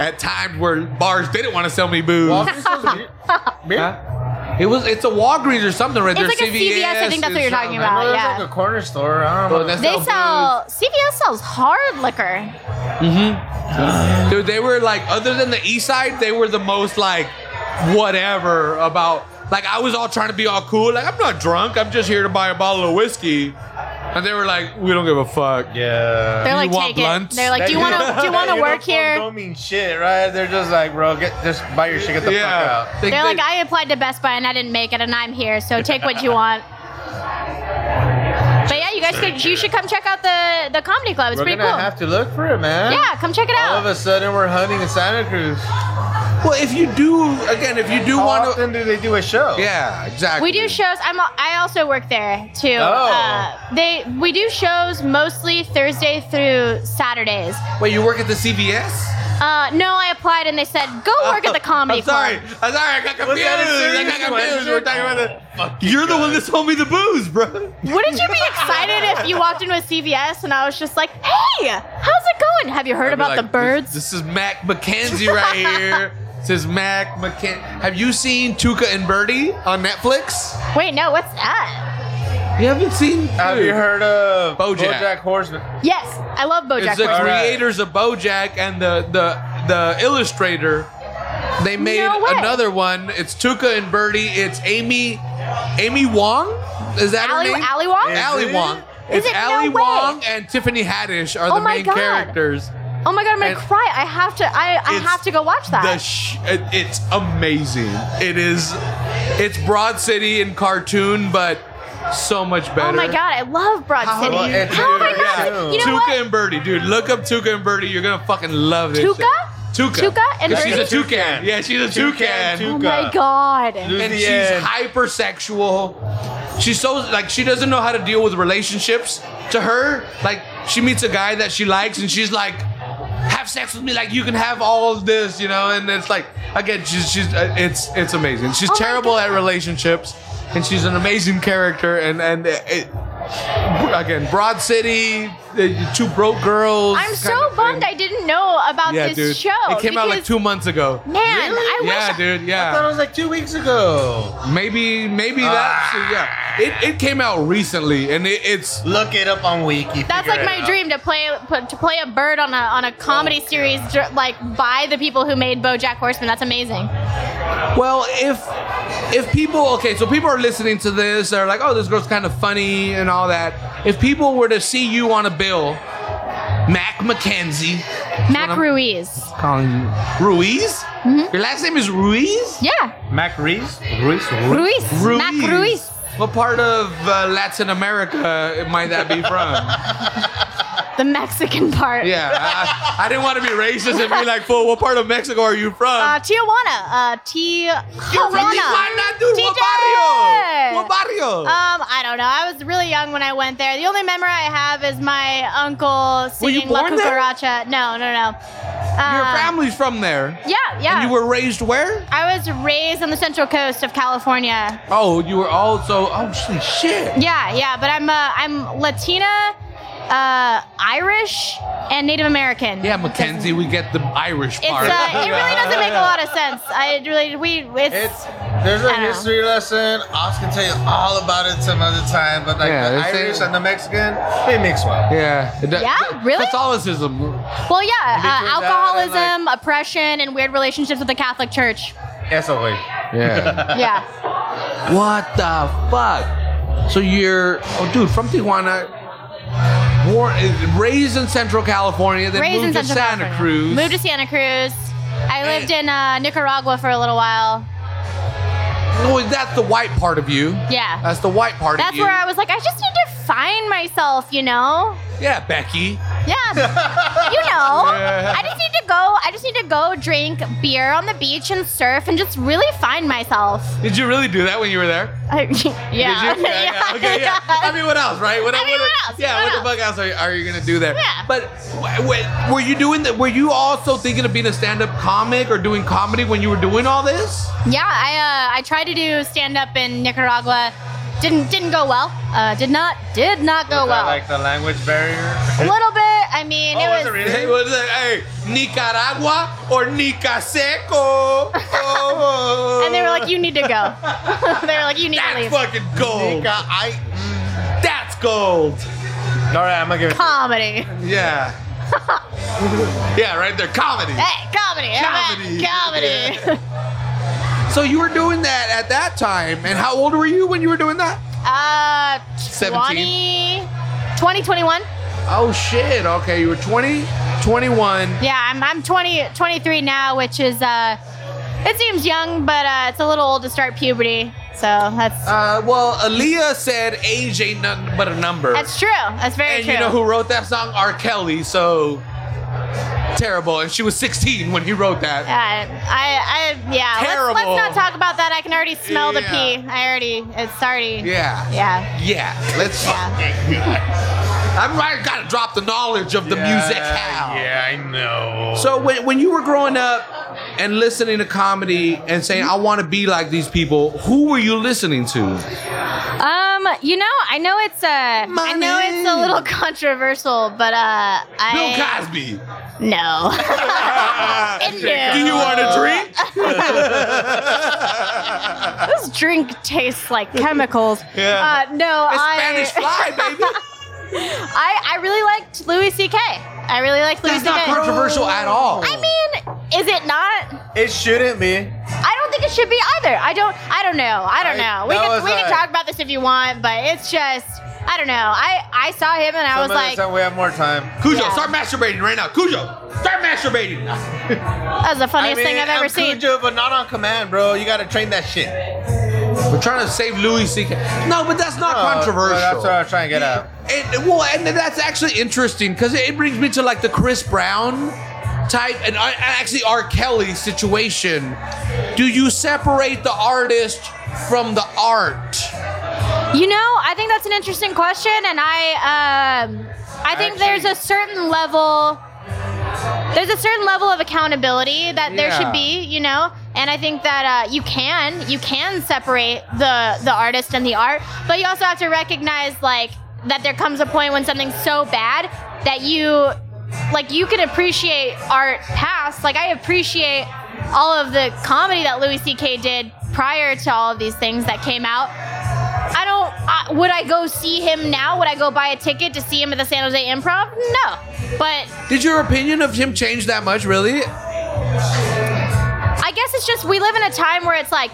Speaker 1: at times where bars didn't want to sell me booze. Huh? It was it's a Walgreens or something right
Speaker 6: It's
Speaker 1: there.
Speaker 6: like a CVS, I think that's what you're talking about.
Speaker 2: Well,
Speaker 6: yeah.
Speaker 2: there's like a corner store. I don't
Speaker 1: Oh,
Speaker 2: know.
Speaker 1: that's
Speaker 6: They
Speaker 1: not
Speaker 6: sell CVS sells hard liquor.
Speaker 7: Mm-hmm.
Speaker 1: booze. Dude, they were like other than the East Side, they were the most like whatever about. Like I was all trying to be all cool. Like I'm not drunk. I'm just here to buy a bottle of whiskey. And they were like, we don't give a fuck.
Speaker 2: yeah.
Speaker 6: They're
Speaker 1: You
Speaker 6: like,
Speaker 1: want
Speaker 6: take
Speaker 1: blunts?
Speaker 6: it. They're like, do you want to? Do you want to
Speaker 2: That
Speaker 6: work
Speaker 2: uniform
Speaker 6: here?
Speaker 2: Don't mean shit, right? They're just like, bro, get just buy your shit, get the fuck out.
Speaker 1: They-
Speaker 6: They're
Speaker 1: they-
Speaker 6: like, I applied to Best Buy and I didn't make it, and I'm here, so take what you want. But yeah, you guys could, you should come check out the the comedy club. It's
Speaker 2: We're
Speaker 6: pretty
Speaker 2: gonna
Speaker 6: cool.
Speaker 2: have to look for it, man.
Speaker 6: yeah, come check it
Speaker 2: All of
Speaker 6: out.
Speaker 2: a sudden, we're hunting in Santa Cruz.
Speaker 1: Well, if you do, again, if you do
Speaker 2: How
Speaker 1: want to,
Speaker 2: often do they do a show?
Speaker 1: yeah, exactly.
Speaker 6: We do shows. I'm a- I also work there too.
Speaker 2: Oh.
Speaker 6: Uh, they we do shows mostly Thursday through Saturdays.
Speaker 1: Wait, you work at the CVS?
Speaker 6: Uh, no, I applied and they said go work at the comedy
Speaker 1: Oh, I'm sorry.
Speaker 6: club.
Speaker 1: I'm sorry. I got confused.
Speaker 2: that a
Speaker 1: I
Speaker 2: serious
Speaker 1: got confused.
Speaker 2: question?
Speaker 1: We're talking about the. You're the one that sold me the booze, bro.
Speaker 6: Wouldn't you be excited if you walked into a CVS and I was just like, hey, how's it going? Have you heard about the birds?
Speaker 1: This, this is Mac McKenzie right here. This is Mac McKenzie. Have you seen Tuca and Birdie on Netflix?
Speaker 6: Wait, no, what's that?
Speaker 1: You haven't seen.
Speaker 2: Have you heard of
Speaker 1: Bojack.
Speaker 2: Horseman?
Speaker 6: Yes, I love
Speaker 1: It's
Speaker 6: Bojack
Speaker 1: the
Speaker 6: Horseman.
Speaker 2: Alright.
Speaker 1: creators of BoJack and the the the illustrator. They made
Speaker 6: No way.
Speaker 1: another one. It's Tuca and Birdie. It's Amy Amy Wong. Is that
Speaker 6: Ally-
Speaker 1: her name?
Speaker 6: Ally Wong? Is
Speaker 1: Ally
Speaker 2: it?
Speaker 1: Wong.
Speaker 6: Is
Speaker 1: it's
Speaker 6: it? No
Speaker 1: Ally
Speaker 6: way.
Speaker 1: Wong and Tiffany Haddish are
Speaker 6: Oh
Speaker 1: the
Speaker 6: my
Speaker 1: main
Speaker 6: God.
Speaker 1: characters.
Speaker 6: Oh my god, I'm gonna
Speaker 1: And-
Speaker 6: cry. I have to. I, I
Speaker 1: It's
Speaker 6: have to go watch that.
Speaker 1: The sh- it- it's amazing. It is. It's Broad City in cartoon, but so much better.
Speaker 6: oh my god, I love Broad City.
Speaker 2: well, it's
Speaker 6: oh my
Speaker 2: true,
Speaker 6: god,
Speaker 2: yeah.
Speaker 6: you know
Speaker 1: Tuca
Speaker 6: what?
Speaker 1: and Birdie, dude. Look up Tuca and Birdie. You're gonna fucking love this.
Speaker 6: Tuca?
Speaker 1: shit. Tuca.
Speaker 6: Tuca and
Speaker 1: 'Cause She's a
Speaker 6: Birdie?
Speaker 1: toucan. Yeah, she's a toucan.
Speaker 2: Toucan,
Speaker 6: Oh my god.
Speaker 1: And
Speaker 2: The
Speaker 1: she's
Speaker 2: end.
Speaker 1: hypersexual. She's so like she doesn't know how to deal with relationships. To her, like she meets a guy that she likes, and she's like, "Have sex with me, like you can have all of this," you know. And it's like, again, she's she's uh, it's it's amazing. She's
Speaker 6: Oh my
Speaker 1: terrible at
Speaker 6: God.
Speaker 1: relationships, and she's an amazing character. And and it, it- again, Broad City, uh, two broke girls.
Speaker 6: I'm
Speaker 1: kind
Speaker 6: so
Speaker 1: of
Speaker 6: bummed I
Speaker 1: thing.
Speaker 6: didn't know about
Speaker 1: yeah,
Speaker 6: this
Speaker 1: dude.
Speaker 6: show.
Speaker 1: It came out like
Speaker 6: because-
Speaker 1: two months ago.
Speaker 6: Man, I wish.
Speaker 1: Yeah,
Speaker 6: I-
Speaker 1: dude. Yeah.
Speaker 2: I thought it was like two weeks ago. Ah.
Speaker 1: Maybe, maybe that. so, yeah, it, it came out recently, and it, it's
Speaker 2: Look it up on Wiki.
Speaker 6: That's
Speaker 2: figure
Speaker 6: like
Speaker 2: it
Speaker 6: my
Speaker 2: out.
Speaker 6: dream to play put- to play a bird on a on a
Speaker 1: Oh,
Speaker 6: comedy series dr- like by the people who made BoJack Horseman. That's amazing.
Speaker 1: well, if if people, okay, so people are listening to this, they're like, oh, this girl's kind of funny and all that. If people were to see you on a bill, Mac McKenzie,
Speaker 6: Mac
Speaker 1: I'm-
Speaker 6: Ruiz. Mm-hmm.
Speaker 1: calling you Ruiz. Your last name is Ruiz.
Speaker 6: Yeah,
Speaker 2: Mac Reese? Reese?
Speaker 6: Ruiz. Mac Ruiz.
Speaker 1: What part of uh, Latin America might that be from?
Speaker 6: the Mexican part.
Speaker 1: Yeah, I, I- I didn't want to be racist and be like, "Fool, what part of Mexico are you from?"
Speaker 6: Uh, Tijuana. Uh, Tijuana.
Speaker 1: You're from Tijuana, dude. What
Speaker 6: DJ!
Speaker 1: barrio? What barrio?
Speaker 6: Um, I don't know. I was really young when I went there. The only memory I have is my uncle
Speaker 1: Were you
Speaker 6: singing La
Speaker 1: born there?
Speaker 6: Cucaracha. No, no, no.
Speaker 1: Your
Speaker 6: Uh,
Speaker 1: family's from there.
Speaker 6: Yeah, yeah.
Speaker 1: And you were raised where?
Speaker 6: I was raised on the central coast of California.
Speaker 1: Oh, you were also. Oh, shit. shit.
Speaker 6: Yeah, yeah. But I'm uh, I'm Latina, uh, Irish, and Native American.
Speaker 1: Yeah, Mackenzie, we get the Irish
Speaker 6: It's
Speaker 1: part.
Speaker 6: uh, it really doesn't make a lot of sense. I really we
Speaker 2: It's there's a
Speaker 6: I don't know.
Speaker 2: history lesson. Oscar can tell you all about it some other time. But like
Speaker 1: Yeah,
Speaker 2: the
Speaker 1: it's-
Speaker 2: Irish and the Mexican, they mix well.
Speaker 1: yeah. It do-
Speaker 6: Yeah? Really?
Speaker 1: Catholicism.
Speaker 6: Well, yeah,
Speaker 2: Between
Speaker 6: uh,
Speaker 2: that
Speaker 6: alcoholism,
Speaker 2: and,
Speaker 6: oppression, and weird relationships with the Catholic Church.
Speaker 2: SOA.
Speaker 1: Yeah.
Speaker 6: Yeah.
Speaker 1: what the fuck? So you're, oh, dude, from Tijuana. Born, raised in Central California, then
Speaker 6: Raised in
Speaker 1: moved to
Speaker 6: Central
Speaker 1: Santa
Speaker 6: California.
Speaker 1: Cruz.
Speaker 6: Moved to Santa Cruz. I
Speaker 1: Hey.
Speaker 6: lived in uh, Nicaragua for a little while.
Speaker 1: Oh, that's the white part of you.
Speaker 6: Yeah.
Speaker 1: That's the white part
Speaker 6: That's
Speaker 1: of you.
Speaker 6: where I was like, I just need to find myself, you know?
Speaker 1: yeah, Becky.
Speaker 6: Yeah. you know, I just need to go. I just need to go drink beer on the beach and surf and just really find myself.
Speaker 1: Did you really do that when you were there?
Speaker 6: I, yeah.
Speaker 1: Did you? Yeah, yeah, okay, yeah. I mean, what else, right? What,
Speaker 6: I mean,
Speaker 1: what-
Speaker 6: what else?
Speaker 1: Yeah,
Speaker 6: What
Speaker 1: what, the fuck else are, are you gonna do there?
Speaker 6: Yeah.
Speaker 1: But w- w- were you doing that? Were you also thinking of being a stand-up comic or doing comedy when you were doing all this?
Speaker 6: Yeah, I uh, I tried to do stand up in Nicaragua. Didn't didn't go well. Uh, did not did not go
Speaker 2: Is that
Speaker 6: well.
Speaker 2: like the language barrier?
Speaker 6: a little bit. I mean,
Speaker 2: Oh,
Speaker 6: it
Speaker 2: was it
Speaker 6: was.
Speaker 2: really?
Speaker 1: Hey, what is that? Hey, Nicaragua or Nicaseco? Oh,
Speaker 6: and they were like, "You need to go." they were like, "You need to
Speaker 1: that's
Speaker 6: leave."
Speaker 1: fucking gold.
Speaker 2: Nika, I.
Speaker 1: That's gold.
Speaker 2: All right, I'm gonna give it.
Speaker 6: Comedy.
Speaker 1: Yeah. yeah, right there, comedy.
Speaker 6: Hey, comedy.
Speaker 1: Comedy.
Speaker 6: Comedy. Comedy.
Speaker 1: So you were doing that at that time, and how old were you when you were doing that?
Speaker 6: uh,
Speaker 1: 17?
Speaker 6: 20, 20, 21.
Speaker 1: Oh shit, okay, you were 20, 21.
Speaker 6: Yeah, I'm, I'm 20, 23 now, which is, uh, it seems young, but uh, it's a little old to start puberty. So that's
Speaker 1: Uh, well, Aaliyah said age ain't nothing but a number.
Speaker 6: that's true. That's very
Speaker 1: and
Speaker 6: true.
Speaker 1: you know who wrote that song? R. Kelly, so terrible. And she was 16 when he wrote that.
Speaker 6: Uh, I, I, yeah. let's-
Speaker 1: Terrible.
Speaker 6: Let's, not talk about that. I can already smell the
Speaker 1: Yeah.
Speaker 6: pee. I already, it's already.
Speaker 1: Yeah.
Speaker 6: Yeah.
Speaker 1: Yeah, let's.
Speaker 6: Yeah.
Speaker 1: I'm right. Gotta drop the knowledge of the music. How?
Speaker 2: Yeah, I know.
Speaker 1: So when, when you were growing up and listening to comedy and saying I want to be like these people, who were you listening to?
Speaker 6: Um, you know, I know it's uh, I know it's a little controversial, but uh,
Speaker 1: Bill
Speaker 6: I
Speaker 1: Cosby.
Speaker 6: no. And no.
Speaker 1: Do you want a drink?
Speaker 6: This drink tastes like chemicals.
Speaker 1: Yeah.
Speaker 6: Uh, no,
Speaker 1: It's
Speaker 6: I,
Speaker 1: Spanish Fly, baby.
Speaker 6: I I really liked Louis C.K. I really liked Louis
Speaker 1: That's not
Speaker 6: C.K.
Speaker 1: controversial at all.
Speaker 6: I mean, is it not?
Speaker 2: it shouldn't be.
Speaker 6: I don't think it should be either. I don't. I don't know. I don't
Speaker 2: I-
Speaker 6: know. We
Speaker 2: that was
Speaker 6: can we
Speaker 2: like-
Speaker 6: can talk about this if you want, but it's just I don't know. I I saw him and I was
Speaker 2: Some other
Speaker 6: like,
Speaker 2: time we have more time.
Speaker 1: Cujo,
Speaker 6: Yeah.
Speaker 1: start masturbating right now. Cujo, start masturbating.
Speaker 6: that's the funniest
Speaker 2: I mean,
Speaker 6: thing I've ever
Speaker 2: I'm
Speaker 6: seen.
Speaker 2: Cujo, but not on command, bro. You gotta train that shit.
Speaker 1: We're trying to save Louis C.K. No, but that's not
Speaker 2: No, but
Speaker 1: controversial.
Speaker 2: Oh, That's what I'm trying to get at.
Speaker 1: And well, and that's actually interesting because it brings me to like the Chris Brown type and uh, actually R. Kelly situation. Do you separate the artist from the art?
Speaker 6: You know, I think that's an interesting question, and I, um, I think there's a certain level, there's a certain level of accountability that there
Speaker 1: Yeah.
Speaker 6: should be, you know. And I think that uh, you can, you can separate the the artist and the art, but you also have to recognize like that there comes a point when something's so bad that you, like, you can appreciate art past. Like I appreciate all of the comedy that Louis C.K. did prior to all of these things that came out I don't. I, would I go see him now? Would I go buy a ticket to see him at the San Jose Improv? No. But
Speaker 1: Did your opinion of him change that much, really?
Speaker 6: I guess it's just we live in a time where it's like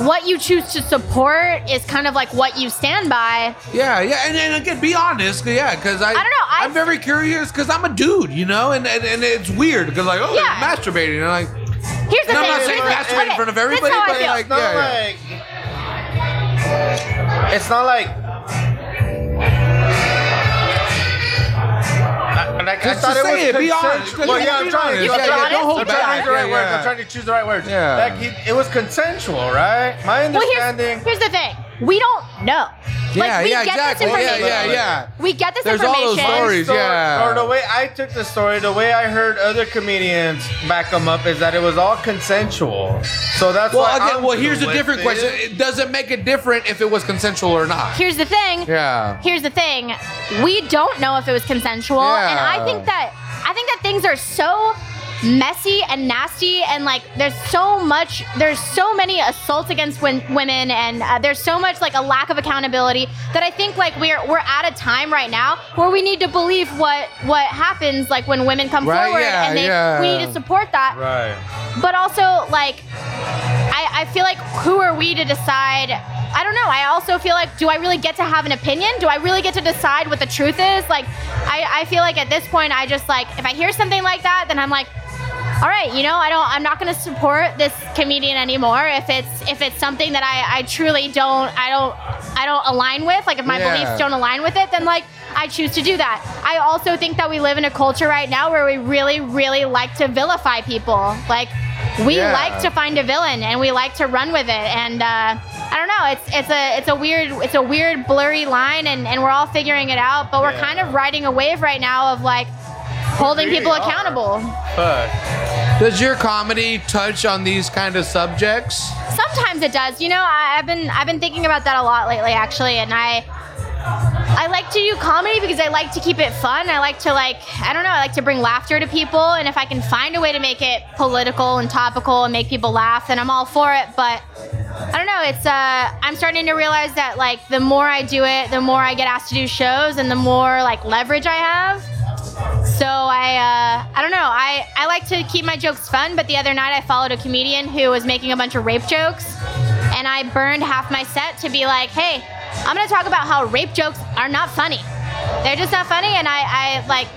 Speaker 6: what you choose to support is kind of like what you stand by.
Speaker 1: Yeah, yeah, and, and again, be honest, 'cause, yeah, because I,
Speaker 6: don't know, I-
Speaker 1: am very curious because I'm a dude, you know, and and, and it's weird because like, oh,
Speaker 6: Yeah.
Speaker 1: you're masturbating, and I'm like,
Speaker 6: Here's the
Speaker 1: No, I'm
Speaker 6: thing.
Speaker 1: not saying that's right in front of everybody,
Speaker 6: That's how
Speaker 1: but,
Speaker 6: I feel.
Speaker 1: like,
Speaker 2: It's not
Speaker 1: yeah, yeah.
Speaker 2: like it's not like I, I, I
Speaker 1: Just
Speaker 2: thought
Speaker 1: to
Speaker 2: it was
Speaker 1: say it, be
Speaker 2: consen-
Speaker 1: honest. Just
Speaker 2: Well,
Speaker 1: be
Speaker 2: yeah, I'm trying.
Speaker 1: honest.
Speaker 2: to-
Speaker 1: Yeah,
Speaker 2: I'm
Speaker 6: yeah,
Speaker 2: trying-
Speaker 6: don't hold
Speaker 2: I'm trying to
Speaker 1: back.
Speaker 2: use the right
Speaker 1: Yeah,
Speaker 2: words.
Speaker 1: yeah.
Speaker 2: I'm trying to choose the right words.
Speaker 1: Yeah.
Speaker 2: Like he, it was consensual, right? My
Speaker 6: Well, here's,
Speaker 2: understanding.
Speaker 6: here's the thing. We don't know.
Speaker 1: Yeah,
Speaker 6: like, we
Speaker 1: yeah,
Speaker 6: get
Speaker 1: exactly.
Speaker 6: This
Speaker 1: Yeah,
Speaker 6: information.
Speaker 1: yeah, yeah.
Speaker 6: We get this
Speaker 1: There's all
Speaker 6: information.
Speaker 1: those stories.
Speaker 2: story-
Speaker 1: yeah.
Speaker 2: Or the way I took the story, the way I heard other comedians back them up is that it was all consensual. So that's
Speaker 1: Well,
Speaker 2: why.
Speaker 1: again,
Speaker 2: I'm
Speaker 1: well, here's a
Speaker 2: with
Speaker 1: different
Speaker 2: it.
Speaker 1: question. It doesn't make it different if it was consensual or not.
Speaker 6: Here's the thing.
Speaker 1: Yeah.
Speaker 6: Here's the thing. We don't know if it was consensual, and
Speaker 1: Yeah.
Speaker 6: I think that I think that things are so messy and nasty and like there's so much there's so many assaults against win- women and uh, there's so much like a lack of accountability that I think like we're we're at a time right now where we need to believe what what happens like when women come
Speaker 1: Right,
Speaker 6: forward
Speaker 1: yeah,
Speaker 6: and they
Speaker 1: yeah.
Speaker 6: we need to support that
Speaker 2: Right.
Speaker 6: but also like I, I feel like who are we to decide i don't know i also feel like do i really get to have an opinion do i really get to decide what the truth is like i, I feel like at this point i just like if i hear something like that then i'm like all right you know i don't i'm not going to support this comedian anymore if it's if it's something that i i truly don't i don't i don't align with like if my
Speaker 1: Yeah.
Speaker 6: beliefs don't align with it then like i choose to do that i also think that we live in a culture right now where we really really like to vilify people like we
Speaker 1: Yeah.
Speaker 6: like to find a villain and we like to run with it and uh, i don't know it's it's a it's a weird it's a weird blurry line and, and we're all figuring it out but we're
Speaker 2: Yeah.
Speaker 6: kind of riding a wave right now of like holding
Speaker 2: really
Speaker 6: people
Speaker 2: are.
Speaker 6: accountable
Speaker 2: Fuck.
Speaker 1: Does your comedy touch on these kind of subjects?
Speaker 6: Sometimes it does. You know, I, I've been I've been thinking about that a lot lately, actually, and I I like to do comedy because I like to keep it fun. I like to like I don't know. I like to bring laughter to people, and if I can find a way to make it political and topical and make people laugh, then I'm all for it. But I don't know. It's uh, I'm starting to realize that like the more I do it, the more I get asked to do shows, and the more like leverage I have. So I, uh, I don't know. I, I like to keep my jokes fun, but the other night I followed a comedian who was making a bunch of rape jokes, and I burned half my set to be like, hey, I'm gonna talk about how rape jokes are not funny. They're just not funny, and I, I like,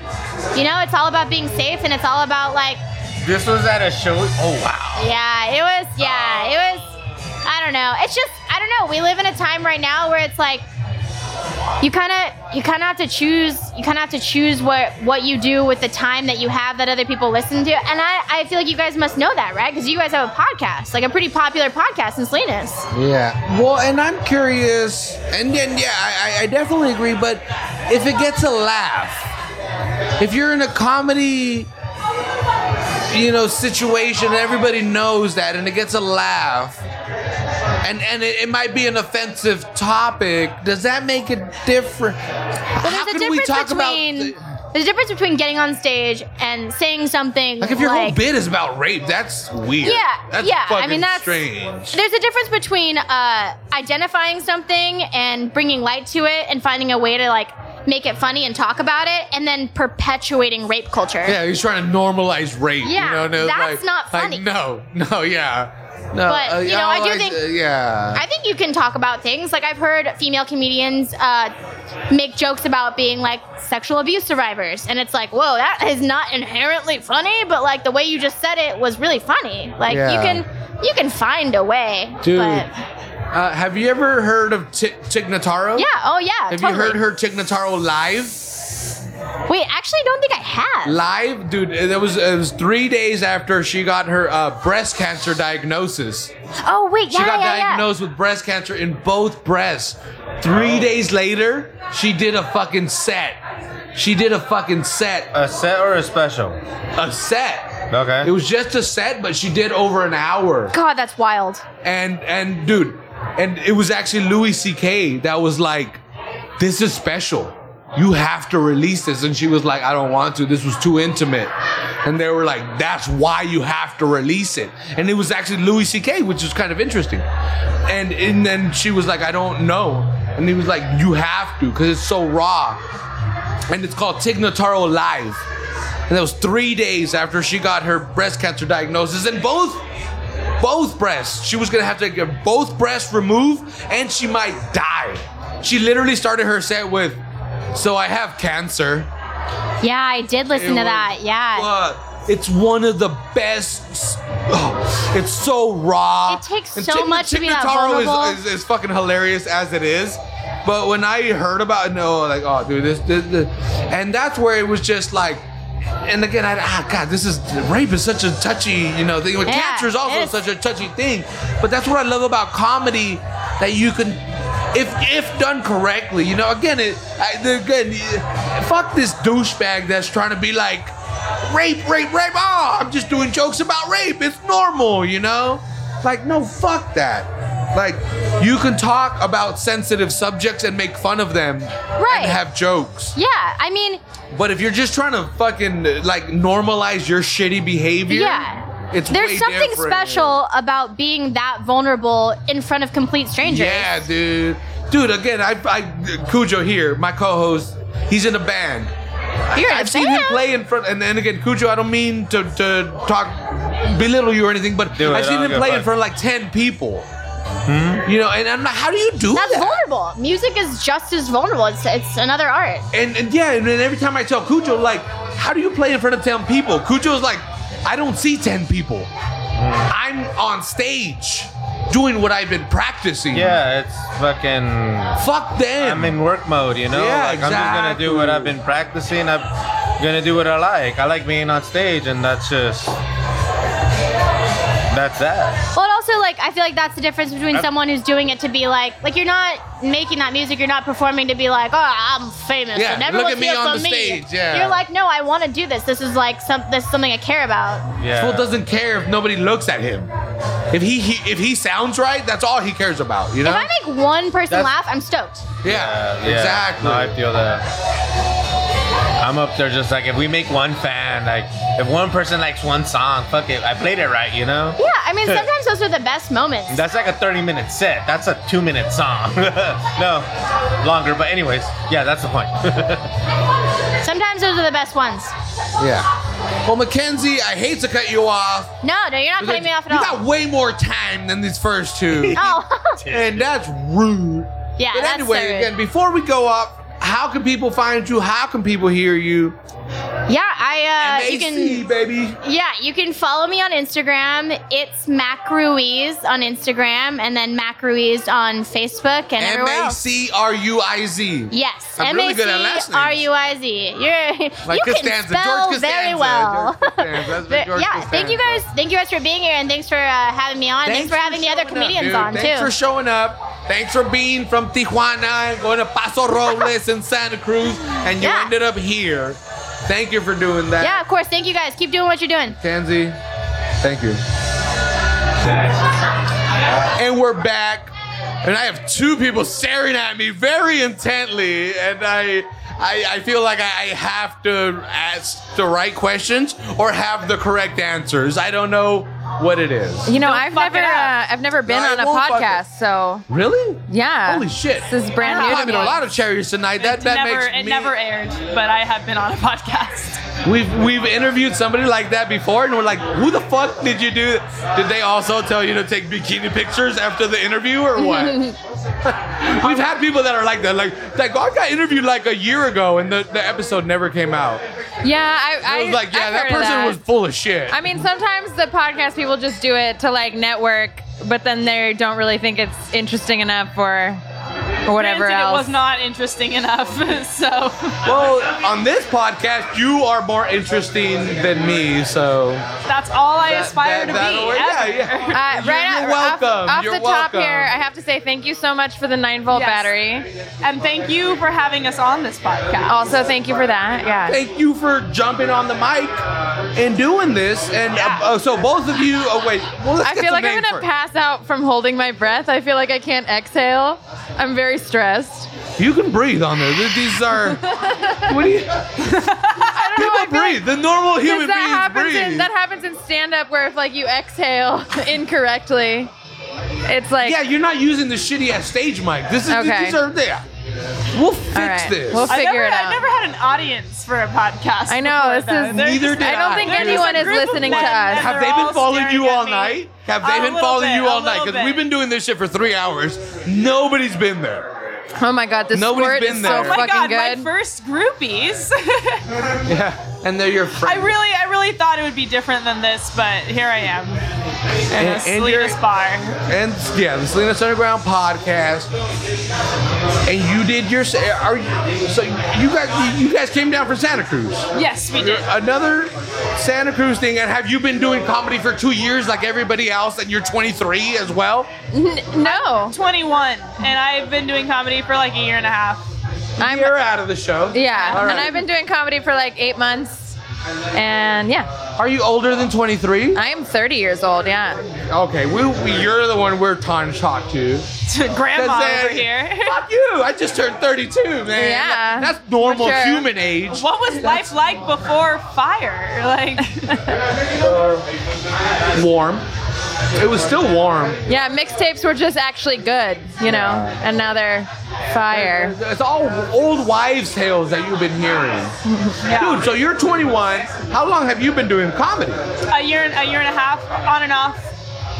Speaker 6: you know, it's all about being safe, and it's all about like,
Speaker 2: This was at a show. Oh wow.
Speaker 6: yeah, it was, yeah, it was. I don't know. It's just, I don't know. We live in a time right now where it's like, you kind of you kind of have to choose you kind of have to choose what what you do with the time that you have that other people listen to and i i feel like you guys must know that right because you guys have a podcast like a pretty popular podcast in salinas
Speaker 1: Yeah. Well, and I'm curious, and then yeah, I, I- I definitely agree. But if it gets a laugh, if you're in a comedy, you know, situation, and everybody knows that, and it gets a laugh, and and it, it might be an offensive topic. Does that make it different?
Speaker 6: but
Speaker 1: How
Speaker 6: there's a
Speaker 1: can we
Speaker 6: difference
Speaker 1: talk about
Speaker 6: between
Speaker 1: the-
Speaker 6: there's a difference between getting on stage and saying something
Speaker 1: like if your whole bit is about rape, that's weird.
Speaker 6: Yeah,
Speaker 1: That's
Speaker 6: yeah. I
Speaker 1: Fucking
Speaker 6: mean, that's
Speaker 1: strange.
Speaker 6: There's a difference between uh, identifying something and bringing light to it, and finding a way to like make it funny and talk about it, and then perpetuating rape culture.
Speaker 1: Yeah, he's trying to normalize rape.
Speaker 6: Yeah,
Speaker 1: you know, and it was
Speaker 6: that's
Speaker 1: like-
Speaker 6: not
Speaker 1: like,
Speaker 6: funny.
Speaker 1: no, no, yeah, no.
Speaker 6: But, you know, I do think-
Speaker 1: uh, yeah,
Speaker 6: I think you can talk about things. Like I've heard female comedians uh, make jokes about being like sexual abuse survivors, and it's like, whoa, that is not inherently funny. But like the way you just said it was really funny. Like you
Speaker 1: Yeah.
Speaker 6: can you can find a way.
Speaker 1: dude.
Speaker 6: But,
Speaker 1: uh, have you ever heard of T- Tignataro?
Speaker 6: yeah. Oh yeah.
Speaker 1: Have
Speaker 6: totally.
Speaker 1: you heard her Tignataro live?
Speaker 6: Wait, actually, I don't think I have.
Speaker 1: Live, dude. It was it was three days after she got her uh, breast cancer diagnosis.
Speaker 6: Oh wait, yeah,
Speaker 1: She got
Speaker 6: yeah,
Speaker 1: diagnosed with breast cancer in both breasts. Three days later, she did a fucking set. She did a fucking set.
Speaker 2: A set or a special?
Speaker 1: A set.
Speaker 2: Okay.
Speaker 1: It was just a set, but she did over an hour.
Speaker 6: yeah. God, that's wild.
Speaker 1: And and dude, and it was actually Louis C.K. that was like, "This is special. You have to release this." And she was like, "I don't want to. This was too intimate." And they were like, "That's why you have to release it." And it was actually Louis C.K., which was kind of interesting. And and then she was like, "I don't know." And he was like, "You have to, because it's so raw." and it's called Tignataro Live. And that was three days after she got her breast cancer diagnosis, and both both breasts. She was gonna have to get both breasts removed, and she might die. She literally started her set with, "So I have cancer."
Speaker 6: Yeah, I did listen to
Speaker 1: It was-
Speaker 6: that. Yeah.
Speaker 1: Fuck. it's one of the best. s- oh, it's so raw.
Speaker 6: It takes
Speaker 1: And
Speaker 6: so
Speaker 1: Tig-
Speaker 6: much to be that
Speaker 1: Tignataro is-
Speaker 6: vulnerable.
Speaker 1: Is, is, fucking hilarious as it is. But when I heard about no, like oh dude, this, this, this and that's where it was just like. And again, I, ah, God, this is rape is such a touchy, you know, thing. But
Speaker 6: Yeah,
Speaker 1: Cancer is also
Speaker 6: it is.
Speaker 1: such a touchy thing. But that's what I love about comedy, that you can, if if done correctly, you know. Again, it I, the- again, fuck this douchebag that's trying to be like, rape, rape, rape. Oh, I'm just doing jokes about rape. It's normal, you know. Like, no, fuck that. Like, you can talk about sensitive subjects and make fun of them,
Speaker 6: Right.
Speaker 1: And have jokes.
Speaker 6: Yeah, I mean,
Speaker 1: But if you're just trying to fucking like normalize your shitty behavior,
Speaker 6: yeah.
Speaker 1: it's
Speaker 6: There's
Speaker 1: way
Speaker 6: something
Speaker 1: different.
Speaker 6: special about being that vulnerable in front of complete strangers.
Speaker 1: Yeah, dude. Dude, again, I, I Cujo here, my co-host, he's in a band.
Speaker 6: You're in a
Speaker 1: I've seen him
Speaker 6: band?
Speaker 1: play in front, and, and again, Cujo, I don't mean to, to talk belittle you or anything, but
Speaker 2: Dude,
Speaker 1: I've
Speaker 2: I
Speaker 1: seen
Speaker 2: don't
Speaker 1: him
Speaker 2: give a
Speaker 1: play in
Speaker 2: fuck. Hmm?
Speaker 1: front of like ten people. You know, and I'm like, how do you do
Speaker 6: That's
Speaker 1: that?
Speaker 6: vulnerable. Music is just as vulnerable. It's, it's another art.
Speaker 1: And, and yeah, and then every time I tell Cujo, like, how do you play in front of 10 people? Cujo's like, I don't see 10 people. I'm on stage doing what I've been practicing.
Speaker 2: Yeah, it's fucking.
Speaker 1: Fuck them.
Speaker 2: I'm in work mode, you know.
Speaker 1: Yeah,
Speaker 2: like I'm just gonna do what I've
Speaker 1: exactly.
Speaker 2: been practicing. I'm gonna do what I like. I like being on stage, and that's just that's that.
Speaker 6: Well, it also like I feel like that's the difference between
Speaker 2: Yep.
Speaker 6: someone who's doing it to be like like you're not making that music, you're not performing to be like, oh, I'm famous
Speaker 1: Yeah,
Speaker 6: and everyone's
Speaker 1: look at me
Speaker 6: here
Speaker 1: on
Speaker 6: for
Speaker 1: the
Speaker 6: me.
Speaker 1: stage, yeah.
Speaker 6: You're like, no, I want to do this. This is like some this is something I care about.
Speaker 1: This
Speaker 2: Yeah.
Speaker 1: fool doesn't care if nobody looks at him. If he, he if he sounds right, that's all he cares about. You know?
Speaker 6: If I make one person
Speaker 2: That's-
Speaker 6: laugh, I'm stoked.
Speaker 1: yeah,
Speaker 2: Yeah, yeah.
Speaker 1: exactly.
Speaker 2: No, I feel that. I'm up there just like if we make one fan, like if one person likes one song, fuck it, I played it right, you know.
Speaker 6: Yeah, I mean sometimes those are the best moments.
Speaker 2: That's like a 30 minute set. That's a two minute song. no, longer. But anyways, yeah, that's the point.
Speaker 6: Sometimes those are the best ones.
Speaker 1: yeah. Well, Mackenzie, I hate to cut you off.
Speaker 6: No, no, you're not cutting me off at
Speaker 1: you
Speaker 6: all.
Speaker 1: got way more time than these first two,
Speaker 6: oh,
Speaker 1: and that's rude.
Speaker 6: yeah.
Speaker 1: but
Speaker 6: that's
Speaker 1: anyway,
Speaker 6: so rude.
Speaker 1: again, before we go up, how can people find you? How can people hear you?
Speaker 6: yeah, I uh,
Speaker 1: MAC,
Speaker 6: you can
Speaker 1: baby.
Speaker 6: Yeah, you can follow me on Instagram. It's Mac Ruiz on Instagram, and then Mac Ruiz on Facebook and
Speaker 1: M
Speaker 6: everywhere
Speaker 1: A
Speaker 6: else.
Speaker 1: C R U I Z.
Speaker 6: Yes,
Speaker 1: I'm
Speaker 6: M A
Speaker 1: really
Speaker 6: C
Speaker 1: good at last names.
Speaker 6: R U I Z. You're
Speaker 1: Like
Speaker 6: you can
Speaker 1: Costanza, George
Speaker 6: spell
Speaker 1: Costanza,
Speaker 6: very well.
Speaker 1: George Costanza. That's
Speaker 6: But
Speaker 1: George
Speaker 6: yeah, thank you guys.
Speaker 1: Costanza.
Speaker 6: Thank you guys for being here, and thanks for uh, having me on. Thanks, for having the other
Speaker 1: showing up,
Speaker 6: comedians
Speaker 1: dude.
Speaker 6: on
Speaker 1: Thanks
Speaker 6: too.
Speaker 1: for showing up. Thanks for being from Tijuana and going to Paso Robles in Santa Cruz, and you
Speaker 6: Yeah.
Speaker 1: ended up here. Thank you for doing that.
Speaker 6: yeah, of course. Thank you guys. Keep doing what you're doing.
Speaker 1: Tansy, thank you. And we're back. And I have two people staring at me very intently. And I I, I feel like I I have to ask the right questions or have the correct answers. I don't know what it is.
Speaker 7: You know,
Speaker 6: Don't
Speaker 7: I've
Speaker 6: fuck
Speaker 7: never,
Speaker 6: it
Speaker 7: uh,
Speaker 6: up.
Speaker 7: I've never been
Speaker 1: No, I
Speaker 7: on a
Speaker 1: won't fuck
Speaker 7: podcast, so
Speaker 1: Really?
Speaker 7: yeah.
Speaker 1: Holy shit.
Speaker 7: This is brand
Speaker 1: I'm
Speaker 7: new to
Speaker 1: climbing
Speaker 7: me.
Speaker 1: a lot of cherries tonight. That that
Speaker 8: never,
Speaker 1: makes
Speaker 8: it
Speaker 1: me-
Speaker 8: never aired, but I have been on a podcast.
Speaker 1: We've we've interviewed somebody like that before, and we're like, "Who the fuck did you do? Did they also tell you to take bikini pictures after the interview, or what?" we've had people that are like that, like like I got interviewed like a year ago, and the, the episode never came out.
Speaker 7: Yeah, I, I
Speaker 1: I was like, "Yeah,
Speaker 7: I've
Speaker 1: that
Speaker 7: heard of
Speaker 1: person was full of shit."
Speaker 7: I mean, sometimes the podcast people just do it to like network, but then they don't really think it's interesting enough or or whatever
Speaker 8: Granted,
Speaker 7: else.
Speaker 8: It was not interesting enough, so
Speaker 1: well, on this podcast, you are more interesting than me, so
Speaker 8: that's all I aspire to
Speaker 1: that'll work. Yeah,
Speaker 8: be. ever.
Speaker 1: yeah.
Speaker 7: uh, right
Speaker 1: You're
Speaker 7: off,
Speaker 1: welcome.
Speaker 7: off
Speaker 1: You're
Speaker 7: the top
Speaker 1: welcome.
Speaker 7: here, I have to say thank you so much for the nine volt
Speaker 8: Yes.
Speaker 7: battery.
Speaker 8: And thank you for having us on this podcast.
Speaker 7: Also, thank you for that. Yeah.
Speaker 1: thank you for jumping on the mic and doing this. And uh, uh, so both of you. Oh wait, well, let's
Speaker 7: I
Speaker 1: get some
Speaker 7: feel like I'm
Speaker 1: names
Speaker 7: gonna
Speaker 1: first.
Speaker 7: pass out from holding my breath. I feel like I can't exhale. I'm very stressed.
Speaker 1: You can breathe on there. Th- These are. what do you?
Speaker 7: I don't know. I
Speaker 1: People
Speaker 7: feel like-
Speaker 1: breathe. the normal human
Speaker 7: Because that happens
Speaker 1: beings breathe.
Speaker 7: in that happens in stand up where if like you exhale incorrectly, it's like
Speaker 1: yeah, you're not using the shitty ass stage mic. This is
Speaker 7: Okay.
Speaker 1: these are there. We'll fix
Speaker 7: All right.
Speaker 1: this.
Speaker 7: We'll
Speaker 8: I
Speaker 7: figure
Speaker 8: never,
Speaker 7: it out.
Speaker 8: I've never had an audience for a podcast.
Speaker 7: I know,
Speaker 8: before,
Speaker 7: this
Speaker 8: though.
Speaker 7: is-
Speaker 8: They're
Speaker 1: Neither
Speaker 8: just-
Speaker 1: did
Speaker 7: I don't
Speaker 1: I.
Speaker 7: think
Speaker 1: There's
Speaker 7: anyone
Speaker 8: a
Speaker 7: is
Speaker 8: group of
Speaker 7: listening to
Speaker 8: men
Speaker 7: us.
Speaker 8: that-
Speaker 1: have
Speaker 8: they're
Speaker 1: they
Speaker 8: all
Speaker 1: been following
Speaker 8: staring
Speaker 1: you
Speaker 8: at
Speaker 1: all
Speaker 8: me.
Speaker 1: night? Have
Speaker 8: A
Speaker 1: they been
Speaker 8: little
Speaker 1: following
Speaker 8: bit,
Speaker 1: you
Speaker 8: a
Speaker 1: all night?
Speaker 8: little
Speaker 1: Because we've
Speaker 8: bit.
Speaker 1: been doing this shit for three hours. Nobody's been there.
Speaker 7: Oh my god, this
Speaker 1: Nobody's
Speaker 7: squirt
Speaker 1: been
Speaker 7: is
Speaker 1: there.
Speaker 7: so
Speaker 1: Oh
Speaker 8: Oh my
Speaker 7: fucking
Speaker 8: god,
Speaker 7: good.
Speaker 8: my first groupies.
Speaker 1: Yeah. and they're your
Speaker 8: I
Speaker 1: friend.
Speaker 8: really, I really thought it would be different than this, but here I am in a
Speaker 1: And- and you're-
Speaker 8: Salinas bar.
Speaker 1: and yeah, the Selena Underground podcast. And you did your are you, so you guys you guys came down from Santa Cruz.
Speaker 8: Yes, we did.
Speaker 1: Another Santa Cruz thing, and have you been doing comedy for two years like everybody else, and you're 23 as well?
Speaker 7: N- no.
Speaker 8: 21, and I've been doing comedy for like a year and a half.
Speaker 7: I'm,
Speaker 1: You're out of the show.
Speaker 7: yeah.
Speaker 1: All
Speaker 7: And
Speaker 1: right.
Speaker 7: I've been doing comedy for like eight months. And yeah,
Speaker 1: Are you older than 23?
Speaker 7: I am 30 years old. Yeah.
Speaker 1: Okay, we, we- you're the one we're trying to talk to.
Speaker 8: Grandma
Speaker 1: That's
Speaker 8: over
Speaker 1: it.
Speaker 8: here.
Speaker 1: Fuck you! I just turned 32, man.
Speaker 7: Yeah.
Speaker 1: That's normal
Speaker 7: Mature.
Speaker 1: human age.
Speaker 8: what was life like before fire? Like,
Speaker 1: Warm. It was still warm.
Speaker 7: Yeah. Mixtapes were just actually good, you know, and now they're fire.
Speaker 1: It's all old wives' tales that you've been hearing. Dude, so you're 21. How long have you been doing comedy?
Speaker 8: a year, and a year and a half, on and off.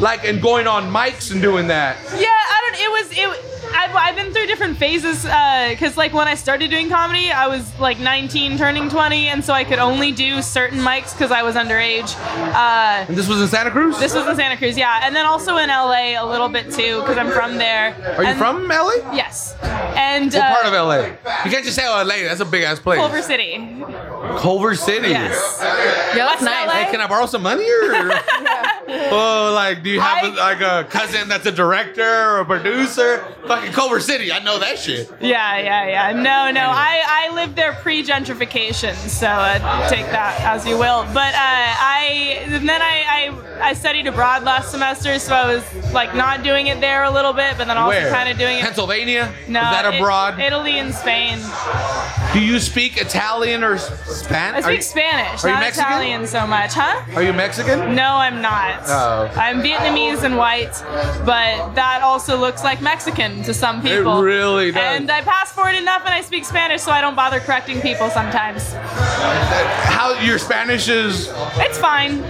Speaker 1: Like, and going on mics and doing that.
Speaker 8: Yeah, I don't. It was it. I've, I've been through different phases because, like, when I started doing comedy, I was like 19, turning 20, and so I could only do certain mics because I was underage. Uh,
Speaker 1: And this was in Santa Cruz?
Speaker 8: this was in Santa Cruz, yeah, and then also in LA a little bit too because I'm from there.
Speaker 1: Are you
Speaker 8: And-
Speaker 1: from LA?
Speaker 8: Yes. And
Speaker 1: What
Speaker 8: uh,
Speaker 1: part of LA? You can't just say LA. That's a big ass place.
Speaker 8: Culver City.
Speaker 1: Culver City.
Speaker 8: Yes.
Speaker 7: Yeah, that's
Speaker 8: West
Speaker 7: nice.
Speaker 8: LA?
Speaker 1: Hey, can I borrow some money or? Oh, like, do you have a,
Speaker 8: I-
Speaker 1: like a cousin that's a director or a producer? Fucking Culver City, I know that shit.
Speaker 8: Yeah, yeah, yeah. No, no. I, I lived there pre gentrification, so uh, take that as you will. But uh, I and then I, I I studied abroad last semester, so I was like not doing it there a little bit, but then also
Speaker 1: Where?
Speaker 8: kind of doing it.
Speaker 1: Pennsylvania?
Speaker 8: No,
Speaker 1: Is that
Speaker 8: it-
Speaker 1: abroad?
Speaker 8: Italy and Spain.
Speaker 1: do you speak Italian or
Speaker 8: I
Speaker 1: Spanish?
Speaker 8: speak Spanish,
Speaker 1: are you
Speaker 8: not
Speaker 1: Mexican?
Speaker 8: Italian so much, huh?
Speaker 1: Are you Mexican?
Speaker 8: No, I'm not.
Speaker 1: Oh.
Speaker 8: I'm Vietnamese and white, but that also looks like Mexican to some people.
Speaker 1: really does.
Speaker 8: And I pass for it enough, and I speak Spanish, so I don't bother correcting people sometimes.
Speaker 1: How your Spanish is?
Speaker 8: It's fine.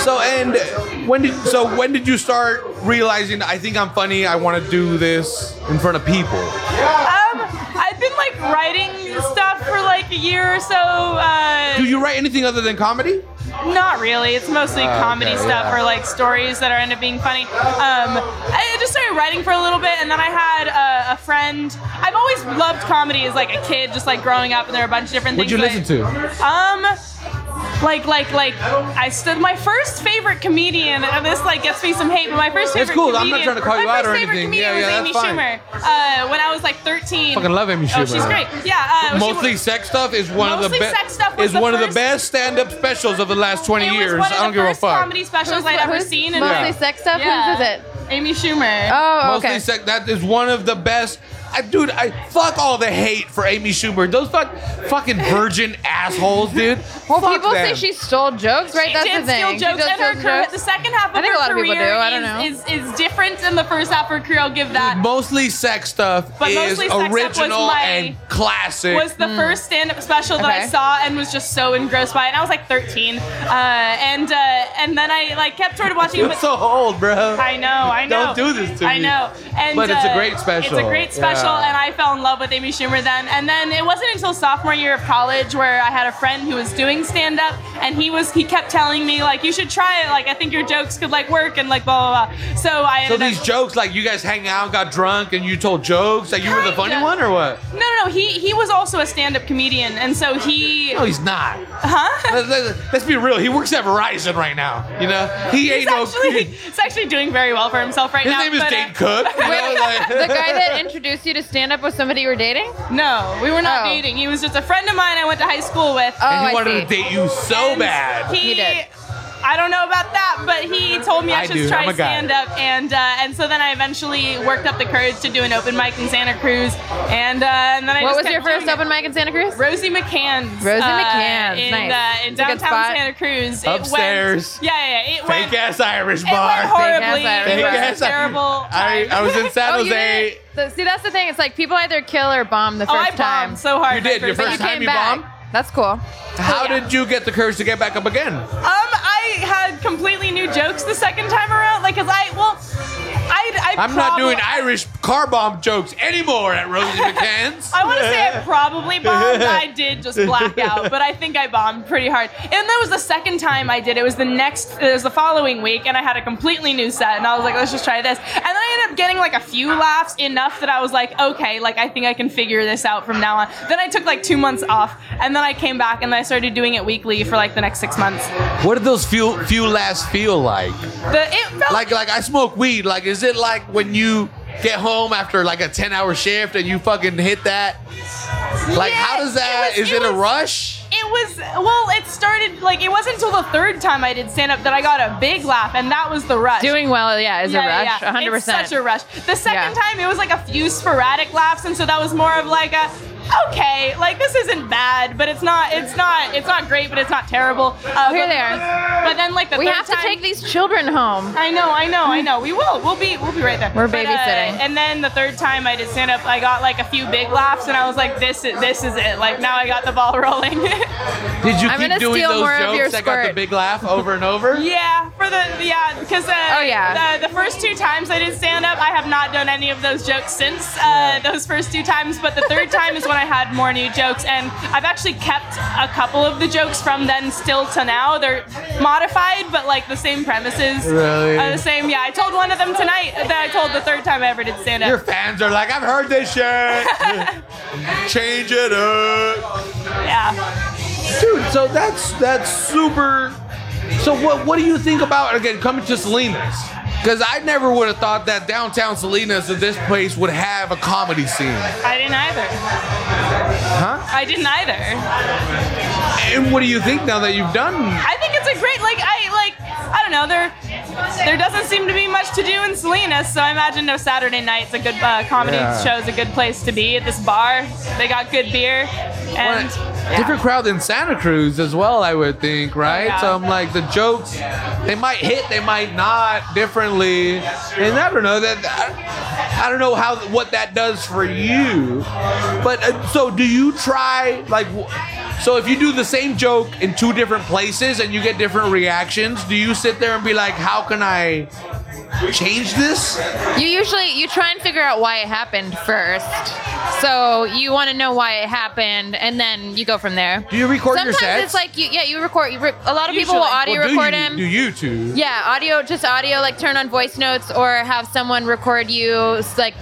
Speaker 1: So and when did so when did you start realizing I think I'm funny? I want to do this in front of people.
Speaker 8: Um, I've been like writing stuff for like a year or so. Uh,
Speaker 1: Do you write anything other than comedy?
Speaker 8: Not really. It's mostly
Speaker 1: Oh,
Speaker 8: comedy stuff or like stories that are end up being funny. Um, I just started writing for a little bit, and then I had a, a friend. I've always loved comedy as like a kid, just like growing up, and there are a bunch of different
Speaker 1: What'd you
Speaker 8: things.
Speaker 1: listen
Speaker 8: that-
Speaker 1: to?
Speaker 8: Um, like, like, like, I stood my first favorite comedian, and this like gets me some hate, but my first
Speaker 1: It's
Speaker 8: favorite
Speaker 1: cool. I'm not
Speaker 8: comedian.
Speaker 1: trying to call
Speaker 8: my
Speaker 1: you out
Speaker 8: first
Speaker 1: or
Speaker 8: favorite
Speaker 1: anything.
Speaker 8: comedian
Speaker 1: Yeah, yeah,
Speaker 8: was
Speaker 1: that's
Speaker 8: Amy
Speaker 1: fine.
Speaker 8: Schumer. Uh, when I was like 13.
Speaker 1: Fucking love Amy
Speaker 8: Oh,
Speaker 1: Schumer.
Speaker 8: she's great. Yeah. Uh, she
Speaker 1: Mostly
Speaker 8: was-
Speaker 1: sex stuff is one of the
Speaker 8: Mostly sex
Speaker 1: best.
Speaker 8: stuff was
Speaker 1: Is
Speaker 8: the
Speaker 1: one of the
Speaker 8: first-
Speaker 1: best stand-up specials of the last 20
Speaker 8: it was
Speaker 1: years.
Speaker 8: one of
Speaker 1: I don't
Speaker 8: the
Speaker 1: give a
Speaker 8: first
Speaker 1: fuck.
Speaker 8: comedy specials I'd ever
Speaker 7: Who's-
Speaker 8: seen.
Speaker 7: Mostly
Speaker 8: And
Speaker 7: sex stuff.
Speaker 8: Yeah.
Speaker 7: Who's is it?
Speaker 8: Amy Schumer.
Speaker 7: Oh,
Speaker 1: Mostly
Speaker 7: okay.
Speaker 1: sex. That is one of the best. I, dude, I fuck all the hate for Amy Schumer. Those fuck, fucking virgin assholes, dude.
Speaker 7: Well,
Speaker 1: Fuck
Speaker 7: people
Speaker 1: them.
Speaker 7: say she stole jokes, right? That's
Speaker 8: did
Speaker 7: the thing.
Speaker 8: steal
Speaker 7: She
Speaker 8: jokes
Speaker 7: does
Speaker 8: and her
Speaker 7: steal
Speaker 8: career,
Speaker 7: jokes.
Speaker 8: the second half of
Speaker 7: I think
Speaker 8: her
Speaker 7: a lot of people
Speaker 8: career
Speaker 7: do, I don't know.
Speaker 8: is, is, is different than the first half of her career. I'll give that.
Speaker 1: Mostly sex stuff
Speaker 8: But
Speaker 1: is
Speaker 8: mostly sex stuff was
Speaker 1: original
Speaker 8: my-
Speaker 1: and classic.
Speaker 8: was
Speaker 7: Mm.
Speaker 8: the first stand-up special that I
Speaker 7: Hmm. Okay.
Speaker 8: saw and was just so engrossed by it. And I was like 13, uh, and uh, and then I like kept sort of watching it.
Speaker 1: You're
Speaker 8: But
Speaker 1: so old, bro.
Speaker 8: I know, I know.
Speaker 1: Don't do this to
Speaker 8: I
Speaker 1: me.
Speaker 8: know. And,
Speaker 1: But it's a
Speaker 8: uh,
Speaker 1: great special.
Speaker 8: It's a great special,
Speaker 1: Yeah.
Speaker 8: and I fell in love with Amy Schumer then. And then it wasn't until sophomore year of college where I had a friend who was doing stand up, and he was he kept telling me like you should try it. Like I think your jokes could like work, and like blah blah blah. So I
Speaker 1: So
Speaker 8: ended
Speaker 1: these
Speaker 8: up.
Speaker 1: jokes, like you guys hang out, got drunk, and you told jokes, like you were the funny
Speaker 8: Kinda.
Speaker 1: one, or what?
Speaker 8: no, no, no. He he was also a stand-up comedian, and so he.
Speaker 1: No, he's not.
Speaker 8: Huh?
Speaker 1: Let's, let's- let's be real. He works at Verizon right now. You know, he
Speaker 8: He's
Speaker 1: ain't no.
Speaker 8: actually, he's actually doing very well for himself right
Speaker 1: His
Speaker 8: now.
Speaker 1: name is
Speaker 8: but, uh,
Speaker 1: Dane Cook. You know, like,
Speaker 7: the guy that introduced you to stand up was somebody you were dating?
Speaker 8: no, we were not
Speaker 7: Oh.
Speaker 8: dating. He was just a friend of mine I went to high school with.
Speaker 7: Oh,
Speaker 1: and he
Speaker 7: I
Speaker 1: wanted
Speaker 7: see.
Speaker 1: to date you so
Speaker 8: And
Speaker 1: bad.
Speaker 8: He,
Speaker 7: He did.
Speaker 8: I don't know about that, but he told me I,
Speaker 1: I
Speaker 8: should
Speaker 1: do. I'm
Speaker 8: try
Speaker 1: a guy.
Speaker 8: stand up, and uh, and so then I eventually worked up the courage to do an open mic in Santa Cruz, and uh, and then I
Speaker 7: What
Speaker 8: just
Speaker 7: was
Speaker 8: kept
Speaker 7: your first
Speaker 8: doing it.
Speaker 7: open mic in Santa Cruz?
Speaker 8: Rosie McCann's. uh,
Speaker 7: Rosie McCann's,
Speaker 8: in,
Speaker 7: nice.
Speaker 8: uh, in
Speaker 7: It's a good
Speaker 8: downtown
Speaker 7: spot.
Speaker 8: Santa Cruz.
Speaker 1: Upstairs.
Speaker 8: It went, yeah, yeah, yeah. It
Speaker 1: Fake
Speaker 8: went,
Speaker 1: ass Irish
Speaker 8: it went
Speaker 1: bar.
Speaker 8: horribly.
Speaker 7: Irish
Speaker 8: It
Speaker 7: bar.
Speaker 8: was
Speaker 1: Fake-ass
Speaker 8: a terrible.
Speaker 1: I,
Speaker 8: time.
Speaker 1: I was in San
Speaker 7: Oh, you
Speaker 1: Jose.
Speaker 7: didn't- so, see, that's the thing. It's like people either kill or bomb the
Speaker 8: oh,
Speaker 7: first
Speaker 8: I
Speaker 7: time.
Speaker 8: bombed so
Speaker 1: You
Speaker 8: hard. my Oh,
Speaker 1: did, your
Speaker 7: but
Speaker 1: first
Speaker 7: you
Speaker 1: time
Speaker 7: came
Speaker 1: you
Speaker 7: back.
Speaker 1: bombed?
Speaker 7: That's cool.
Speaker 1: How
Speaker 8: yeah.
Speaker 1: did you get the courage to get back up again?
Speaker 8: Um, I had completely new jokes the second time around. Like, cause I well, I I
Speaker 1: I'm not
Speaker 8: probably-
Speaker 1: doing Irish car bomb jokes anymore at Rosie McCann's.
Speaker 8: I want to say I probably bombed. I did just black out, but I think I bombed pretty hard. And that was the second time I did. It was the next, it was the following week, and I had a completely new set, and I was like, let's just try this. And then I ended up getting like a few laughs, enough that I was like, okay, like I think I can figure this out from now on. Then I took like two months off, and then I came back, and then I started doing it weekly for like the next six months.
Speaker 1: What did those few few laughs feel like?
Speaker 8: The it felt
Speaker 1: Like like I smoke weed. Like is it like when you get home after like a ten hour shift and you fucking hit that? Like
Speaker 8: Yeah,
Speaker 1: how does that?
Speaker 8: it was-
Speaker 1: Is it,
Speaker 8: it
Speaker 1: a
Speaker 8: was-
Speaker 1: rush?
Speaker 8: It was well. It started like it wasn't until the third time I did stand up that I got a big laugh, and that was the rush.
Speaker 7: Doing well, yeah, is a rush. 100%.
Speaker 8: It's such a rush. The second
Speaker 7: Yeah.
Speaker 8: time, it was like a few sporadic laughs, and so that was more of like a okay, like this isn't bad, but it's not, it's not, it's not great, but it's not terrible. Uh,
Speaker 7: Here
Speaker 8: but-
Speaker 7: they are.
Speaker 8: But then like the
Speaker 7: we
Speaker 8: third
Speaker 7: have to
Speaker 8: time-
Speaker 7: take these children home.
Speaker 8: I know, I know, I know. We will. We'll be. We'll be right there.
Speaker 7: We're
Speaker 8: But, uh,
Speaker 7: babysitting.
Speaker 8: and then the third time I did stand up, I got like a few big laughs, and I was like, "This is this is it." Like now I got the ball rolling.
Speaker 1: Did you
Speaker 7: I'm
Speaker 1: keep
Speaker 7: gonna
Speaker 1: doing
Speaker 7: steal
Speaker 1: those
Speaker 7: more of your
Speaker 1: jokes that got the
Speaker 7: squirt.
Speaker 1: big laugh over and over?
Speaker 8: yeah, for the yeah, because uh,
Speaker 7: Oh, yeah.
Speaker 8: the, the first two times I did stand up, I have not done any of those jokes since uh, those first two times. But the third time is when I had more new jokes, and I've actually kept a couple of the jokes from then still to now. They're modified, but like the same premises.
Speaker 1: Really?
Speaker 8: Uh, the same, yeah. I told one of them tonight that I told the third time I ever did stand up.
Speaker 1: Your fans are like, I've heard this shit. Change it up,
Speaker 8: Yeah.
Speaker 1: dude. So that's that's super. So what what do you think about again coming to Salinas? Because I never would have thought that downtown Salinas, that this place would have a comedy scene.
Speaker 8: I didn't either. Huh? I didn't either.
Speaker 1: And what do you think now that you've done?
Speaker 8: I think it's a great like I like I don't know, there there doesn't seem to be much to do in Salinas, so I imagine a Saturday night's a good uh, comedy
Speaker 1: Yeah.
Speaker 8: show's a good place to be at this bar. They got good beer and yeah.
Speaker 1: Different crowd than Santa Cruz as well, I would think, right?
Speaker 8: Yeah.
Speaker 1: So I'm like the jokes, they might hit, they might not differently, and I don't know that. I, I don't know how what that does for you, but uh, so do you try like? w- So if you do the same joke in two different places and you get different reactions, do you sit there and be like, "How can I change this?"
Speaker 7: You usually you try and figure out why it happened first. So you want to know why it happened, and then you go from there.
Speaker 1: Do you record your
Speaker 7: Sometimes
Speaker 1: sets?
Speaker 7: it's like you, yeah, you record. You re- a lot of people will
Speaker 8: Usually.
Speaker 7: audio
Speaker 1: Or do
Speaker 7: record
Speaker 1: you,
Speaker 7: them.
Speaker 1: Do you too?
Speaker 7: Yeah, audio, just audio, like turn on voice notes or have someone record you s- like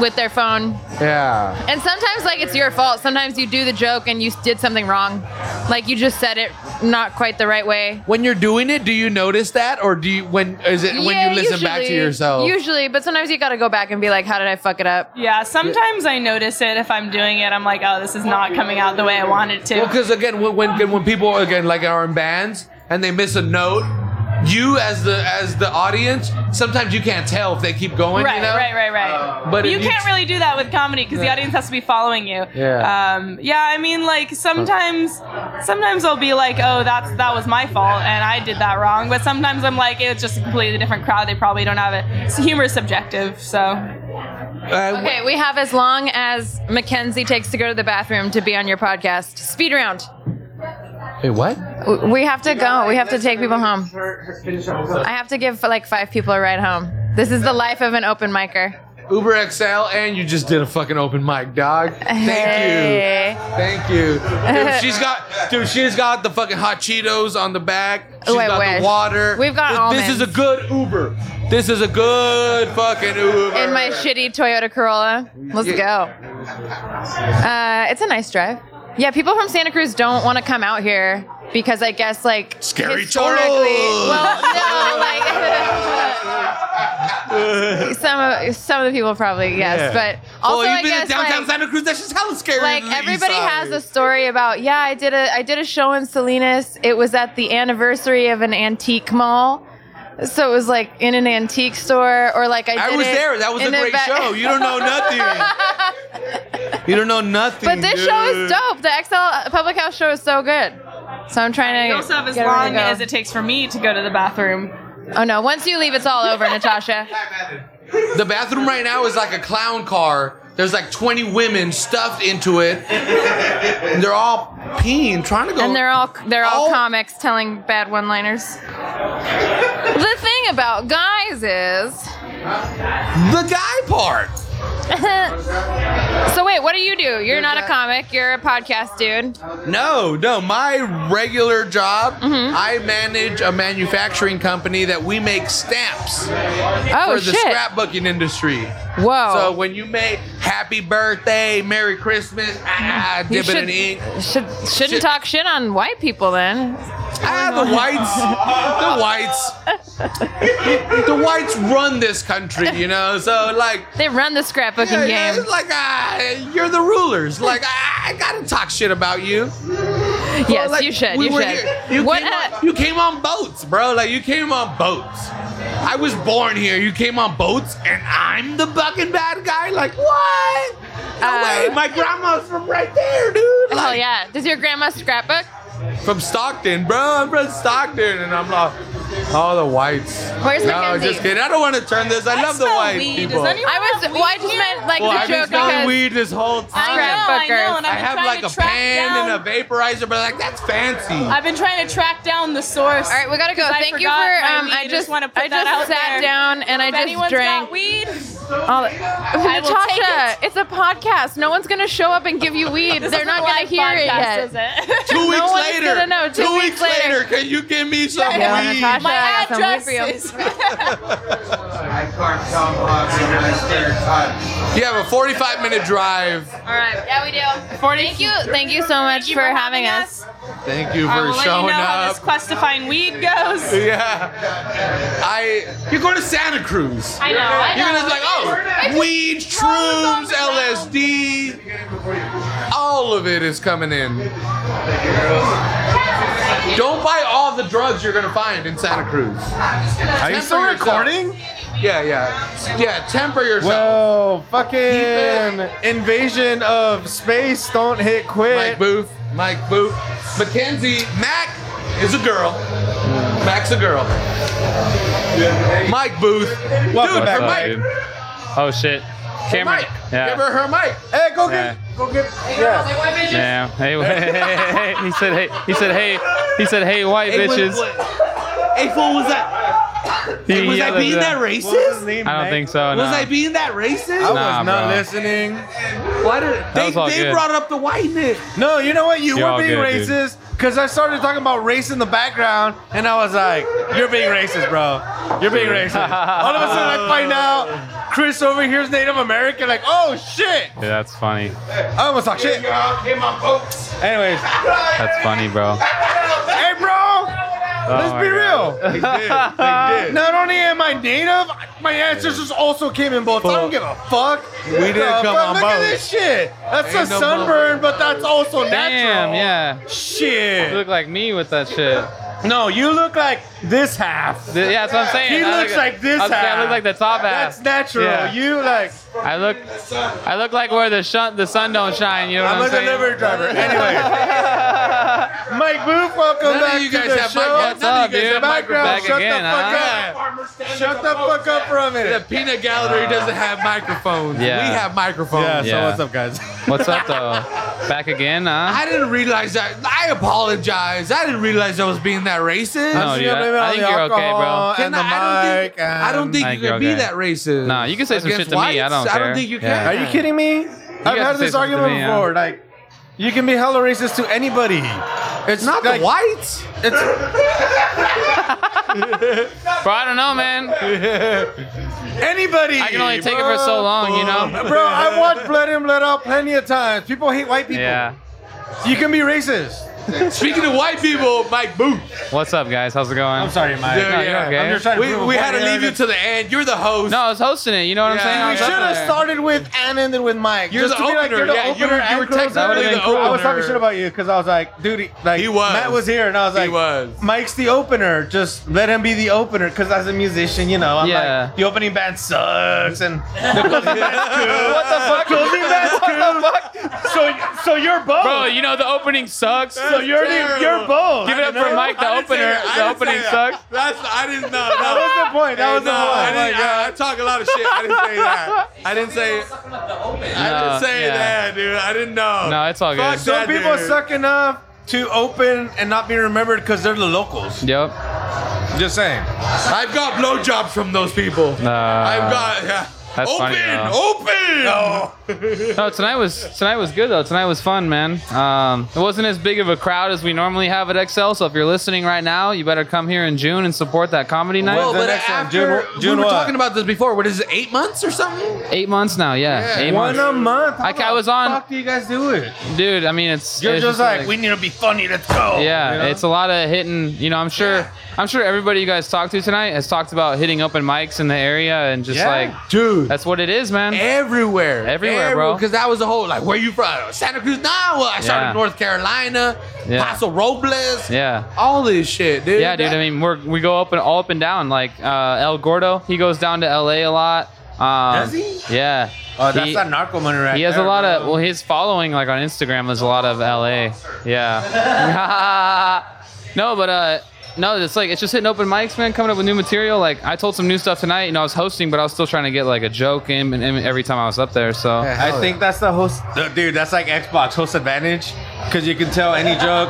Speaker 7: with their phone.
Speaker 1: yeah.
Speaker 7: And sometimes like it's your fault. Sometimes you do the joke and you s- did something wrong. Like you just said it not quite the right way.
Speaker 1: when you're doing it, do you notice that, or do you when is it when
Speaker 7: Yeah,
Speaker 1: you listen back to
Speaker 7: usually-
Speaker 1: yourself?
Speaker 7: Usually, but sometimes you got to go back and be like, how did I fuck it up?
Speaker 8: yeah, sometimes I notice it if I'm doing it. I'm like, oh, this is not coming out the way I want it to.
Speaker 1: Well, because again, when- when when people again like are in bands and they miss a note, you as the as the audience, sometimes you can't tell if they keep going.
Speaker 8: Right,
Speaker 1: you know? Uh,
Speaker 8: right, right, right.
Speaker 1: But
Speaker 8: But
Speaker 1: if
Speaker 8: you
Speaker 1: you-
Speaker 8: can't really do that with comedy because the audience has to be following you.
Speaker 1: Yeah.
Speaker 8: Um, yeah. I mean, like sometimes, sometimes I'll be like, "Oh, that's that was my fault, and I did that wrong." But sometimes I'm like, "It's just a completely different crowd. They probably don't have it." So humor is subjective, so
Speaker 1: Uh,
Speaker 7: Okay, we have as long as Mackenzie takes to go to the bathroom to be on your podcast. Speed round.
Speaker 1: Wait, what?
Speaker 7: W- We have to go. We have to take people home. I have to give like five people a ride home. This is the life of an open micer.
Speaker 1: Uber XL, and you just did a fucking open mic, dog. Thank
Speaker 7: Hey.
Speaker 1: you, thank you. Dude, she's got, dude, she's got the fucking hot Cheetos on the back. She's
Speaker 7: Ooh, I
Speaker 1: got
Speaker 7: wish.
Speaker 1: the water.
Speaker 7: We've got
Speaker 1: This, this is a good Uber. This is a good fucking Uber.
Speaker 7: In my shitty Toyota Corolla. Let's go. Uh, it's a nice drive. Yeah, people from Santa Cruz don't want to come out here because I guess like
Speaker 1: Scary
Speaker 7: historically.
Speaker 1: Charles.
Speaker 7: Well, no, like some of some of the people probably yes, but also
Speaker 1: oh,
Speaker 7: I
Speaker 1: you've been
Speaker 7: guess
Speaker 1: in downtown
Speaker 7: like,
Speaker 1: Santa Cruz. That's just hella scary.
Speaker 7: like
Speaker 1: on the east
Speaker 7: everybody has
Speaker 1: side.
Speaker 7: a story about yeah i did a i did a show in salinas it was at the anniversary of an antique mall so it was like in an antique store or like i,
Speaker 1: I
Speaker 7: did
Speaker 1: was
Speaker 7: it
Speaker 1: there. That was a
Speaker 7: in
Speaker 1: great
Speaker 7: ba-
Speaker 1: show. You don't know nothing. you don't know nothing.
Speaker 7: but this
Speaker 1: dude.
Speaker 7: show is dope the xl public house show is so good so i'm trying
Speaker 8: you
Speaker 7: to
Speaker 8: also have as
Speaker 7: get ready
Speaker 8: long
Speaker 7: to go.
Speaker 8: as it takes for me to go to the bathroom.
Speaker 7: oh no once you leave it's all over natasha
Speaker 1: The bathroom right now is like a clown car. There's like 20 women stuffed into it. And they're all peeing, trying to go.
Speaker 7: and they're all they're all
Speaker 1: Oh.
Speaker 7: comics telling bad one liners the thing about guys is
Speaker 1: the guy part.
Speaker 7: so wait, what do you do? You're not a comic. You're a podcast dude.
Speaker 1: No, no. My regular job,
Speaker 7: Mm-hmm.
Speaker 1: I manage a manufacturing company that we make stamps
Speaker 7: Oh
Speaker 1: for the
Speaker 7: shit!
Speaker 1: scrapbooking industry. So
Speaker 7: Whoa.
Speaker 1: when you make happy birthday, Merry Christmas, ah,
Speaker 7: Mm-hmm. You
Speaker 1: dip it in ink.
Speaker 7: should, shouldn't
Speaker 1: Shit.
Speaker 7: talk shit on white people then.
Speaker 1: Ah, the whites, the whites, the whites run this country, you know. So like,
Speaker 7: They run the scrapbooking
Speaker 1: yeah, yeah,
Speaker 7: game.
Speaker 1: it's like ah, you're the rulers. Like I, I gotta talk shit about you.
Speaker 7: yes,
Speaker 1: Well, like,
Speaker 7: you should.
Speaker 1: we
Speaker 7: you
Speaker 1: were
Speaker 7: should.
Speaker 1: here. You,
Speaker 7: what?
Speaker 1: came
Speaker 7: uh,
Speaker 1: on, you came on boats, bro. Like you came on boats. I was born here. You came on boats, and I'm the fucking bad guy. Like what? No
Speaker 7: Uh,
Speaker 1: way. My grandma's from right there, dude.
Speaker 7: hell
Speaker 1: Like,
Speaker 7: Oh, yeah! Does your grandma scrapbook?
Speaker 1: From Stockton, bro. I'm from Stockton, and I'm like, oh, the whites.
Speaker 7: Where's
Speaker 1: no,
Speaker 7: Mackenzie?
Speaker 1: just kidding. I don't want to turn this. I,
Speaker 8: I
Speaker 1: love the
Speaker 8: smell
Speaker 1: white
Speaker 8: weed. Does
Speaker 1: people.
Speaker 8: anyone-
Speaker 7: I was. Well, I just meant like
Speaker 1: well,
Speaker 7: the
Speaker 1: I've been
Speaker 7: joke
Speaker 1: smelling
Speaker 7: because
Speaker 1: weed this whole
Speaker 8: I
Speaker 1: time.
Speaker 8: know, I know, and
Speaker 1: I
Speaker 8: I've been
Speaker 1: have
Speaker 8: trying
Speaker 1: like
Speaker 8: to
Speaker 1: a
Speaker 8: track
Speaker 1: pan
Speaker 8: down,
Speaker 1: and a vaporizer, but like that's fancy.
Speaker 8: I've been trying to track down the source.
Speaker 7: All right, we gotta go.
Speaker 8: 'cause I
Speaker 7: Thank you for.
Speaker 8: forgot my
Speaker 7: Um,
Speaker 8: weed.
Speaker 7: I just
Speaker 8: want to put
Speaker 7: I
Speaker 8: that
Speaker 7: just
Speaker 8: out
Speaker 7: sat
Speaker 8: there.
Speaker 7: down and I
Speaker 8: If
Speaker 7: just
Speaker 8: anyone's
Speaker 7: drank.
Speaker 8: got weed,
Speaker 7: all the-
Speaker 8: will take
Speaker 7: Natasha, it's a podcast. No one's gonna show up and give you weed.
Speaker 8: this
Speaker 7: They're
Speaker 8: isn't
Speaker 7: not
Speaker 8: a
Speaker 7: gonna
Speaker 8: live
Speaker 7: hear it
Speaker 8: podcast, is
Speaker 7: yet.
Speaker 8: it?
Speaker 1: Two weeks
Speaker 7: one's
Speaker 1: later.
Speaker 7: gonna know. Two
Speaker 1: weeks
Speaker 7: weeks later.
Speaker 1: later, can you give me some
Speaker 7: Yeah,
Speaker 1: weed?
Speaker 7: Natasha,
Speaker 8: My
Speaker 7: I got some weed
Speaker 8: address
Speaker 7: for you.
Speaker 8: is.
Speaker 1: You have a 45 minute drive.
Speaker 7: All right. Yeah, we do. Thank you. Thank you so much
Speaker 8: Thank you
Speaker 7: for, having us.
Speaker 1: Thank you for
Speaker 8: I will let you
Speaker 1: showing
Speaker 8: know how this
Speaker 1: up.
Speaker 8: quest to find weed goes.
Speaker 1: Yeah. I you're going to Santa Cruz.
Speaker 8: I know. I
Speaker 1: You're
Speaker 8: know.
Speaker 1: gonna be like, oh, weed, shrooms, LSD, all of it is coming in. Don't buy all the drugs you're gonna find in Santa Cruz.
Speaker 2: Are you still
Speaker 1: Temper yourself.
Speaker 2: recording?
Speaker 1: Yeah, yeah, yeah. Temper yourself.
Speaker 2: Whoa, fucking invasion of space. Don't hit
Speaker 1: Mike
Speaker 2: quit.
Speaker 1: Booth, Mike Booth, Mackenzie, Mac is a girl. Mac's a girl. Mike Booth, dude,
Speaker 9: What's
Speaker 1: her
Speaker 9: up,
Speaker 1: mic,
Speaker 9: dude? Oh shit.
Speaker 1: her
Speaker 9: Cameron.
Speaker 1: mic.
Speaker 9: Yeah.
Speaker 1: Give her her mic.
Speaker 2: Hey, go
Speaker 9: Yeah.
Speaker 2: get, go get. Yeah.
Speaker 9: Yeah. Hey, hey, hey, he said, hey, he said, hey, he said, hey, white bitches.
Speaker 1: Hey, fool, was that?
Speaker 9: He
Speaker 1: was I
Speaker 9: yelled at
Speaker 1: being
Speaker 9: them.
Speaker 1: that racist?
Speaker 9: I don't think so.
Speaker 1: Was
Speaker 9: no.
Speaker 1: I being that
Speaker 2: I
Speaker 1: racist?
Speaker 2: was
Speaker 9: Nah,
Speaker 2: not
Speaker 9: bro.
Speaker 2: listening.
Speaker 1: Why did they,
Speaker 9: was all
Speaker 1: they
Speaker 9: good.
Speaker 1: brought up the whiteness?
Speaker 2: No, you know what? You
Speaker 9: You're
Speaker 2: were
Speaker 9: all
Speaker 2: being
Speaker 9: good, dude.
Speaker 2: racist because I started talking about race in the background, and I was like, "You're being racist, bro. You're being racist." All of a sudden, I find out Chris over here is Native American. Like, oh shit!
Speaker 9: Yeah, that's funny.
Speaker 2: I almost talk shit. Anyways,
Speaker 9: That's funny, bro. Oh
Speaker 2: hey, bro. Let's
Speaker 9: my
Speaker 2: be
Speaker 9: God.
Speaker 2: real. Not only am I native, my ancestors also came in boats. I don't give a fuck. We
Speaker 1: didn't come on
Speaker 2: Look at
Speaker 1: boats.
Speaker 2: this shit. That's
Speaker 1: Ain't
Speaker 2: a
Speaker 1: no
Speaker 2: sunburn, but that's also
Speaker 9: Damn,
Speaker 2: natural.
Speaker 9: yeah.
Speaker 2: Shit.
Speaker 9: You look like me with that shit.
Speaker 2: No, you look like this half.
Speaker 9: Th- Yeah, that's what I'm saying.
Speaker 2: He
Speaker 9: I
Speaker 2: looks like this
Speaker 9: I, was saying I look
Speaker 2: half.
Speaker 9: like the top half.
Speaker 2: That's natural.
Speaker 9: Yeah.
Speaker 2: You like
Speaker 9: I look, I look like where the shun, the sun don't shine. You know what
Speaker 2: I'm
Speaker 9: I'm,
Speaker 2: a
Speaker 9: saying?
Speaker 2: delivery driver. Anyway, Mike Booth, welcome
Speaker 1: None of
Speaker 2: back
Speaker 1: you
Speaker 2: to
Speaker 1: guys
Speaker 2: the
Speaker 1: have
Speaker 2: show.
Speaker 1: mic-
Speaker 9: What's up,
Speaker 1: you guys
Speaker 9: dude?
Speaker 1: have mic-
Speaker 2: Background,
Speaker 9: Back
Speaker 2: shut
Speaker 9: again,
Speaker 2: the fuck up. Shut the fuck up for a
Speaker 1: The
Speaker 2: minute.
Speaker 1: peanut gallery doesn't have microphones.
Speaker 9: yeah.
Speaker 1: We have microphones.
Speaker 9: Yeah.
Speaker 2: up, guys?
Speaker 9: What's up, though? Back again, huh?
Speaker 1: I didn't realize that. I apologize. I didn't realize I was being that racist.
Speaker 9: No,
Speaker 2: Just
Speaker 9: dude,
Speaker 2: blame
Speaker 9: I- I
Speaker 2: it on
Speaker 9: think
Speaker 2: the
Speaker 9: you're okay, bro.
Speaker 2: alcohol
Speaker 1: Can
Speaker 2: And the
Speaker 1: I,
Speaker 2: mic.
Speaker 1: don't think, I don't
Speaker 2: and-
Speaker 1: think
Speaker 9: I
Speaker 1: you
Speaker 9: think
Speaker 1: can be
Speaker 9: you're okay.
Speaker 1: that racist.
Speaker 9: Nah, you can say some
Speaker 1: against
Speaker 9: shit to me. I don't
Speaker 1: whites. I
Speaker 9: care.
Speaker 1: don't think you can.
Speaker 9: Yeah.
Speaker 2: Are you kidding me? I've
Speaker 9: have
Speaker 2: had
Speaker 9: to say
Speaker 2: this
Speaker 9: something to
Speaker 2: argument
Speaker 9: me, yeah.
Speaker 2: before. Like, you can be hella racist to anybody. It's
Speaker 1: Not
Speaker 2: like,
Speaker 1: the whites.
Speaker 9: Bro, I don't know, man.
Speaker 2: Anybody.
Speaker 9: I can only take it for so long, you know?
Speaker 2: Bro, I watched Blood In, Blood Out plenty of times. People hate white people.
Speaker 9: Yeah.
Speaker 2: You can be racist.
Speaker 1: Speaking of white people, Mike Booth.
Speaker 9: What's up, guys? How's it going?
Speaker 2: I'm sorry, Mike.
Speaker 1: Yeah,
Speaker 9: No,
Speaker 1: yeah.
Speaker 9: you're okay.
Speaker 2: I'm just trying to
Speaker 1: We,
Speaker 2: prove a
Speaker 1: we had to
Speaker 2: point here.
Speaker 1: leave you to the end. You're the host.
Speaker 9: no, I was hosting it. You know what I'm
Speaker 1: Yeah,
Speaker 9: saying? I
Speaker 1: we
Speaker 9: was
Speaker 2: We
Speaker 9: up
Speaker 2: should have
Speaker 9: there.
Speaker 2: started with Ann and then with Mike.
Speaker 1: You're
Speaker 2: Just
Speaker 1: the
Speaker 2: to be like,
Speaker 1: opener.
Speaker 2: you're the
Speaker 1: Yeah, you
Speaker 2: opener
Speaker 1: were- you
Speaker 2: and
Speaker 1: were
Speaker 2: closer.
Speaker 1: technically
Speaker 9: the
Speaker 2: I was talking
Speaker 1: opener.
Speaker 2: shit about you because I was like, dude, like
Speaker 1: He was.
Speaker 2: Matt was here, and I was
Speaker 1: He
Speaker 2: like,
Speaker 1: was.
Speaker 2: Mike's the opener. Just let him be the opener because as a musician, you know, I'm
Speaker 9: Yeah.
Speaker 2: like the opening band sucks and the closing band's cool.
Speaker 9: What the fuck?
Speaker 2: Closing band's cool.
Speaker 9: What the fuck?
Speaker 2: So, so you're both.
Speaker 9: Bro, you know the opening sucks.
Speaker 2: so you're the,
Speaker 1: terrible.
Speaker 2: you're both.
Speaker 9: Give it up for Mike, the
Speaker 1: I didn't say
Speaker 9: opener.
Speaker 1: that. I
Speaker 9: The
Speaker 1: didn't
Speaker 9: opening
Speaker 1: say that.
Speaker 9: sucks.
Speaker 1: That's I didn't know.
Speaker 2: That
Speaker 1: No,
Speaker 2: was the point. That was
Speaker 1: no, I,
Speaker 2: the
Speaker 1: didn't,
Speaker 2: point. Like,
Speaker 1: I, I talk a lot of shit. I didn't say that. I didn't say. I
Speaker 2: Uh,
Speaker 9: No,
Speaker 1: didn't say
Speaker 9: yeah.
Speaker 1: that, dude. I didn't know.
Speaker 9: No, it's all good.
Speaker 1: Fuck
Speaker 2: Some
Speaker 1: that,
Speaker 2: people
Speaker 1: dude.
Speaker 2: suck enough to open and not be remembered because they're the locals.
Speaker 9: Yep.
Speaker 2: Just saying.
Speaker 1: I've got blowjobs from those people. I've got. Yeah.
Speaker 9: that's
Speaker 1: open, Oh,
Speaker 9: funny, though.
Speaker 1: open.
Speaker 9: No, tonight was tonight was good though. Tonight was fun, man. Um, it wasn't as big of a crowd as we normally have at XL. So if you're listening right now, you better come here in June and support that comedy night.
Speaker 1: Well,
Speaker 2: the
Speaker 1: but
Speaker 2: next one?
Speaker 1: after
Speaker 2: June- June
Speaker 1: we were
Speaker 2: what?
Speaker 1: talking about this before, what is it? Eight months or something?
Speaker 9: Eight months now, yeah.
Speaker 1: Yeah.
Speaker 9: Eight
Speaker 2: One
Speaker 9: months,
Speaker 2: a month. How
Speaker 9: I-
Speaker 2: the
Speaker 9: I was on-
Speaker 2: Fuck, do you guys do it?
Speaker 9: dude. I mean, it's
Speaker 2: You're
Speaker 9: it's
Speaker 2: just like, we need to be funny. Let's go.
Speaker 9: yeah.
Speaker 2: You know?
Speaker 9: It's a lot of hitting. You know, I'm sure. I'm sure everybody you guys talked to tonight has talked about hitting open mics in the area and just
Speaker 2: Yeah.
Speaker 9: like
Speaker 1: Dude.
Speaker 9: that's what it is, man.
Speaker 1: Everywhere.
Speaker 9: Everywhere, bro.
Speaker 1: Because that was the whole like, where you from? Santa Cruz? Nah, well, I started
Speaker 9: Yeah.
Speaker 1: in North Carolina,
Speaker 9: Yeah.
Speaker 1: Paso Robles.
Speaker 9: yeah.
Speaker 1: All this shit, dude.
Speaker 9: Yeah, dude. I mean, we're, we go up and all up and down. Like uh, El Gordo, he goes down to LA a lot. Um,
Speaker 2: Does he?
Speaker 9: Yeah.
Speaker 2: Oh, that's
Speaker 9: he,
Speaker 2: not narco money right
Speaker 9: he has
Speaker 2: there,
Speaker 9: a lot
Speaker 2: bro.
Speaker 9: of well, his following like on Instagram is a lot of LA. Yeah. no, but uh, no, it's like it's just hitting open mics, man. Coming up with new material. Like I told some new stuff tonight. You know, I was hosting, but I was still trying to get like a joke in, in, in every time I was up there. So
Speaker 2: I think that's the host, the- dude. That's like Xbox host advantage because you can tell any joke,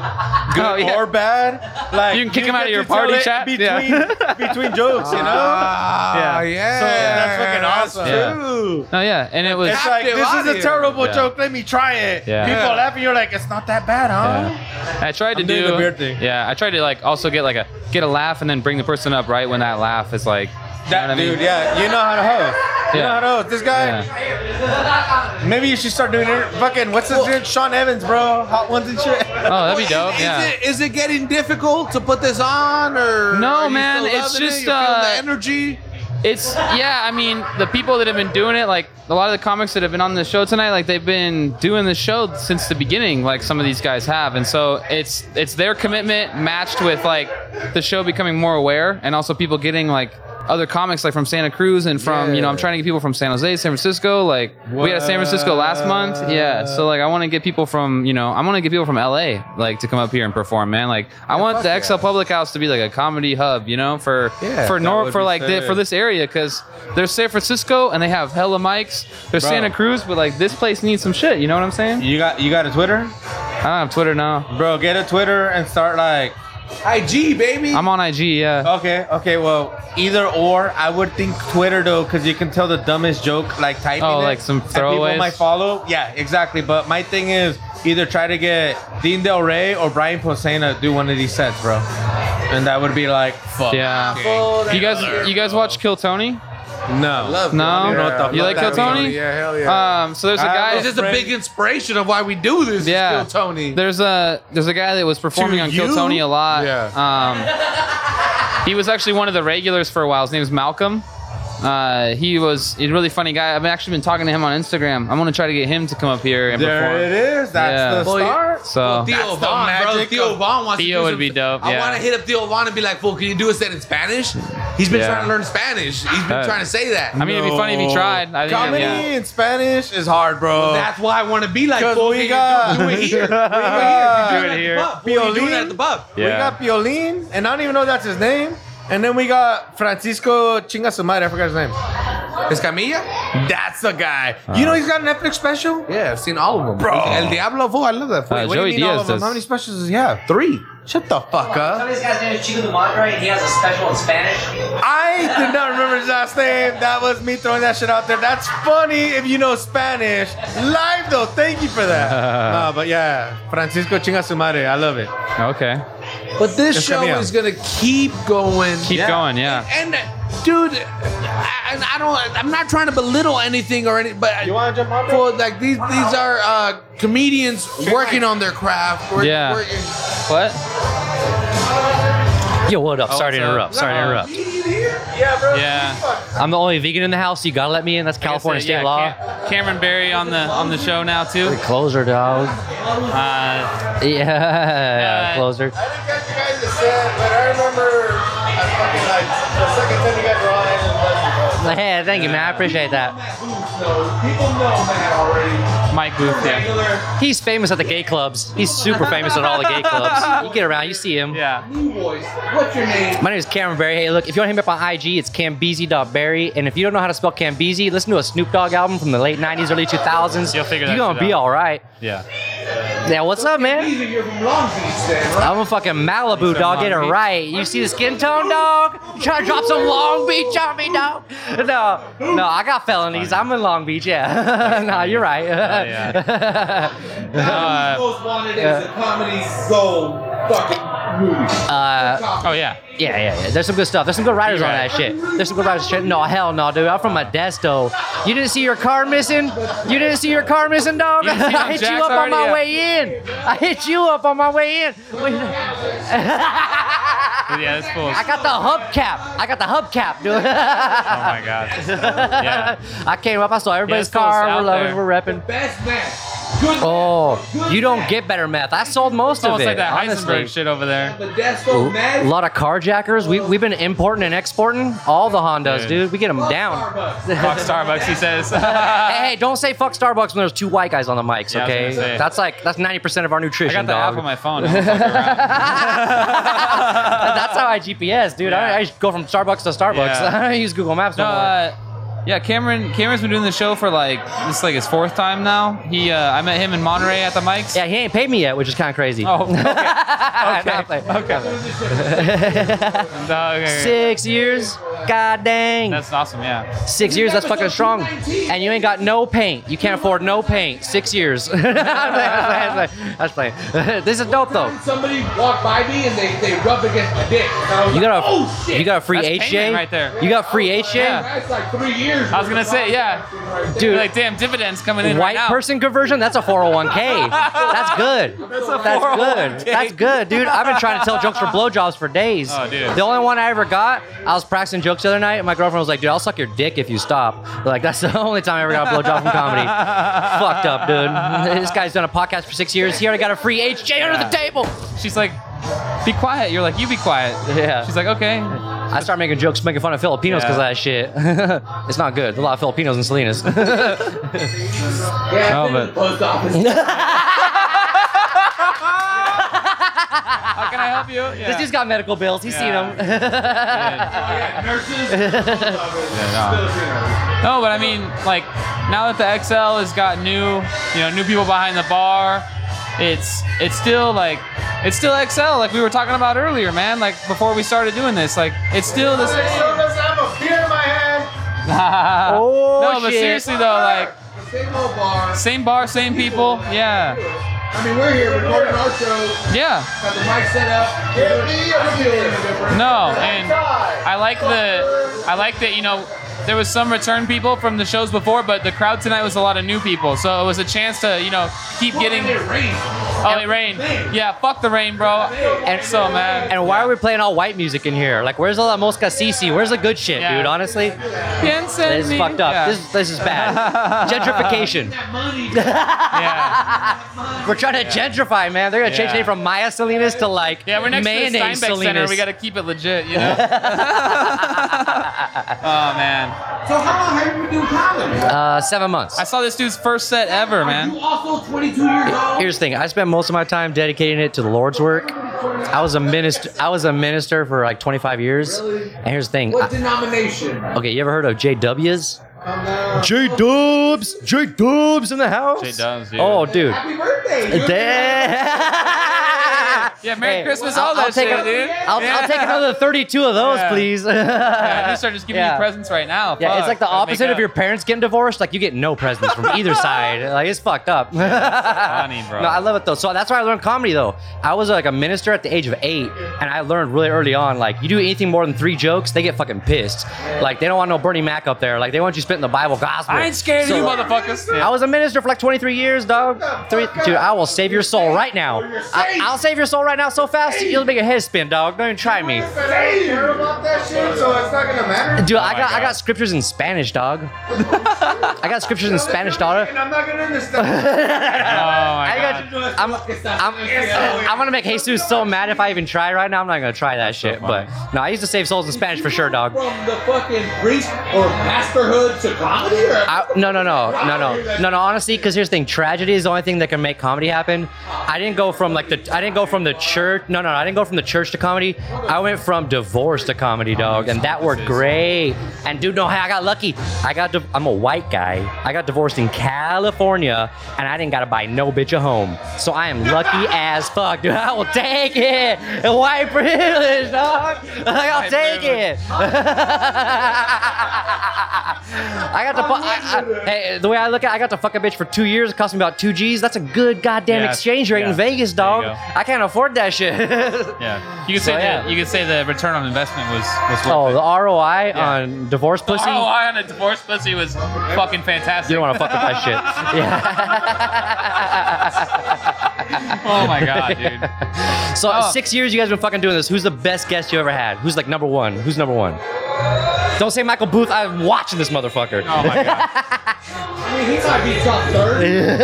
Speaker 2: good
Speaker 9: Oh, yeah.
Speaker 2: or bad. Like
Speaker 9: You can kick 'em
Speaker 2: get
Speaker 9: out of your
Speaker 2: to tell
Speaker 9: party
Speaker 2: it
Speaker 9: chat.
Speaker 2: between
Speaker 9: Yeah.
Speaker 2: between jokes, you know.
Speaker 1: Ah, yeah.
Speaker 9: Yeah.
Speaker 2: So that's fucking awesome.
Speaker 9: Yeah.
Speaker 2: True.
Speaker 9: no, yeah, and it was.
Speaker 2: It's like
Speaker 1: Captive
Speaker 2: this is a
Speaker 1: audience.
Speaker 2: terrible
Speaker 9: Yeah.
Speaker 2: joke. Let me try it.
Speaker 9: Yeah.
Speaker 2: People
Speaker 1: Yeah.
Speaker 2: laughing. You're like, it's not that bad, huh?
Speaker 9: Yeah. I tried to
Speaker 2: I'm
Speaker 9: do
Speaker 2: doing the beard thing.
Speaker 9: Yeah, I tried to like also get like a get a laugh and then bring the person up right when that laugh is like. you know
Speaker 2: That
Speaker 9: what I mean?
Speaker 2: dude, yeah, you know how to host. You know
Speaker 9: Yeah.
Speaker 2: how to host. This guy, maybe you should start doing it. Fucking, what's his name? Sean Evans, bro. Hot ones and shit.
Speaker 9: Oh, that'd be dope.
Speaker 1: Is,
Speaker 9: yeah.
Speaker 1: it, is it getting difficult to put this on, or
Speaker 9: No,
Speaker 1: are you
Speaker 9: man,
Speaker 1: still
Speaker 9: it's
Speaker 1: loving it?
Speaker 9: just,
Speaker 1: You're feeling
Speaker 9: uh,
Speaker 1: the energy.
Speaker 9: It's yeah. I mean, the people that have been doing it, like a lot of the comics that have been on the show tonight, like they've been doing the show since the beginning, like some of these guys have, and so it's it's their commitment matched with like the show becoming more aware, and also people getting like other comics like from Santa Cruz and from you know I'm trying to get people from San Jose, San Francisco. Like we had a San Francisco last month, yeah. So like I want to get people from you know I want to get people from LA like to come up here and perform, man. Like I want the XL Public House to be like a comedy hub, you know, for
Speaker 2: Yeah,
Speaker 9: for
Speaker 2: that
Speaker 9: nor
Speaker 2: would
Speaker 9: for
Speaker 2: be
Speaker 9: like the,
Speaker 2: sick.
Speaker 9: for this area because there's San Francisco and they have hella mics. There's
Speaker 2: Bro.
Speaker 9: Santa Cruz, but like this place needs some shit. You know what I'm saying?
Speaker 2: You got you got a Twitter,
Speaker 9: I don't have Twitter now.
Speaker 2: bro. Get a Twitter and start like.
Speaker 1: IG, baby.
Speaker 9: I'm on IG. Yeah.
Speaker 2: Okay, okay. Well, either or, I would think Twitter though, because you can tell the dumbest joke like typing.
Speaker 9: Oh,
Speaker 2: it,
Speaker 9: like some
Speaker 2: and
Speaker 9: throwaways?
Speaker 2: people might follow. Yeah, exactly. But my thing is either try to get Dean Del Rey or Brian Posehn to do one of these sets, bro, and that would be like fuck.
Speaker 9: Yeah. You guys, you guys watch Kill Tony?
Speaker 2: No.
Speaker 1: Love
Speaker 9: No?
Speaker 1: Tony.
Speaker 2: What the
Speaker 9: You
Speaker 2: fuck
Speaker 9: like Kill
Speaker 2: that
Speaker 9: Tony?
Speaker 1: Yeah, hell yeah.
Speaker 9: Um, so there's a
Speaker 2: I
Speaker 9: guy.
Speaker 2: have
Speaker 1: it's just a big inspiration of why we do this. is
Speaker 9: Yeah.
Speaker 1: Kill Tony.
Speaker 9: There's a there's a guy that was performing
Speaker 1: To
Speaker 9: on Kill
Speaker 1: you?
Speaker 9: Tony a lot.
Speaker 1: Yeah.
Speaker 9: Um, he was actually one of the regulars for a while. His name was Malcolm. Uh, he was he's a really funny guy. I've actually been talking to him on Instagram. I'm gonna try to get him to come up here and
Speaker 2: There
Speaker 9: perform.
Speaker 2: it is.
Speaker 9: Yeah.
Speaker 2: That's the
Speaker 1: Well, you-
Speaker 2: start.
Speaker 9: So
Speaker 1: Theo
Speaker 2: the
Speaker 1: Vaughn, bro.
Speaker 2: magic
Speaker 1: Theo
Speaker 2: of-
Speaker 1: Vaughn wants to
Speaker 9: oh. Theo
Speaker 1: do
Speaker 9: would
Speaker 1: some-
Speaker 9: be dope,
Speaker 1: I
Speaker 9: yeah.
Speaker 1: want to hit up Theo Vaughn and be like, "Fool, can you do a set in Spanish?" He's been
Speaker 9: Yeah.
Speaker 1: trying to learn Spanish. He's been
Speaker 9: Uh,
Speaker 1: trying to say that.
Speaker 9: I mean, it'd be funny if he tried. I think,
Speaker 2: Comedy
Speaker 9: yeah.
Speaker 2: in Spanish is hard, bro.
Speaker 1: That's why I want to be like,
Speaker 2: Because
Speaker 1: "Fool,
Speaker 2: we
Speaker 1: can you
Speaker 2: got-
Speaker 1: do, do it here? We
Speaker 2: got-
Speaker 1: got,
Speaker 9: Do it here.
Speaker 1: What you doing
Speaker 2: Piolín.
Speaker 1: at the pub?
Speaker 2: We
Speaker 9: Yeah.
Speaker 2: got Piolín, and I don't even know that's his name. And then we got Francisco Chinga su madre, I forgot his name.
Speaker 1: Escamilla?
Speaker 2: That's the guy.
Speaker 9: Uh-huh.
Speaker 2: You know he's got a Netflix special?
Speaker 1: Yeah, I've seen all of them. Bro. El Diablo, fool. I love that. fool.
Speaker 9: Uh,
Speaker 2: What
Speaker 9: Joey
Speaker 2: do you mean all
Speaker 9: Diaz
Speaker 2: of them?
Speaker 9: does.
Speaker 2: How many specials does he have?
Speaker 1: Three.
Speaker 2: Shut the fuck up.
Speaker 10: This guy's name is Chico de Monterrey, and he has a special in Spanish.
Speaker 2: I did not remember his last name. That was me throwing that shit out there. That's funny if you know Spanish. Live though, thank you for that. Uh, but yeah, Francisco Chinga su madre, I love it.
Speaker 9: Okay.
Speaker 1: But this
Speaker 2: Just
Speaker 1: show
Speaker 2: coming out.
Speaker 1: is gonna keep going.
Speaker 9: Keep going, yeah.
Speaker 1: And, and, dude, I, and I don't. I'm not trying to belittle anything or any, but
Speaker 2: You wanna jump on
Speaker 1: Well, like these these are uh, comedians working on their craft. We're-
Speaker 9: Yeah.
Speaker 1: we're-
Speaker 9: What?
Speaker 10: Yo, what
Speaker 2: Oh,
Speaker 10: up? Sorry to interrupt. Sorry to interrupt.
Speaker 2: Yeah, bro.
Speaker 9: Yeah.
Speaker 10: I'm the only vegan in the house. You gotta let me in. That's California state
Speaker 9: Yeah,
Speaker 10: law.
Speaker 9: Cam- Cameron Barry on the on the show now too.
Speaker 10: Closer, dog.
Speaker 9: Uh,
Speaker 10: Yeah,
Speaker 9: Uh,
Speaker 10: closer.
Speaker 2: I didn't catch you guys to set, but I remember I fucking like the second time you guys were on, I just love you, bro.
Speaker 10: Hey, thank you, man. I appreciate that.
Speaker 9: Mike Booth. Yeah.
Speaker 10: He's famous at the gay clubs. He's super famous at all the gay clubs. You get around, you see him.
Speaker 9: Yeah.
Speaker 10: My name is Cameron Barry. Hey, look, if you want to hit me up on IG, it's Cambeezy.Barry. And if you don't know how to spell Cambeezy, listen to a Snoop Dogg album from the late 90s, early 2000s.
Speaker 9: You'll figure that
Speaker 10: You're gonna
Speaker 9: shit
Speaker 10: be
Speaker 9: out.
Speaker 10: all right.
Speaker 9: Yeah.
Speaker 10: Yeah, what's up, man?
Speaker 2: You're from Long Beach, then, right?
Speaker 10: I'm a fucking Malibu dog. Get it right. You see the skin tone, dog? You trying to drop some Long Beach on me, dog? No, no, I got felonies. I'm in Long Beach. Yeah. no, you're right.
Speaker 9: Uh,
Speaker 2: Now, Most Wanted is a comedy soul fucking movie.
Speaker 10: uh,
Speaker 9: Oh yeah.
Speaker 10: Yeah, yeah, yeah. There's some good stuff. There's some good writers on that shit. There's some good writers. Shit. No, hell no, dude. I'm from Modesto. You didn't see your car missing? You didn't see your car missing, dog?
Speaker 9: You didn't see it on
Speaker 10: I hit you
Speaker 9: Jack's
Speaker 10: up on
Speaker 9: already?
Speaker 10: my
Speaker 9: Yeah.
Speaker 10: way in. I hit you up on my way in. Wait. I
Speaker 9: Yeah, that's cool.
Speaker 10: got the hubcap. I got the hubcap, dude.
Speaker 9: Oh my god. Yeah.
Speaker 10: I came up. I saw everybody's
Speaker 9: it's still
Speaker 10: car.
Speaker 9: out
Speaker 10: We're loving.
Speaker 9: there.
Speaker 10: We're repping.
Speaker 2: Best match. Good
Speaker 10: Oh, you don't get better meth. I sold most
Speaker 9: It's
Speaker 10: of
Speaker 9: almost
Speaker 10: it.
Speaker 9: like that
Speaker 10: honestly.
Speaker 9: Heisenberg shit over there.
Speaker 2: Modesto
Speaker 10: A
Speaker 2: match.
Speaker 10: lot of carjackers. We, we've been importing and exporting all the Hondas,
Speaker 9: Dude.
Speaker 10: dude. We get them down.
Speaker 9: Fuck Starbucks, he says.
Speaker 10: Hey, hey, don't say fuck Starbucks when there's two white guys on the mics,
Speaker 9: Yeah, I was
Speaker 10: okay?
Speaker 9: gonna say.
Speaker 10: That's like, that's 90% of our
Speaker 9: I
Speaker 10: nutrition,
Speaker 9: got the app
Speaker 10: dog.
Speaker 9: on my phone. I don't fuck around.
Speaker 10: that's how I GPS, dude. I,
Speaker 9: Yeah.
Speaker 10: I just go from Starbucks to Starbucks.
Speaker 9: Yeah.
Speaker 10: I don't use Google Maps
Speaker 9: No,
Speaker 10: no more.
Speaker 9: uh, yeah, Cameron. Cameron's been doing the show for like this is like his fourth time now. He, uh, I met him in Monterey at the mics.
Speaker 10: yeah, he ain't paid me yet, which is kind of crazy.
Speaker 9: Oh, okay.
Speaker 10: No, I'm
Speaker 9: okay.
Speaker 10: playing.
Speaker 9: No, okay, okay.
Speaker 10: Six years? God dang.
Speaker 9: That's awesome. Yeah.
Speaker 10: Six years, that's fucking strong. And you ain't got no paint. You can't afford no paint. Six years. I'm playing, I'm playing, I'm playing. I'm playing. this is dope though.
Speaker 2: Somebody walked by me and they, they rubbed against my dick. And I was
Speaker 10: You got
Speaker 2: like,
Speaker 10: a
Speaker 2: oh shit.
Speaker 10: you got a free
Speaker 9: That's
Speaker 10: HJ
Speaker 9: payment right there.
Speaker 10: You got free HJ.
Speaker 9: Yeah.
Speaker 2: That's like three years.
Speaker 9: I was gonna say yeah.
Speaker 10: Dude.
Speaker 9: You're like damn dividends coming in right
Speaker 10: White
Speaker 9: now.
Speaker 10: person conversion? That's a 401k. That's good. That's,
Speaker 9: oh
Speaker 10: good. That's good, dude. I've been trying to tell jokes for blowjobs for days.
Speaker 9: Oh, dude.
Speaker 10: The only one I ever got, I was practicing jokes the other night, and my girlfriend was like, dude, I'll suck your dick if you stop. Like, that's the only time I ever got a blowjob from comedy. Fucked up, dude. This guy's done a podcast for six years. He already got a free HJ under the table.
Speaker 9: She's like, be quiet. You're like, you be quiet.
Speaker 10: Yeah.
Speaker 9: She's like, okay.
Speaker 10: I started making jokes, making fun of Filipinos because
Speaker 9: Yeah.
Speaker 10: of that shit. it's not good. There's a lot of Filipinos in Salinas.
Speaker 9: No, but
Speaker 2: Post office.
Speaker 9: how can I help you? Yeah.
Speaker 10: This dude's got medical bills. He's seen 'em.
Speaker 9: Yeah.
Speaker 10: seen them.
Speaker 9: No, but I mean, like now that the XL has got new, you know, new people behind the bar, it's it's still like it's still XL, like we were talking about earlier, man. Like before we started doing this, like it's still this.
Speaker 2: They showed us I have a beer in my hand.
Speaker 10: Oh,
Speaker 9: no, but
Speaker 10: shit.
Speaker 9: seriously though, like
Speaker 2: The Same old bar.
Speaker 9: same bar, same people. Yeah,
Speaker 2: I mean, we're here recording our show.
Speaker 9: yeah.
Speaker 2: Got the mic set up. Give me a beer.
Speaker 9: No, and I like the I like that you know there was some return people from the shows before, but the crowd tonight was a lot of new people, so it was a chance to you know keep getting.
Speaker 2: It rained.
Speaker 9: Oh, it rained. Yeah, fuck the rain, bro. And so man.
Speaker 10: And why are we playing all white music in here? Like, where's all that Mosca Sisi? Where's the good shit,
Speaker 9: Yeah.
Speaker 10: dude? Honestly,
Speaker 9: Jensen.
Speaker 10: this is fucked up.
Speaker 9: Yeah.
Speaker 10: This, this is bad. Gentrification.
Speaker 9: yeah.
Speaker 10: We're trying to gentrify, man. They're gonna change
Speaker 9: Yeah.
Speaker 10: it from Maya Salinas to like
Speaker 9: yeah, we're next
Speaker 10: mayonnaise
Speaker 9: to the Steinbeck
Speaker 10: Salinas.
Speaker 9: Center. We got to keep it legit, you know? oh, man.
Speaker 2: So how long have you been doing comedy?
Speaker 10: uh, seven months.
Speaker 9: I saw this dude's first set ever, man.
Speaker 2: You also 22 years old.
Speaker 10: Here's the thing. I spent most of my time dedicating it to the Lord's work. I was a minister. I was a minister for like 25 years. And here's the thing.
Speaker 2: What
Speaker 10: I-
Speaker 2: denomination?
Speaker 10: okay, you ever heard of JWs?
Speaker 2: Come down.
Speaker 10: J Dubs, J Dubs in the house.
Speaker 9: J-Dubs, dude.
Speaker 10: Oh, dude.
Speaker 2: Happy birthday. You're-
Speaker 10: Damn.
Speaker 9: Yeah, Merry
Speaker 10: Hey,
Speaker 9: Christmas,
Speaker 10: I'll-
Speaker 9: all that
Speaker 10: I'll take
Speaker 9: shit,
Speaker 10: a-
Speaker 9: dude.
Speaker 10: I'll,
Speaker 9: yeah.
Speaker 10: I'll take another 32 of those,
Speaker 9: Yeah.
Speaker 10: please.
Speaker 9: Yeah, they start just giving
Speaker 10: Yeah.
Speaker 9: you presents right now.
Speaker 10: Yeah, it's
Speaker 9: Fuck.
Speaker 10: like the
Speaker 9: Gotta make
Speaker 10: opposite
Speaker 9: up.
Speaker 10: of your parents getting divorced. Like you get no presents from either side. Like it's fucked up.
Speaker 9: funny, bro.
Speaker 10: No, I love it though. So that's why I learned comedy though. I was like a minister at the age of eight, and I learned really early on. Like you do anything more than three jokes, they get fucking pissed. Like they don't want no Bernie Mac up there. Like they want you spitting the Bible gospel.
Speaker 9: I ain't scared
Speaker 10: So-
Speaker 9: of you, motherfuckers.
Speaker 10: I was a minister for like 23 years, dog. Three, dude, I will save your soul right now. I, I'll save your soul right now so fast you'll make your head spin, dog. Don't even try me.
Speaker 2: Hey, you heard about that shit, so it's not gonna matter.
Speaker 9: Oh
Speaker 10: Dude, I got I got scriptures in Spanish, dog. I got scriptures in Spanish, dog.
Speaker 2: And I'm not gonna understand.
Speaker 9: oh, my
Speaker 10: I
Speaker 9: God.
Speaker 10: got. I'm, I'm, I'm gonna make Jesus so mad if I even try right now. I'm not gonna try that shit. But no, I used to save souls in Spanish for sure, dog.
Speaker 2: From the fucking priest or pastorhood to comedy, or
Speaker 10: I, no, no, no, no, no, no, no. Honestly, because here's the thing: tragedy is the only thing that can make comedy happen. I didn't go from like the I didn't go from the church. No, no, I didn't go from the church to comedy. I went from divorce to comedy, dog, and that worked great. And dude, no, hey, I got lucky. I got. Di- I'm a white guy. I got divorced in California, and I didn't gotta buy no bitch a home. So I am lucky as fuck, dude. I will take it. And white privilege, dog. Like, I'll
Speaker 9: White
Speaker 10: take it.
Speaker 9: privilege.
Speaker 10: I got to. Fu- I, I, hey, the way I look at, it, I got to fuck a bitch for two years. It cost me about two G's. That's a good goddamn
Speaker 9: Yeah.
Speaker 10: exchange rate
Speaker 9: Yeah.
Speaker 10: in Vegas,
Speaker 9: There you
Speaker 10: dog.
Speaker 9: go.
Speaker 10: I can't afford that shit.
Speaker 9: Yeah, you could say
Speaker 10: So,
Speaker 9: that.
Speaker 10: yeah.
Speaker 9: You could say the return on investment was was worth
Speaker 10: oh,
Speaker 9: it.
Speaker 10: the ROI
Speaker 9: Yeah. Oh,
Speaker 10: on divorce
Speaker 9: The
Speaker 10: pussy.
Speaker 9: ROI on a divorce pussy was fucking fantastic.
Speaker 10: You don't want to fuck with that shit. Yeah.
Speaker 9: Oh my god, dude.
Speaker 10: So
Speaker 9: Oh.
Speaker 10: six years you guys been fucking doing this. Who's the best guest you ever had? Who's like number one? Who's number one? Don't say Michael Booth. I'm watching this motherfucker.
Speaker 9: Oh my god. Oh,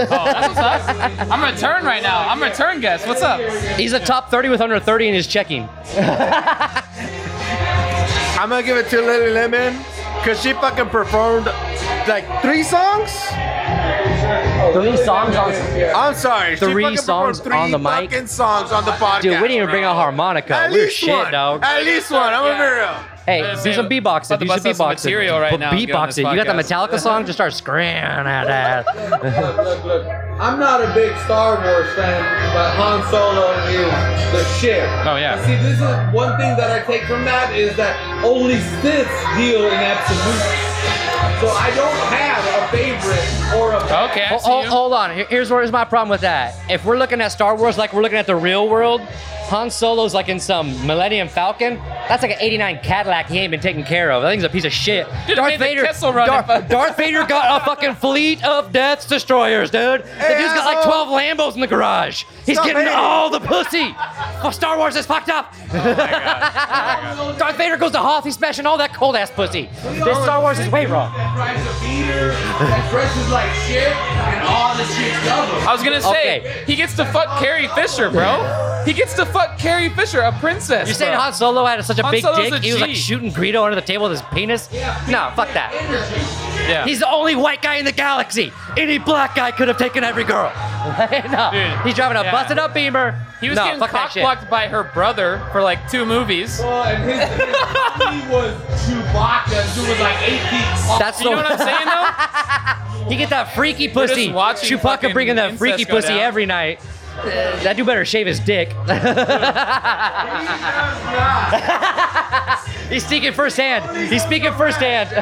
Speaker 9: that's what's up. I'm a return right now. I'm a return guest. What's up?
Speaker 10: He's a top 30 with under 30 in his checking.
Speaker 2: I'm gonna give it to Lily Lemon because she fucking performed like three songs.
Speaker 10: Three songs on.
Speaker 2: I'm sorry, she
Speaker 10: Three
Speaker 2: fucking performed
Speaker 10: songs
Speaker 2: three
Speaker 10: on the mic?
Speaker 2: Fucking songs on the podcast.
Speaker 10: Dude, we didn't even bring out harmonica.
Speaker 2: At
Speaker 10: We're
Speaker 2: least
Speaker 10: shit,
Speaker 2: one.
Speaker 10: dog.
Speaker 2: At least one. I'm
Speaker 9: Yeah.
Speaker 2: a
Speaker 10: Hey,
Speaker 9: Let's
Speaker 10: do
Speaker 9: see.
Speaker 10: some beatboxing.
Speaker 9: About to
Speaker 10: Do some
Speaker 9: bust out some
Speaker 10: beatboxing.
Speaker 9: material right
Speaker 10: But
Speaker 9: now and get on
Speaker 10: Beatbox
Speaker 9: this
Speaker 10: it. You got the
Speaker 9: podcast.
Speaker 10: Metallica song? Just start screaming at that.
Speaker 1: look, look, look. I'm not a big Star Wars fan, but Han Solo is the shit.
Speaker 9: Oh, yeah.
Speaker 1: See, this is uh, one thing that I take from that is that only Siths deal in absolute. So I don't have a favorite or a.
Speaker 9: Okay, I
Speaker 10: Hold,
Speaker 9: see you.
Speaker 2: Oh,
Speaker 10: hold, hold on. Here- Here's where's my problem with that. If we're looking at Star Wars like we're looking at the real world, Han Solo's like in some Millennium Falcon. That's like an '89 Cadillac. He ain't been taken care of. That thing's a piece of shit.
Speaker 9: Dude, it made the Kessel Run
Speaker 10: Dar-
Speaker 9: if I-
Speaker 10: Darth Vader got a fucking fleet of Death's destroyers, dude. the dude's got like 12 Lambos in the garage. He's getting all the pussy. Oh, Star Wars is fucked up.
Speaker 9: Oh
Speaker 10: Darth Vader goes to Hoth. He's smashing all that cold ass pussy. This Star Wars is way wrong.
Speaker 1: Price of beater, that dresses like shit, and all the chicks love him.
Speaker 9: I was gonna say
Speaker 10: Okay.
Speaker 9: he gets to fuck Carrie Fisher, bro. He gets to fuck Carrie Fisher, a princess.
Speaker 10: You're saying
Speaker 9: bro.
Speaker 10: Han Solo had such a
Speaker 9: Han
Speaker 10: big
Speaker 9: Solo's
Speaker 10: dick,
Speaker 9: a
Speaker 10: he was like
Speaker 9: G.
Speaker 10: shooting Greedo under the table with his penis? No, fuck that.
Speaker 9: Yeah.
Speaker 10: He's the only white guy in the galaxy. Any black guy could have taken every girl. no,
Speaker 9: Dude,
Speaker 10: he's driving a
Speaker 9: yeah.
Speaker 10: busted up Beamer.
Speaker 9: he was
Speaker 10: no,
Speaker 9: getting
Speaker 10: fuck that
Speaker 9: cock
Speaker 10: shit.
Speaker 9: blocked by her brother for like two movies.
Speaker 1: Well, and his, his he was Chewbacca. Dude was like eight feet tall.
Speaker 10: That's
Speaker 9: You know
Speaker 10: the-
Speaker 9: what I'm saying though?
Speaker 10: He get that freaky pussy.
Speaker 9: just watching
Speaker 10: Chewbacca
Speaker 9: fucking
Speaker 10: bringing that
Speaker 9: incest
Speaker 10: freaky
Speaker 9: go
Speaker 10: pussy
Speaker 9: down.
Speaker 10: every night. Uh, that dude better shave his dick. He's speaking firsthand. He's speaking firsthand.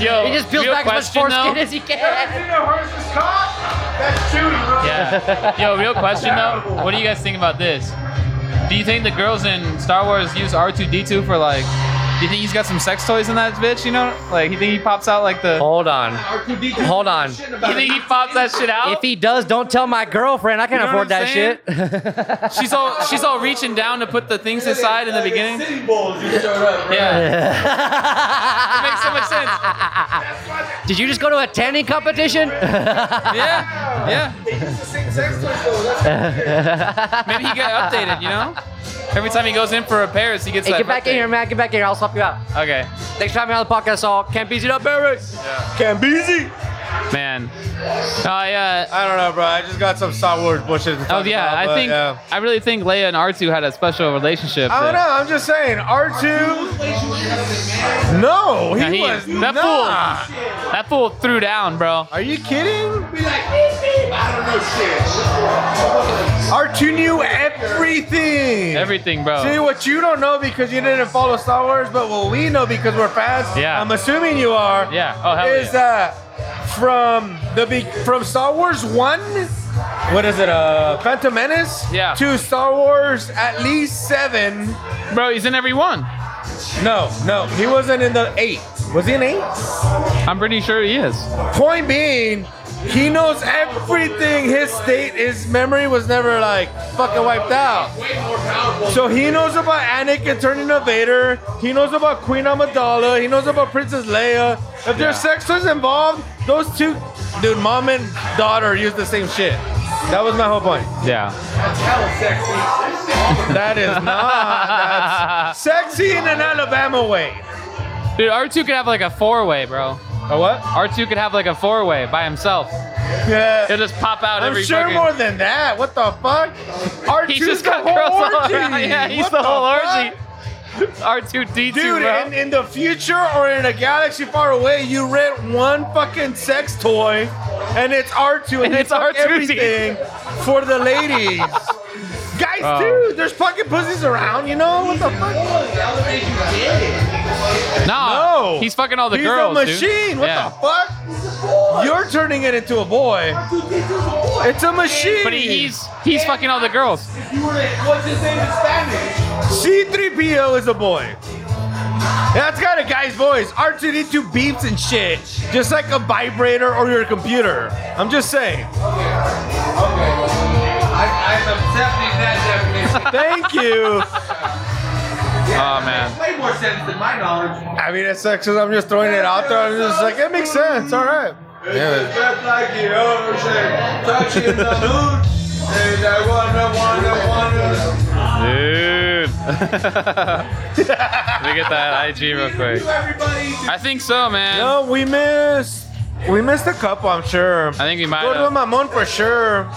Speaker 9: Yo,
Speaker 10: he just peels
Speaker 9: real
Speaker 10: back as much
Speaker 9: question,
Speaker 10: foreskin
Speaker 9: though.
Speaker 10: as he can.
Speaker 9: Yeah. Yo, real question though. What do you guys think about this? Do you think the girls in Star Wars use R2D2 for like? Do you think he's got some sex toys in that bitch? You know, like you think he pops out like the?
Speaker 10: Hold on.
Speaker 1: R2D2
Speaker 10: Hold on.
Speaker 1: shit
Speaker 9: You
Speaker 1: about
Speaker 9: think he pops that shit out?
Speaker 10: If he does, don't tell my girlfriend. I can't
Speaker 9: You know
Speaker 10: afford
Speaker 9: what I'm
Speaker 10: that shit.
Speaker 9: she's all she's all reaching down to put the things aside in the
Speaker 1: Like
Speaker 9: beginning.
Speaker 1: City Bulls, you showed up.
Speaker 9: Yeah. It makes so much sense.
Speaker 10: Did you just go to a tanning competition?
Speaker 9: Yeah, yeah. Maybe he got updated, you know? Every time he goes in for repairs, he gets
Speaker 10: hey,
Speaker 9: that
Speaker 10: get back in
Speaker 9: update.
Speaker 10: here, man. Get back in here. I'll swap you out.
Speaker 9: Okay.
Speaker 10: Next time you're on the podcast, I'll can't beat it up, Barry.
Speaker 9: Man. I, uh,
Speaker 2: I don't know, bro. I just got some Star Wars bullshit. To
Speaker 9: oh,
Speaker 2: talk
Speaker 9: yeah,
Speaker 2: about,
Speaker 9: I
Speaker 2: but,
Speaker 9: think,
Speaker 2: yeah.
Speaker 9: I really think Leia and R2 had a special relationship.
Speaker 2: I don't know. I'm just saying. R2. No, he,
Speaker 9: Yeah, he-
Speaker 2: was
Speaker 9: that
Speaker 2: not.
Speaker 9: fool. That fool threw down, bro.
Speaker 2: Are you kidding?
Speaker 1: Be like, beep, beep. I don't know shit.
Speaker 2: R2 knew everything.
Speaker 9: Everything,
Speaker 2: See
Speaker 9: bro.
Speaker 2: what you don't know because you didn't follow Star Wars, but what we know because we're fans.
Speaker 9: Yeah.
Speaker 2: I'm assuming you are.
Speaker 9: Yeah. Oh, hell
Speaker 2: Is
Speaker 9: yeah.
Speaker 2: that from the be- from Star Wars one? What is it? Uh, Phantom Menace.
Speaker 9: Yeah.
Speaker 2: To Star Wars at least seven.
Speaker 9: Bro, he's in every one.
Speaker 2: No, no, he wasn't in the eight. Was he in eight?
Speaker 9: I'm pretty sure he is.
Speaker 2: Point being, he knows everything. His state, his memory was never like fucking wiped out. oh. So he knows about Anakin turning to Vader. He knows about Queen Amidala. He knows about Princess Leia. If there's sex toys involved, those two, dude, mom and daughter use the same shit. That was my whole point.
Speaker 9: Yeah.
Speaker 2: That is not that's sexy in an Alabama way.
Speaker 9: Dude, R2 could have like a four way, bro.
Speaker 2: A what?
Speaker 9: R2 could have like a four way by himself.
Speaker 2: Yeah.
Speaker 9: It'll just pop out
Speaker 2: I'm
Speaker 9: every
Speaker 2: sure
Speaker 9: fucking-
Speaker 2: more than that. What the fuck? R2's
Speaker 9: He's just
Speaker 2: the
Speaker 9: got
Speaker 2: whole
Speaker 9: girls all
Speaker 2: orgy.
Speaker 9: around. Yeah, he's
Speaker 2: What
Speaker 9: the whole
Speaker 2: fuck?
Speaker 9: orgy. R2D2,
Speaker 2: Dude,
Speaker 9: bro.
Speaker 2: in, in the future or in a galaxy far away, you rent one fucking sex toy and it's R2 and,
Speaker 9: And
Speaker 2: they
Speaker 9: it's
Speaker 2: fuck
Speaker 9: R2.
Speaker 2: everything for the ladies. Guys,
Speaker 9: Oh.
Speaker 2: dude, there's fucking pussies around, you know? What the fuck?
Speaker 9: Nah,
Speaker 2: No.
Speaker 9: he's fucking all the
Speaker 2: He's
Speaker 9: girls,
Speaker 2: a
Speaker 9: dude.
Speaker 2: machine. What
Speaker 9: Yeah.
Speaker 2: the fuck? You're turning it into a boy. It's a machine.
Speaker 9: But he, he's he's fucking all the girls.
Speaker 2: C3PO is a boy. That's got a guy's voice. R2D2 beeps and shit. Just like a vibrator or your computer. I'm just saying. Thank you.
Speaker 9: Oh man.
Speaker 1: Way more sense than my knowledge.
Speaker 2: I mean, it's like, 'cause I'm just throwing it out there. I'm just like, it makes sense. All right.
Speaker 1: It's just like the ocean, touching the moon. And I wanna, wanna, wanna.
Speaker 9: Dude. Let me get that IG real quick.
Speaker 1: Everybody
Speaker 9: I think so, man.
Speaker 2: No, we missed. We missed a couple, I'm sure.
Speaker 9: I think he might
Speaker 2: Gordo
Speaker 9: have.
Speaker 2: Mamon for sure.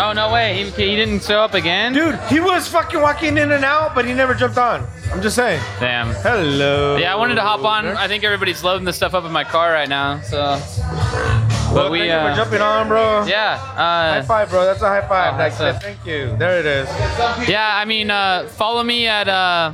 Speaker 9: Oh, no way. He, he didn't show up again?
Speaker 2: Dude, he was fucking walking in and out, but he never jumped on. I'm just saying.
Speaker 9: Damn.
Speaker 2: Hello.
Speaker 9: Yeah, I wanted to hop on. I think everybody's loading this stuff up in my car right now, so. But
Speaker 2: Well,
Speaker 9: we,
Speaker 2: thank you for
Speaker 9: uh,
Speaker 2: jumping on, bro. High
Speaker 9: yeah. Uh,
Speaker 2: five, bro. That's a high five.
Speaker 9: Oh,
Speaker 2: like,
Speaker 9: that's a-
Speaker 2: thank you. There it is.
Speaker 9: yeah, I mean, uh, follow me at. Uh,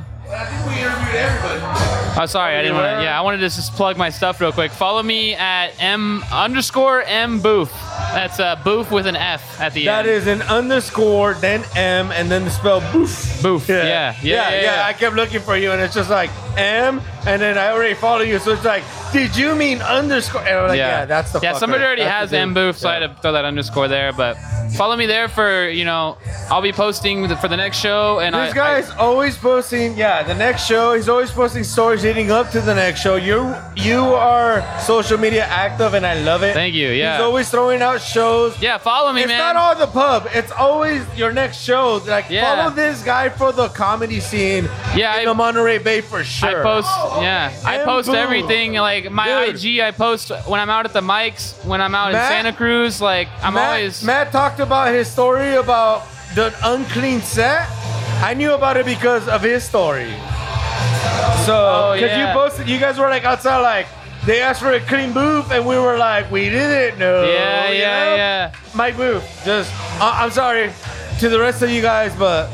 Speaker 9: Oh, sorry, I didn't want to. Yeah, I wanted to just plug my stuff real quick. Follow me at m underscore m boof. That's uh, boof with an f at the
Speaker 2: That
Speaker 9: end.
Speaker 2: is an underscore, then M, and then the spell boof.
Speaker 9: Boof, yeah, yeah,
Speaker 2: yeah,
Speaker 9: yeah, yeah.
Speaker 2: I kept looking for you, and it's just like M, and then I already follow you, so it's like, did you mean underscore? And I'm like, yeah. that's the.
Speaker 9: yeah.
Speaker 2: fucker.
Speaker 9: Somebody already
Speaker 2: That's
Speaker 9: has
Speaker 2: the dude.
Speaker 9: m boof, so I had to throw that underscore there. But follow me there for you know, I'll be posting the- for the next show. And I,
Speaker 2: This guy's always posting. Yeah, the next show, he's always posting stories leading up to the next show. You you are social media active, and I love it.
Speaker 9: I- thank you. Yeah,
Speaker 2: He's always throwing out shows.
Speaker 9: yeah. Follow me,
Speaker 2: it's
Speaker 9: man.
Speaker 2: not all the pub. It's always your next show. Like
Speaker 9: Yeah.
Speaker 2: follow this guy for the comedy scene
Speaker 9: Yeah,
Speaker 2: in
Speaker 9: I-
Speaker 2: the Monterey Bay for
Speaker 9: I
Speaker 2: sure.
Speaker 9: post, yeah, I
Speaker 2: M
Speaker 9: post
Speaker 2: boof.
Speaker 9: everything. Like my
Speaker 2: Dude.
Speaker 9: IG, I post when I'm out at the mics, when I'm out
Speaker 2: Matt-
Speaker 9: in Santa Cruz. Like I'm
Speaker 2: Matt,
Speaker 9: always.
Speaker 2: Matt talked about his story about the unclean set. I knew about it because of his story. So,
Speaker 9: Oh,
Speaker 2: because
Speaker 9: yeah.
Speaker 2: you posted, you guys were like outside, like they asked for a clean booth, and we were like, we didn't know.
Speaker 9: yeah,
Speaker 2: you
Speaker 9: yeah,
Speaker 2: know?
Speaker 9: yeah.
Speaker 2: Mike Booth, just I- I'm sorry to the rest of you guys, but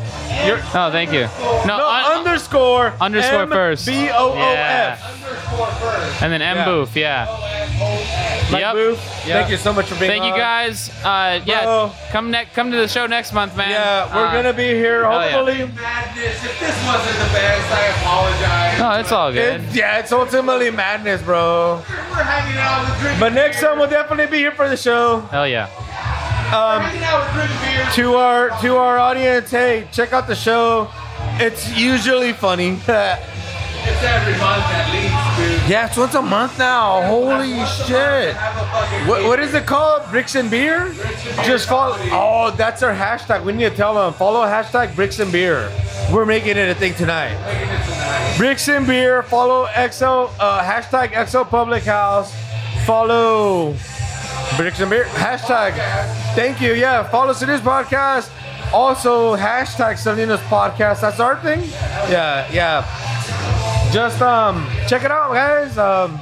Speaker 9: Oh, thank you. No,
Speaker 2: no
Speaker 9: un-
Speaker 2: underscore
Speaker 9: underscore first.
Speaker 2: B O O F.
Speaker 9: Yeah. And then M
Speaker 2: Yeah.
Speaker 9: Booth, yeah.
Speaker 2: Mike
Speaker 9: Yep.
Speaker 2: Booth,
Speaker 9: Yep.
Speaker 2: thank you so much for being.
Speaker 9: Thank you
Speaker 2: on.
Speaker 9: guys. Uh, yeah,
Speaker 2: Bro.
Speaker 9: come next. Come to the show next month, man.
Speaker 2: Yeah, we're
Speaker 9: Uh,
Speaker 2: gonna be here
Speaker 9: hell yeah.
Speaker 2: hopefully.
Speaker 1: madness. If this wasn't the best, I apologize.
Speaker 9: No, it's all
Speaker 2: It-
Speaker 9: good.
Speaker 2: yeah, it's ultimately madness, bro.
Speaker 1: We're hanging out with drinking.
Speaker 2: But next time we'll definitely be here for the show.
Speaker 9: Hell yeah.
Speaker 2: Um,
Speaker 1: hanging out with drinking beer.
Speaker 2: to our to our audience, hey, check out the show. It's usually funny. yeah,
Speaker 1: It's every month at least, dude.
Speaker 2: it's once a month now. Holy shit!
Speaker 1: Have a fucking
Speaker 2: What, what is it called? Bricks and beer? Just follow. Oh, that's our hashtag. We need to tell them. Follow hashtag bricks and beer. We're making it a thing tonight. Bricks and beer. Follow XO uh, hashtag XO Public House. Follow bricks and beer hashtag. Thank you. Yeah, follow Selena's podcast. Also hashtag Selena's podcast. That's our thing. Yeah, yeah. Just um, check it out, guys. Um,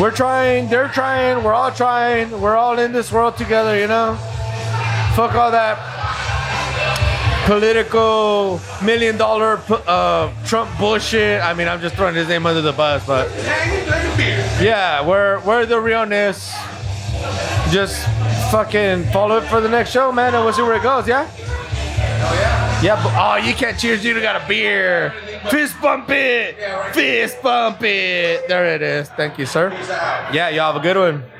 Speaker 2: we're trying, they're trying, we're all trying, we're all in this world together, you know? Fuck all that political million dollar uh, Trump bullshit. I mean, I'm just throwing his name under the bus, but
Speaker 1: hanging drinking beer.
Speaker 2: yeah, we're, we're the realness. Just fucking follow it for the next show, man, and we'll see where it goes, yeah? Yeah, but, oh, you can't cheers. You got a beer. Fist bump it. Fist bump it. There it is. Thank you, sir. Yeah, y'all have a good one.